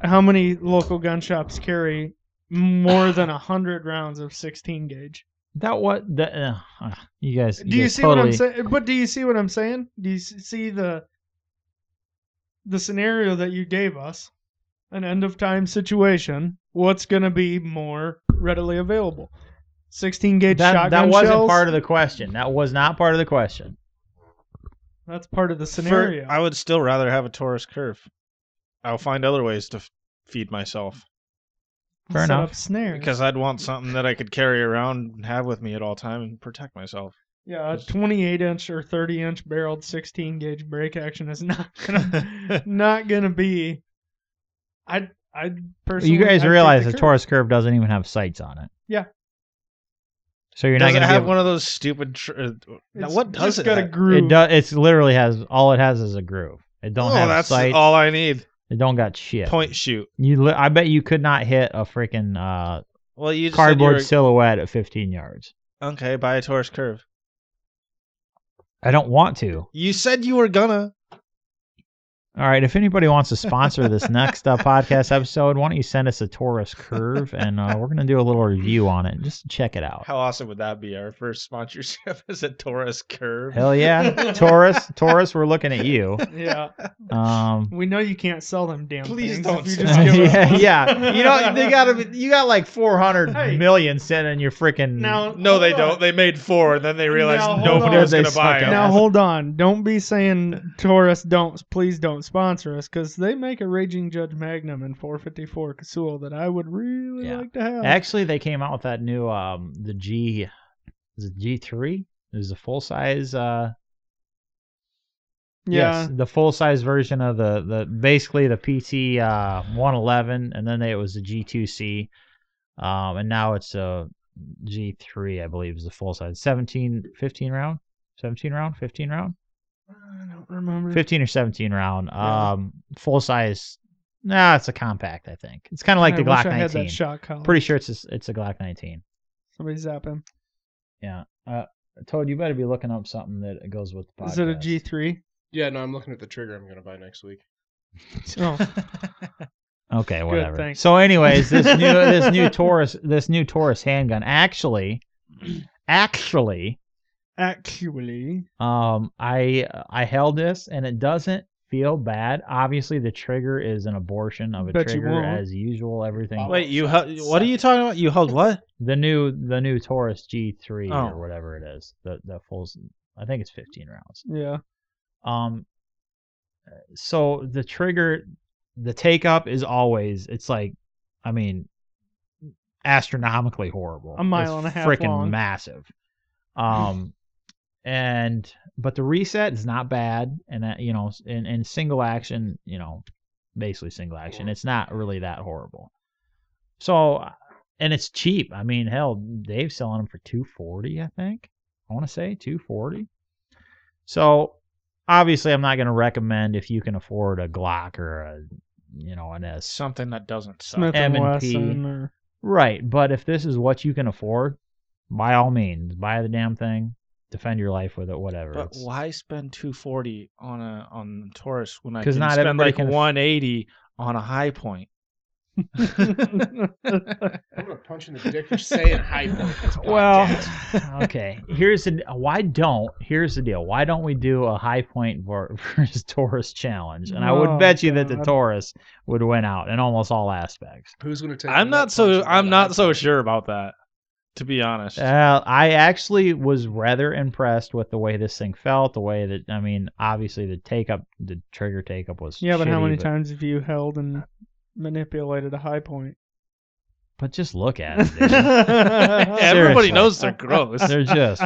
Speaker 1: how many local gun shops carry more than a hundred rounds of 16 gauge?
Speaker 3: That what that uh, uh, you guys.
Speaker 1: Do you
Speaker 3: guys
Speaker 1: see what
Speaker 3: totally,
Speaker 1: I'm saying? But do you see what I'm saying? Do you s- see the the scenario that you gave us? An end of time situation. What's going to be more readily available? 16 gauge
Speaker 3: That,
Speaker 1: shotgun
Speaker 3: that wasn't
Speaker 1: shells.
Speaker 3: part of the question. That was not part of the question.
Speaker 1: That's part of the
Speaker 6: For-
Speaker 1: scenario.
Speaker 3: uh,
Speaker 6: I would still rather have a Taurus curve. I'll find other ways to f- feed myself
Speaker 3: Fair
Speaker 1: Set
Speaker 3: enough.
Speaker 1: up snares.
Speaker 6: because I'd want something that I could carry around and have with me at all time and protect myself.
Speaker 1: Yeah, a 28 inch or 30 inch barreled 16 gauge break action is [laughs] not gonna
Speaker 3: [laughs]
Speaker 1: not gonna be. I I personally.
Speaker 3: you guys
Speaker 1: I'd
Speaker 3: realize
Speaker 1: take
Speaker 3: the
Speaker 1: the curve.
Speaker 3: Taurus curve doesn't even have sights on it.
Speaker 1: Yeah.
Speaker 3: So you're not
Speaker 6: Does
Speaker 3: going
Speaker 6: it
Speaker 3: to
Speaker 6: have
Speaker 3: have
Speaker 6: one of those stupid? Tr- uh, now,
Speaker 1: It's
Speaker 6: what does
Speaker 1: just
Speaker 6: it?
Speaker 1: Got a
Speaker 6: have?
Speaker 1: groove.
Speaker 3: It does. It's literally has all it has is a groove. It don't
Speaker 6: oh,
Speaker 3: have
Speaker 6: that's
Speaker 3: sights.
Speaker 6: all I need.
Speaker 3: It don't got shit.
Speaker 6: Point shoot.
Speaker 3: You, li- I bet you could not hit a freaking uh,
Speaker 6: Well, you just said you
Speaker 3: cardboard
Speaker 6: were-
Speaker 3: silhouette at 15 yards.
Speaker 6: okay, buy a Taurus curve.
Speaker 3: I don't want to.
Speaker 6: You said you were gonna.
Speaker 3: All right, if anybody wants to sponsor this next uh, podcast episode, why don't you send us a Taurus curve and uh, we're gonna do a little review on it. Just check it out.
Speaker 6: How awesome would that be? Our first sponsorship [laughs] is a Taurus curve.
Speaker 3: Hell
Speaker 1: [laughs]
Speaker 3: yeah, Taurus, Taurus, we're looking at you.
Speaker 1: yeah,
Speaker 3: Um,
Speaker 1: we know you can't sell them damn
Speaker 6: Please
Speaker 1: things
Speaker 6: don't
Speaker 1: if you
Speaker 6: sell
Speaker 1: just
Speaker 3: [laughs]
Speaker 1: give
Speaker 6: them.
Speaker 1: it up.
Speaker 3: yeah, yeah. You know they got to you got like 400 million
Speaker 1: Hey.
Speaker 3: sent in your freaking.
Speaker 1: Now
Speaker 6: No, they
Speaker 1: hold on.
Speaker 6: don't. They made four, and then they realized
Speaker 1: Now, hold
Speaker 6: nobody
Speaker 1: on.
Speaker 6: was going
Speaker 3: They
Speaker 6: to buy
Speaker 3: stuck
Speaker 6: them.
Speaker 3: it.
Speaker 1: Now hold on. Don't be saying Taurus don't please don't sponsor us because they make a raging Judge Magnum in 454 Casull that I would really
Speaker 3: Yeah.
Speaker 1: like to have.
Speaker 3: Actually, they came out with that new um the G, is it G three? It was a full size. Uh,
Speaker 1: yeah,
Speaker 3: Yes, the full size version of the the basically the PT uh 111, and then it was the G2C, um, and now it's a G3, I believe, is the full size 17, 15 round, 17 round, 15 round,
Speaker 1: I don't remember.
Speaker 3: 15 or 17 round,
Speaker 1: Hmm. Yeah.
Speaker 3: um, full size. Nah, it's a compact, I think. It's kind of like the
Speaker 1: I wish
Speaker 3: Glock
Speaker 1: I had that
Speaker 3: 19.
Speaker 1: shot collar.
Speaker 3: Pretty sure it's a, it's a Glock 19.
Speaker 1: Somebody zap him.
Speaker 3: Toad, you better be looking up something that goes with the podcast.
Speaker 1: Is it a G three?
Speaker 2: Yeah, no, I'm looking at the trigger I'm gonna buy next week.
Speaker 1: Oh,
Speaker 3: [laughs] Okay, whatever.
Speaker 1: thanks.
Speaker 3: so, anyways,
Speaker 1: [laughs]
Speaker 3: this new this new Taurus this new Taurus handgun actually, actually,
Speaker 1: actually,
Speaker 3: um, I I held this and it doesn't feel bad. Obviously, the trigger is an abortion of a
Speaker 1: Bet you
Speaker 3: trigger
Speaker 1: won't.
Speaker 3: as usual. Everything.
Speaker 6: Wait, you held, what are you talking about? You held what?
Speaker 3: The new the new Taurus G3
Speaker 6: Oh.
Speaker 3: or whatever it is. The the full. I think it's 15 rounds.
Speaker 1: yeah.
Speaker 3: Um, so the trigger, the take up is always it's like, I mean, astronomically horrible.
Speaker 1: A mile and
Speaker 3: It's
Speaker 1: a half
Speaker 3: Freaking
Speaker 1: long. [laughs]
Speaker 3: massive. Um, and but the reset is not bad, and that you know, in in single action, you know, basically single action, it's not really that horrible. So, uh, and it's cheap. I mean, hell, Dave's selling them for two forty, I think. I want to say two forty. So obviously, I'm not going to recommend if you can afford a Glock or a, you know, an S.
Speaker 6: Something that doesn't suck.
Speaker 1: Smith and
Speaker 3: M&P.
Speaker 1: Wesson.
Speaker 3: [laughs]
Speaker 1: Or,
Speaker 3: Right, but if this is what you can afford, by all means, buy the damn thing, defend your life with it, whatever.
Speaker 6: But
Speaker 3: It's-
Speaker 6: why spend 240 on a on Taurus when I
Speaker 3: 'Cause
Speaker 6: can
Speaker 3: not
Speaker 6: spend
Speaker 3: everybody
Speaker 6: like
Speaker 3: can aff-
Speaker 6: 180 on a high point?
Speaker 2: I'm gonna punch in the dick for saying high point.
Speaker 1: [laughs]
Speaker 2: this
Speaker 3: Well, [laughs]
Speaker 2: podcast.
Speaker 3: okay. Here's the why don't here's the deal. Why don't we do a high point vor- [laughs] versus Taurus challenge? And I
Speaker 1: Oh,
Speaker 3: would bet you that the
Speaker 1: God.
Speaker 3: Taurus would win out in almost all aspects.
Speaker 2: who's gonna take?
Speaker 6: I'm
Speaker 2: the
Speaker 6: not
Speaker 2: nut
Speaker 6: so
Speaker 2: punch
Speaker 6: I'm
Speaker 2: and
Speaker 6: not so
Speaker 2: high
Speaker 6: sure about that, to be
Speaker 3: [laughs]
Speaker 6: honest.
Speaker 3: Uh, I actually was rather impressed with the way this thing felt. The way that I mean, obviously the take up, the trigger take up was
Speaker 1: yeah, but how
Speaker 3: shitty,
Speaker 1: many times have you held and manipulated a high point?
Speaker 3: But just look at
Speaker 1: [laughs]
Speaker 3: it. dude.
Speaker 6: Everybody
Speaker 3: Seriously.
Speaker 6: knows [laughs] they're gross.
Speaker 3: They're just.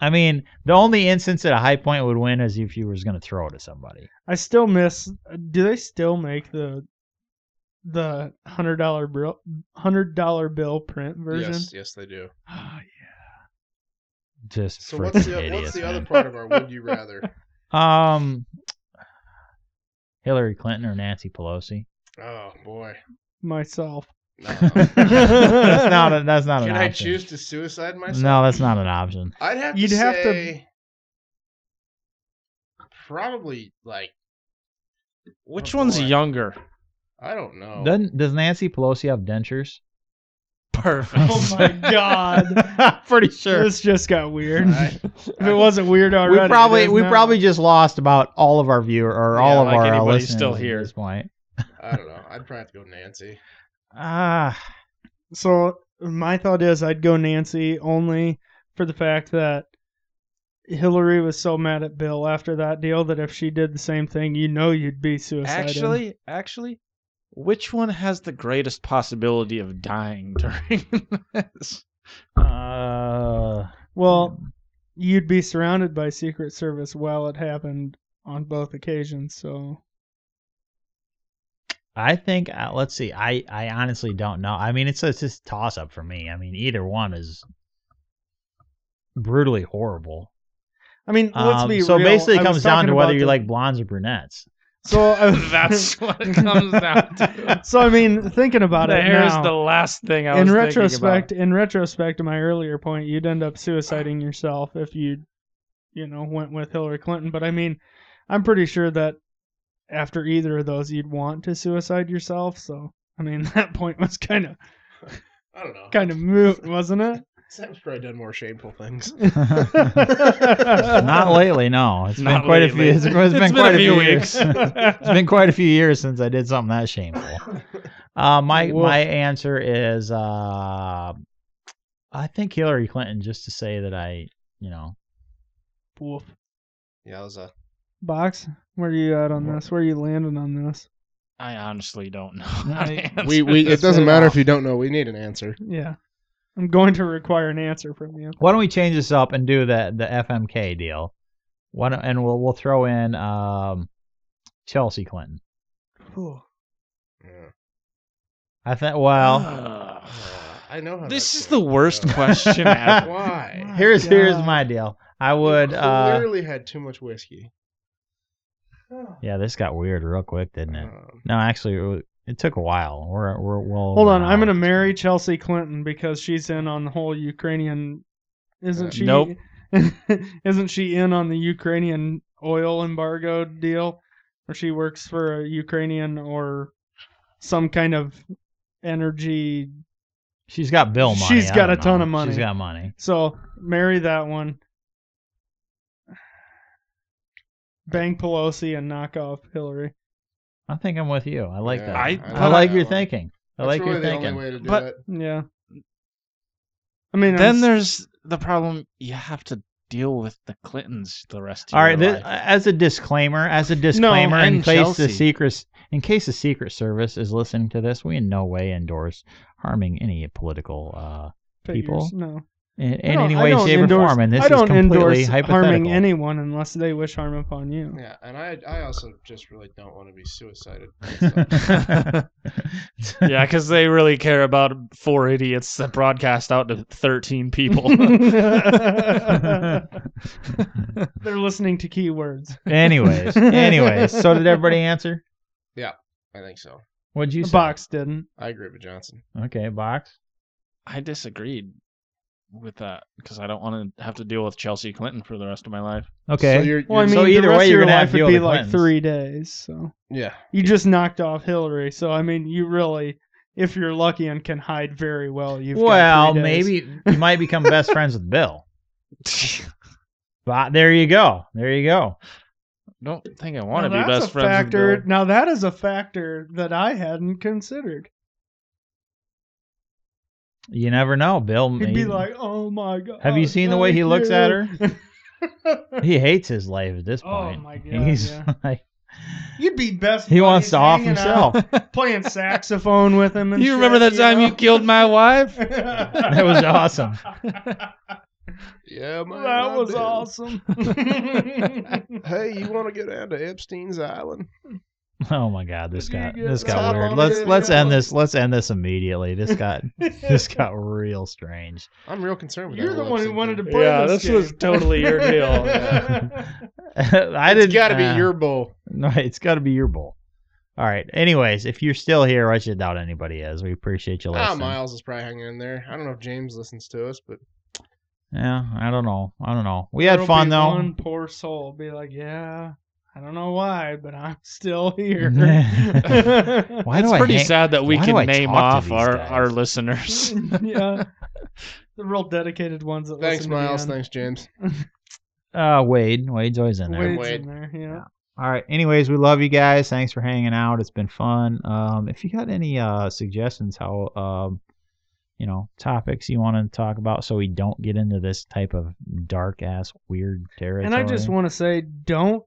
Speaker 3: I mean, the only instance that a high point would win is if you was going to throw it at somebody.
Speaker 1: I still miss. Do they still make the the hundred dollar bill hundred dollar bill print
Speaker 2: point.
Speaker 1: version?
Speaker 2: Yes, yes,
Speaker 6: [laughs]
Speaker 2: they do.
Speaker 1: Ah,
Speaker 3: Just
Speaker 2: So
Speaker 3: freaking
Speaker 2: what's the
Speaker 3: idiots.
Speaker 2: what's the
Speaker 3: man.
Speaker 2: other part of our would
Speaker 6: [laughs]
Speaker 2: you rather?
Speaker 3: Um, Hillary Clinton or Nancy Pelosi?
Speaker 2: [laughs]
Speaker 3: [laughs]
Speaker 2: Oh boy.
Speaker 1: myself. [laughs]
Speaker 2: No.
Speaker 3: that's not. A, that's not
Speaker 2: Can
Speaker 3: an
Speaker 2: I
Speaker 3: option.
Speaker 2: choose to suicide myself?
Speaker 3: No, that's not an option.
Speaker 2: I'd have
Speaker 1: You'd
Speaker 2: to
Speaker 1: have to-
Speaker 2: say probably like
Speaker 6: Which
Speaker 2: Oh,
Speaker 6: one's
Speaker 2: boy.
Speaker 6: younger?
Speaker 2: I don't know.
Speaker 3: Doesn't does Nancy Pelosi have dentures?
Speaker 6: Perfect.
Speaker 3: [laughs]
Speaker 1: Oh my god.
Speaker 3: Pretty sure.
Speaker 1: This just got weird.
Speaker 3: [laughs]
Speaker 2: I-
Speaker 1: if it wasn't weird already,
Speaker 3: we probably
Speaker 1: it is
Speaker 3: we
Speaker 1: now.
Speaker 3: probably just lost about all of our viewer or all
Speaker 6: Yeah,
Speaker 3: of
Speaker 6: like
Speaker 3: our uh,
Speaker 6: anybody's
Speaker 3: listeners
Speaker 6: still
Speaker 3: at
Speaker 6: here.
Speaker 3: this point.
Speaker 2: I don't know. I'd probably have to go Nancy.
Speaker 3: Ah,
Speaker 1: So my thought is I'd go Nancy only for the fact that Hillary was so mad at Bill after that deal that if she did the same thing, you know you'd be suicidal.
Speaker 6: actually, actually, which one has the greatest possibility of dying [laughs] during this?
Speaker 3: uh,
Speaker 1: well, you'd be surrounded by Secret Service while it happened on both occasions. So
Speaker 3: I think uh, let's see. I I honestly don't know. I mean, it's a, it's just toss up for me. I mean, either one is brutally horrible.
Speaker 1: I mean, let's
Speaker 3: Um,
Speaker 1: be
Speaker 3: so
Speaker 1: real.
Speaker 3: basically,
Speaker 1: I
Speaker 3: it
Speaker 1: was
Speaker 3: comes down
Speaker 1: talking
Speaker 3: to whether
Speaker 1: about
Speaker 3: you
Speaker 1: the-
Speaker 3: like blondes or brunettes. [laughs]
Speaker 1: So I
Speaker 6: [laughs]
Speaker 1: was- [laughs]
Speaker 6: That's what it comes down to.
Speaker 1: so I mean, thinking [laughs] about
Speaker 6: the
Speaker 1: it
Speaker 6: hair's
Speaker 1: now,
Speaker 6: the last thing I was
Speaker 1: in
Speaker 6: thinking
Speaker 1: retrospect, in retrospect to my earlier point, you'd end up suiciding yourself if you, you know, went with Hillary Clinton. But I mean, I'm pretty sure that after either of those, you'd want to suicide yourself. So I mean, [laughs] that point was kind of
Speaker 2: I don't know.
Speaker 1: kind of moot, wasn't it?
Speaker 2: [laughs] Sam's probably done more shameful things.
Speaker 3: [laughs] Not lately, no. It's
Speaker 6: Not
Speaker 3: been quite
Speaker 6: lately.
Speaker 3: a few. It's, it's been
Speaker 6: been
Speaker 3: quite
Speaker 6: a
Speaker 3: a
Speaker 6: few
Speaker 3: few,
Speaker 6: weeks. [laughs]
Speaker 3: years. [laughs] it's been quite a few years since I did something that shameful. Uh, my
Speaker 1: Woof.
Speaker 3: my answer is uh, I think Hillary Clinton. Just to say that I, you know,
Speaker 1: Woof.
Speaker 2: Yeah, it was a
Speaker 1: Box, where are you at on this? Where are you landing on this?
Speaker 6: about. I honestly don't know. how to
Speaker 3: I-
Speaker 6: answer
Speaker 2: we, we
Speaker 6: this
Speaker 2: it doesn't
Speaker 6: at
Speaker 2: matter
Speaker 6: all.
Speaker 2: if you don't know. We need an answer.
Speaker 1: Yeah, I'm going to require an answer from you.
Speaker 3: why don't we change this up and do the the FMK deal? Why don't, and we'll we'll throw in um, Chelsea Clinton.
Speaker 1: Whew.
Speaker 2: Yeah. Uh,
Speaker 3: I think.
Speaker 1: [laughs]
Speaker 3: Well,
Speaker 6: Ugh.
Speaker 2: I know how
Speaker 6: this
Speaker 2: that
Speaker 6: is
Speaker 2: feels.
Speaker 6: the worst
Speaker 1: [laughs]
Speaker 6: question ever.
Speaker 2: [laughs] Why?
Speaker 3: here's here's
Speaker 1: God.
Speaker 3: my deal. I would.
Speaker 2: You
Speaker 3: Uh,
Speaker 2: clearly had too much whiskey.
Speaker 1: Oh.
Speaker 3: yeah, this got weird real quick, didn't it?
Speaker 2: Um,
Speaker 3: No, actually, it, wa- it took a while. We're we're well.
Speaker 1: Hold
Speaker 3: over
Speaker 1: on,
Speaker 3: an
Speaker 1: I'm
Speaker 3: hour.
Speaker 1: gonna marry Chelsea Clinton because she's in on the whole Ukrainian. Isn't
Speaker 2: Uh,
Speaker 1: she?
Speaker 6: nope.
Speaker 1: [laughs] isn't she in on the Ukrainian oil embargo deal, where she works for a Ukrainian or some kind of energy?
Speaker 3: She's got bill money.
Speaker 1: She's
Speaker 3: I
Speaker 1: got
Speaker 3: don't
Speaker 1: a ton
Speaker 3: know.
Speaker 1: of money.
Speaker 3: She's got money.
Speaker 1: So marry that one. [sighs] Bang Pelosi and knock off Hillary.
Speaker 3: I think I'm with you. I like
Speaker 2: Yeah,
Speaker 3: that.
Speaker 6: I-
Speaker 3: I,
Speaker 2: know
Speaker 3: like
Speaker 2: that
Speaker 3: your
Speaker 2: one.
Speaker 3: thinking. I
Speaker 2: That's
Speaker 3: like
Speaker 2: really
Speaker 3: your
Speaker 2: the
Speaker 3: thinking.
Speaker 2: only way to do
Speaker 6: But-
Speaker 2: it.
Speaker 1: Yeah. I mean, I'm
Speaker 6: then
Speaker 1: s-
Speaker 6: there's the problem you have to deal with the Clintons the rest of
Speaker 3: All
Speaker 6: your
Speaker 3: right. This,
Speaker 6: life.
Speaker 3: as a disclaimer, as a disclaimer, in
Speaker 6: and
Speaker 3: case
Speaker 6: Chelsea.
Speaker 3: the secret, in case the Secret Service is listening to this, we in no way endorse harming any political, uh,
Speaker 1: figures,
Speaker 3: people.
Speaker 1: No.
Speaker 3: in,
Speaker 1: I
Speaker 3: in
Speaker 1: don't-
Speaker 3: any
Speaker 1: I
Speaker 3: way,
Speaker 1: don't
Speaker 3: shape, or
Speaker 1: endorse-
Speaker 3: form. And this
Speaker 1: I don't
Speaker 3: is completely
Speaker 1: endorse
Speaker 3: hypothetical.
Speaker 1: harming anyone unless they wish harm upon you.
Speaker 2: Yeah, and I I also just really don't want to be
Speaker 3: [laughs]
Speaker 2: suicided.
Speaker 6: yeah, because they really care about four idiots that broadcast out to 13 [laughs] people.
Speaker 1: [laughs]
Speaker 3: [laughs]
Speaker 1: They're listening to keywords.
Speaker 3: anyways, anyways. So did everybody answer?
Speaker 2: I think so.
Speaker 3: What'd you
Speaker 1: The
Speaker 3: say?
Speaker 1: box didn't.
Speaker 2: I agree with Johnson.
Speaker 3: Okay, box.
Speaker 6: I disagreed with that because I don't want to have to deal with Chelsea Clinton for the rest of my
Speaker 3: [laughs]
Speaker 6: life.
Speaker 3: Okay.
Speaker 2: So you're,
Speaker 1: Well, I
Speaker 2: you're-
Speaker 1: mean,
Speaker 3: So
Speaker 1: the
Speaker 3: either
Speaker 1: rest
Speaker 3: way,
Speaker 1: of
Speaker 3: you're
Speaker 1: your
Speaker 3: gonna have
Speaker 1: life would
Speaker 3: to deal
Speaker 1: be
Speaker 3: with
Speaker 1: like
Speaker 3: Clintons.
Speaker 1: three days. So
Speaker 2: yeah.
Speaker 1: you just knocked off Hillary. So I mean, you really if you're lucky and can hide very well. You've got
Speaker 3: well,
Speaker 1: three days. [laughs]
Speaker 3: maybe you might become best friends with Bill. But there you go. There you go.
Speaker 6: Don't think I want to
Speaker 1: Now
Speaker 6: be
Speaker 1: that's
Speaker 6: best
Speaker 1: a
Speaker 6: friends
Speaker 1: factor.
Speaker 6: with Bill.
Speaker 1: Now that is a factor that I hadn't considered.
Speaker 3: You never know, Bill.
Speaker 1: He'd
Speaker 3: he-
Speaker 1: be like, "Oh my god."
Speaker 3: Have you seen the way he
Speaker 1: thank
Speaker 3: looks at
Speaker 1: you."
Speaker 3: her?
Speaker 1: [laughs]
Speaker 3: he hates his life at this
Speaker 1: Oh
Speaker 3: point.
Speaker 1: my god.
Speaker 3: He's [laughs]
Speaker 1: yeah.
Speaker 3: like,
Speaker 1: You'd be best.
Speaker 3: he
Speaker 1: buddies
Speaker 3: wants to off
Speaker 1: hanging out, [laughs]
Speaker 3: himself.
Speaker 1: playing saxophone with him. And
Speaker 6: You remember
Speaker 1: shit,
Speaker 6: that time you
Speaker 1: know?
Speaker 6: killed my
Speaker 3: [laughs]
Speaker 6: wife?
Speaker 1: [laughs] that
Speaker 3: that was awesome.
Speaker 2: Yeah, man.
Speaker 1: That
Speaker 2: I
Speaker 1: was
Speaker 2: did.
Speaker 1: awesome.
Speaker 2: [laughs] Hey, you want to get down to Epstein's Island?
Speaker 3: Oh my god, this got
Speaker 1: You get
Speaker 3: this
Speaker 2: top
Speaker 3: got weird.
Speaker 2: on
Speaker 3: Let's
Speaker 2: it,
Speaker 3: let's
Speaker 2: you
Speaker 3: end
Speaker 2: know.
Speaker 3: this. Let's end this immediately. This
Speaker 1: [laughs]
Speaker 3: got this got real strange. [laughs]
Speaker 2: I'm real concerned with
Speaker 1: [laughs] You're
Speaker 2: that
Speaker 1: the
Speaker 2: whole
Speaker 1: one who
Speaker 2: Epstein
Speaker 1: wanted to
Speaker 2: thing.
Speaker 1: play
Speaker 4: Yeah,
Speaker 1: this.
Speaker 4: this was
Speaker 1: game.
Speaker 4: totally
Speaker 1: [laughs]
Speaker 4: your deal,
Speaker 3: I
Speaker 2: It's
Speaker 3: didn't.
Speaker 2: got to be
Speaker 3: uh,
Speaker 2: your bowl.
Speaker 3: [laughs] No, it's got to be your bowl. All right. Anyways, if you're still here, which I doubt anybody is, we appreciate you
Speaker 2: Ah,
Speaker 3: listening.
Speaker 2: Miles is probably hanging in there. I don't know if James listens to us, but
Speaker 3: yeah, I don't know. I don't know. We
Speaker 1: There'll
Speaker 3: had fun
Speaker 1: be
Speaker 3: though. [laughs]
Speaker 1: One poor soul be like, yeah, I don't know why, but I'm [laughs] still here. [laughs]
Speaker 3: [laughs] Why
Speaker 6: it's
Speaker 3: do
Speaker 6: pretty
Speaker 3: I hang-
Speaker 6: sad that we
Speaker 3: why do I
Speaker 6: can name
Speaker 3: talk to
Speaker 6: off
Speaker 3: these
Speaker 6: our,
Speaker 3: guys?
Speaker 6: our listeners.
Speaker 3: [laughs]
Speaker 1: yeah, the real dedicated ones. That
Speaker 2: thanks,
Speaker 1: listen to me
Speaker 2: Miles.
Speaker 1: on- [laughs]
Speaker 2: Thanks, James.
Speaker 3: Uh, Wade. Wade's always in there.
Speaker 1: Wade's
Speaker 2: Wade.
Speaker 1: in there. Yeah.
Speaker 3: All right. Anyways, we love you guys. Thanks for hanging out. It's been fun. Um, if you got any uh, suggestions, how um, you know topics you want to talk about, so we don't get into this type of dark ass weird territory.
Speaker 1: And I just want to say, don't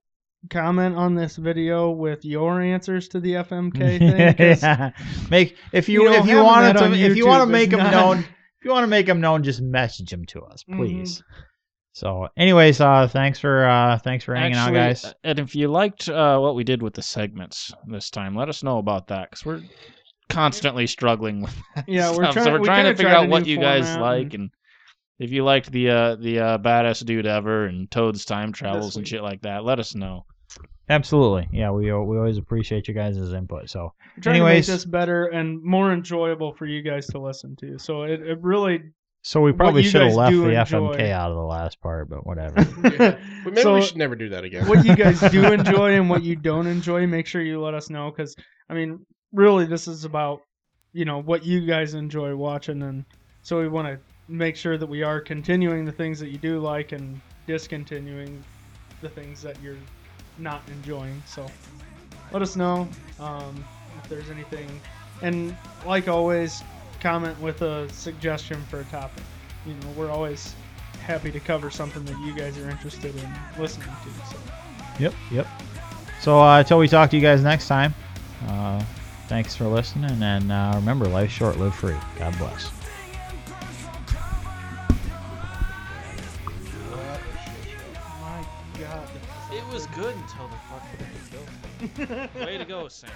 Speaker 1: comment on this video with your answers to the FMK thing. 'cause
Speaker 3: [laughs] yeah. Make if you,
Speaker 1: we don't
Speaker 3: if you
Speaker 1: have
Speaker 3: want
Speaker 1: that
Speaker 3: to
Speaker 1: on
Speaker 3: if you
Speaker 1: YouTube,
Speaker 3: want to make them
Speaker 1: there's none.
Speaker 3: known if you want to make them known, just message them to us,
Speaker 1: Mm-hmm.
Speaker 3: please. So, anyways, uh, thanks for uh, thanks for hanging
Speaker 6: Actually,
Speaker 3: out, guys.
Speaker 6: uh, And if you liked uh, what we did with the segments this time, let us know about that because we're constantly struggling with
Speaker 1: Yeah, we're
Speaker 6: stuff.
Speaker 1: trying.
Speaker 6: so we're
Speaker 1: we
Speaker 6: trying
Speaker 1: kinda
Speaker 6: to figure
Speaker 1: tried a
Speaker 6: out what
Speaker 1: new
Speaker 6: you guys
Speaker 1: format
Speaker 6: like and if you liked the uh, the uh, badass dude ever and Toad's time travels and
Speaker 1: week.
Speaker 6: shit like that. Let us know.
Speaker 3: Absolutely, yeah. We we always appreciate you guys' input. So,
Speaker 1: and trying
Speaker 3: anyways-
Speaker 1: to make this better and more enjoyable for you guys to listen to. So it, it really.
Speaker 3: so we
Speaker 1: What
Speaker 3: probably
Speaker 1: you
Speaker 3: should have
Speaker 1: guys
Speaker 3: left the
Speaker 1: do
Speaker 3: FMK
Speaker 1: enjoy.
Speaker 3: out of the last part, but whatever.
Speaker 1: [laughs]
Speaker 2: But maybe
Speaker 1: So-
Speaker 2: we should never do that again.
Speaker 1: what you guys do enjoy and what you don't enjoy, make sure you let us know. Because I mean, really, this is about you know what you guys enjoy watching, and so we want to make sure that we are continuing the things that you do like and discontinuing the things that you're not enjoying. So let us know um, if there's anything, and like always, comment with a suggestion for a topic. You know, we're always happy to cover something that you guys are interested in listening to. So.
Speaker 3: yep, yep. So uh, until we talk to you guys next time, uh, thanks for listening, and uh, remember, life's short, live free. God bless.
Speaker 1: My God.
Speaker 6: It was good until the fucking Way to go, Sam.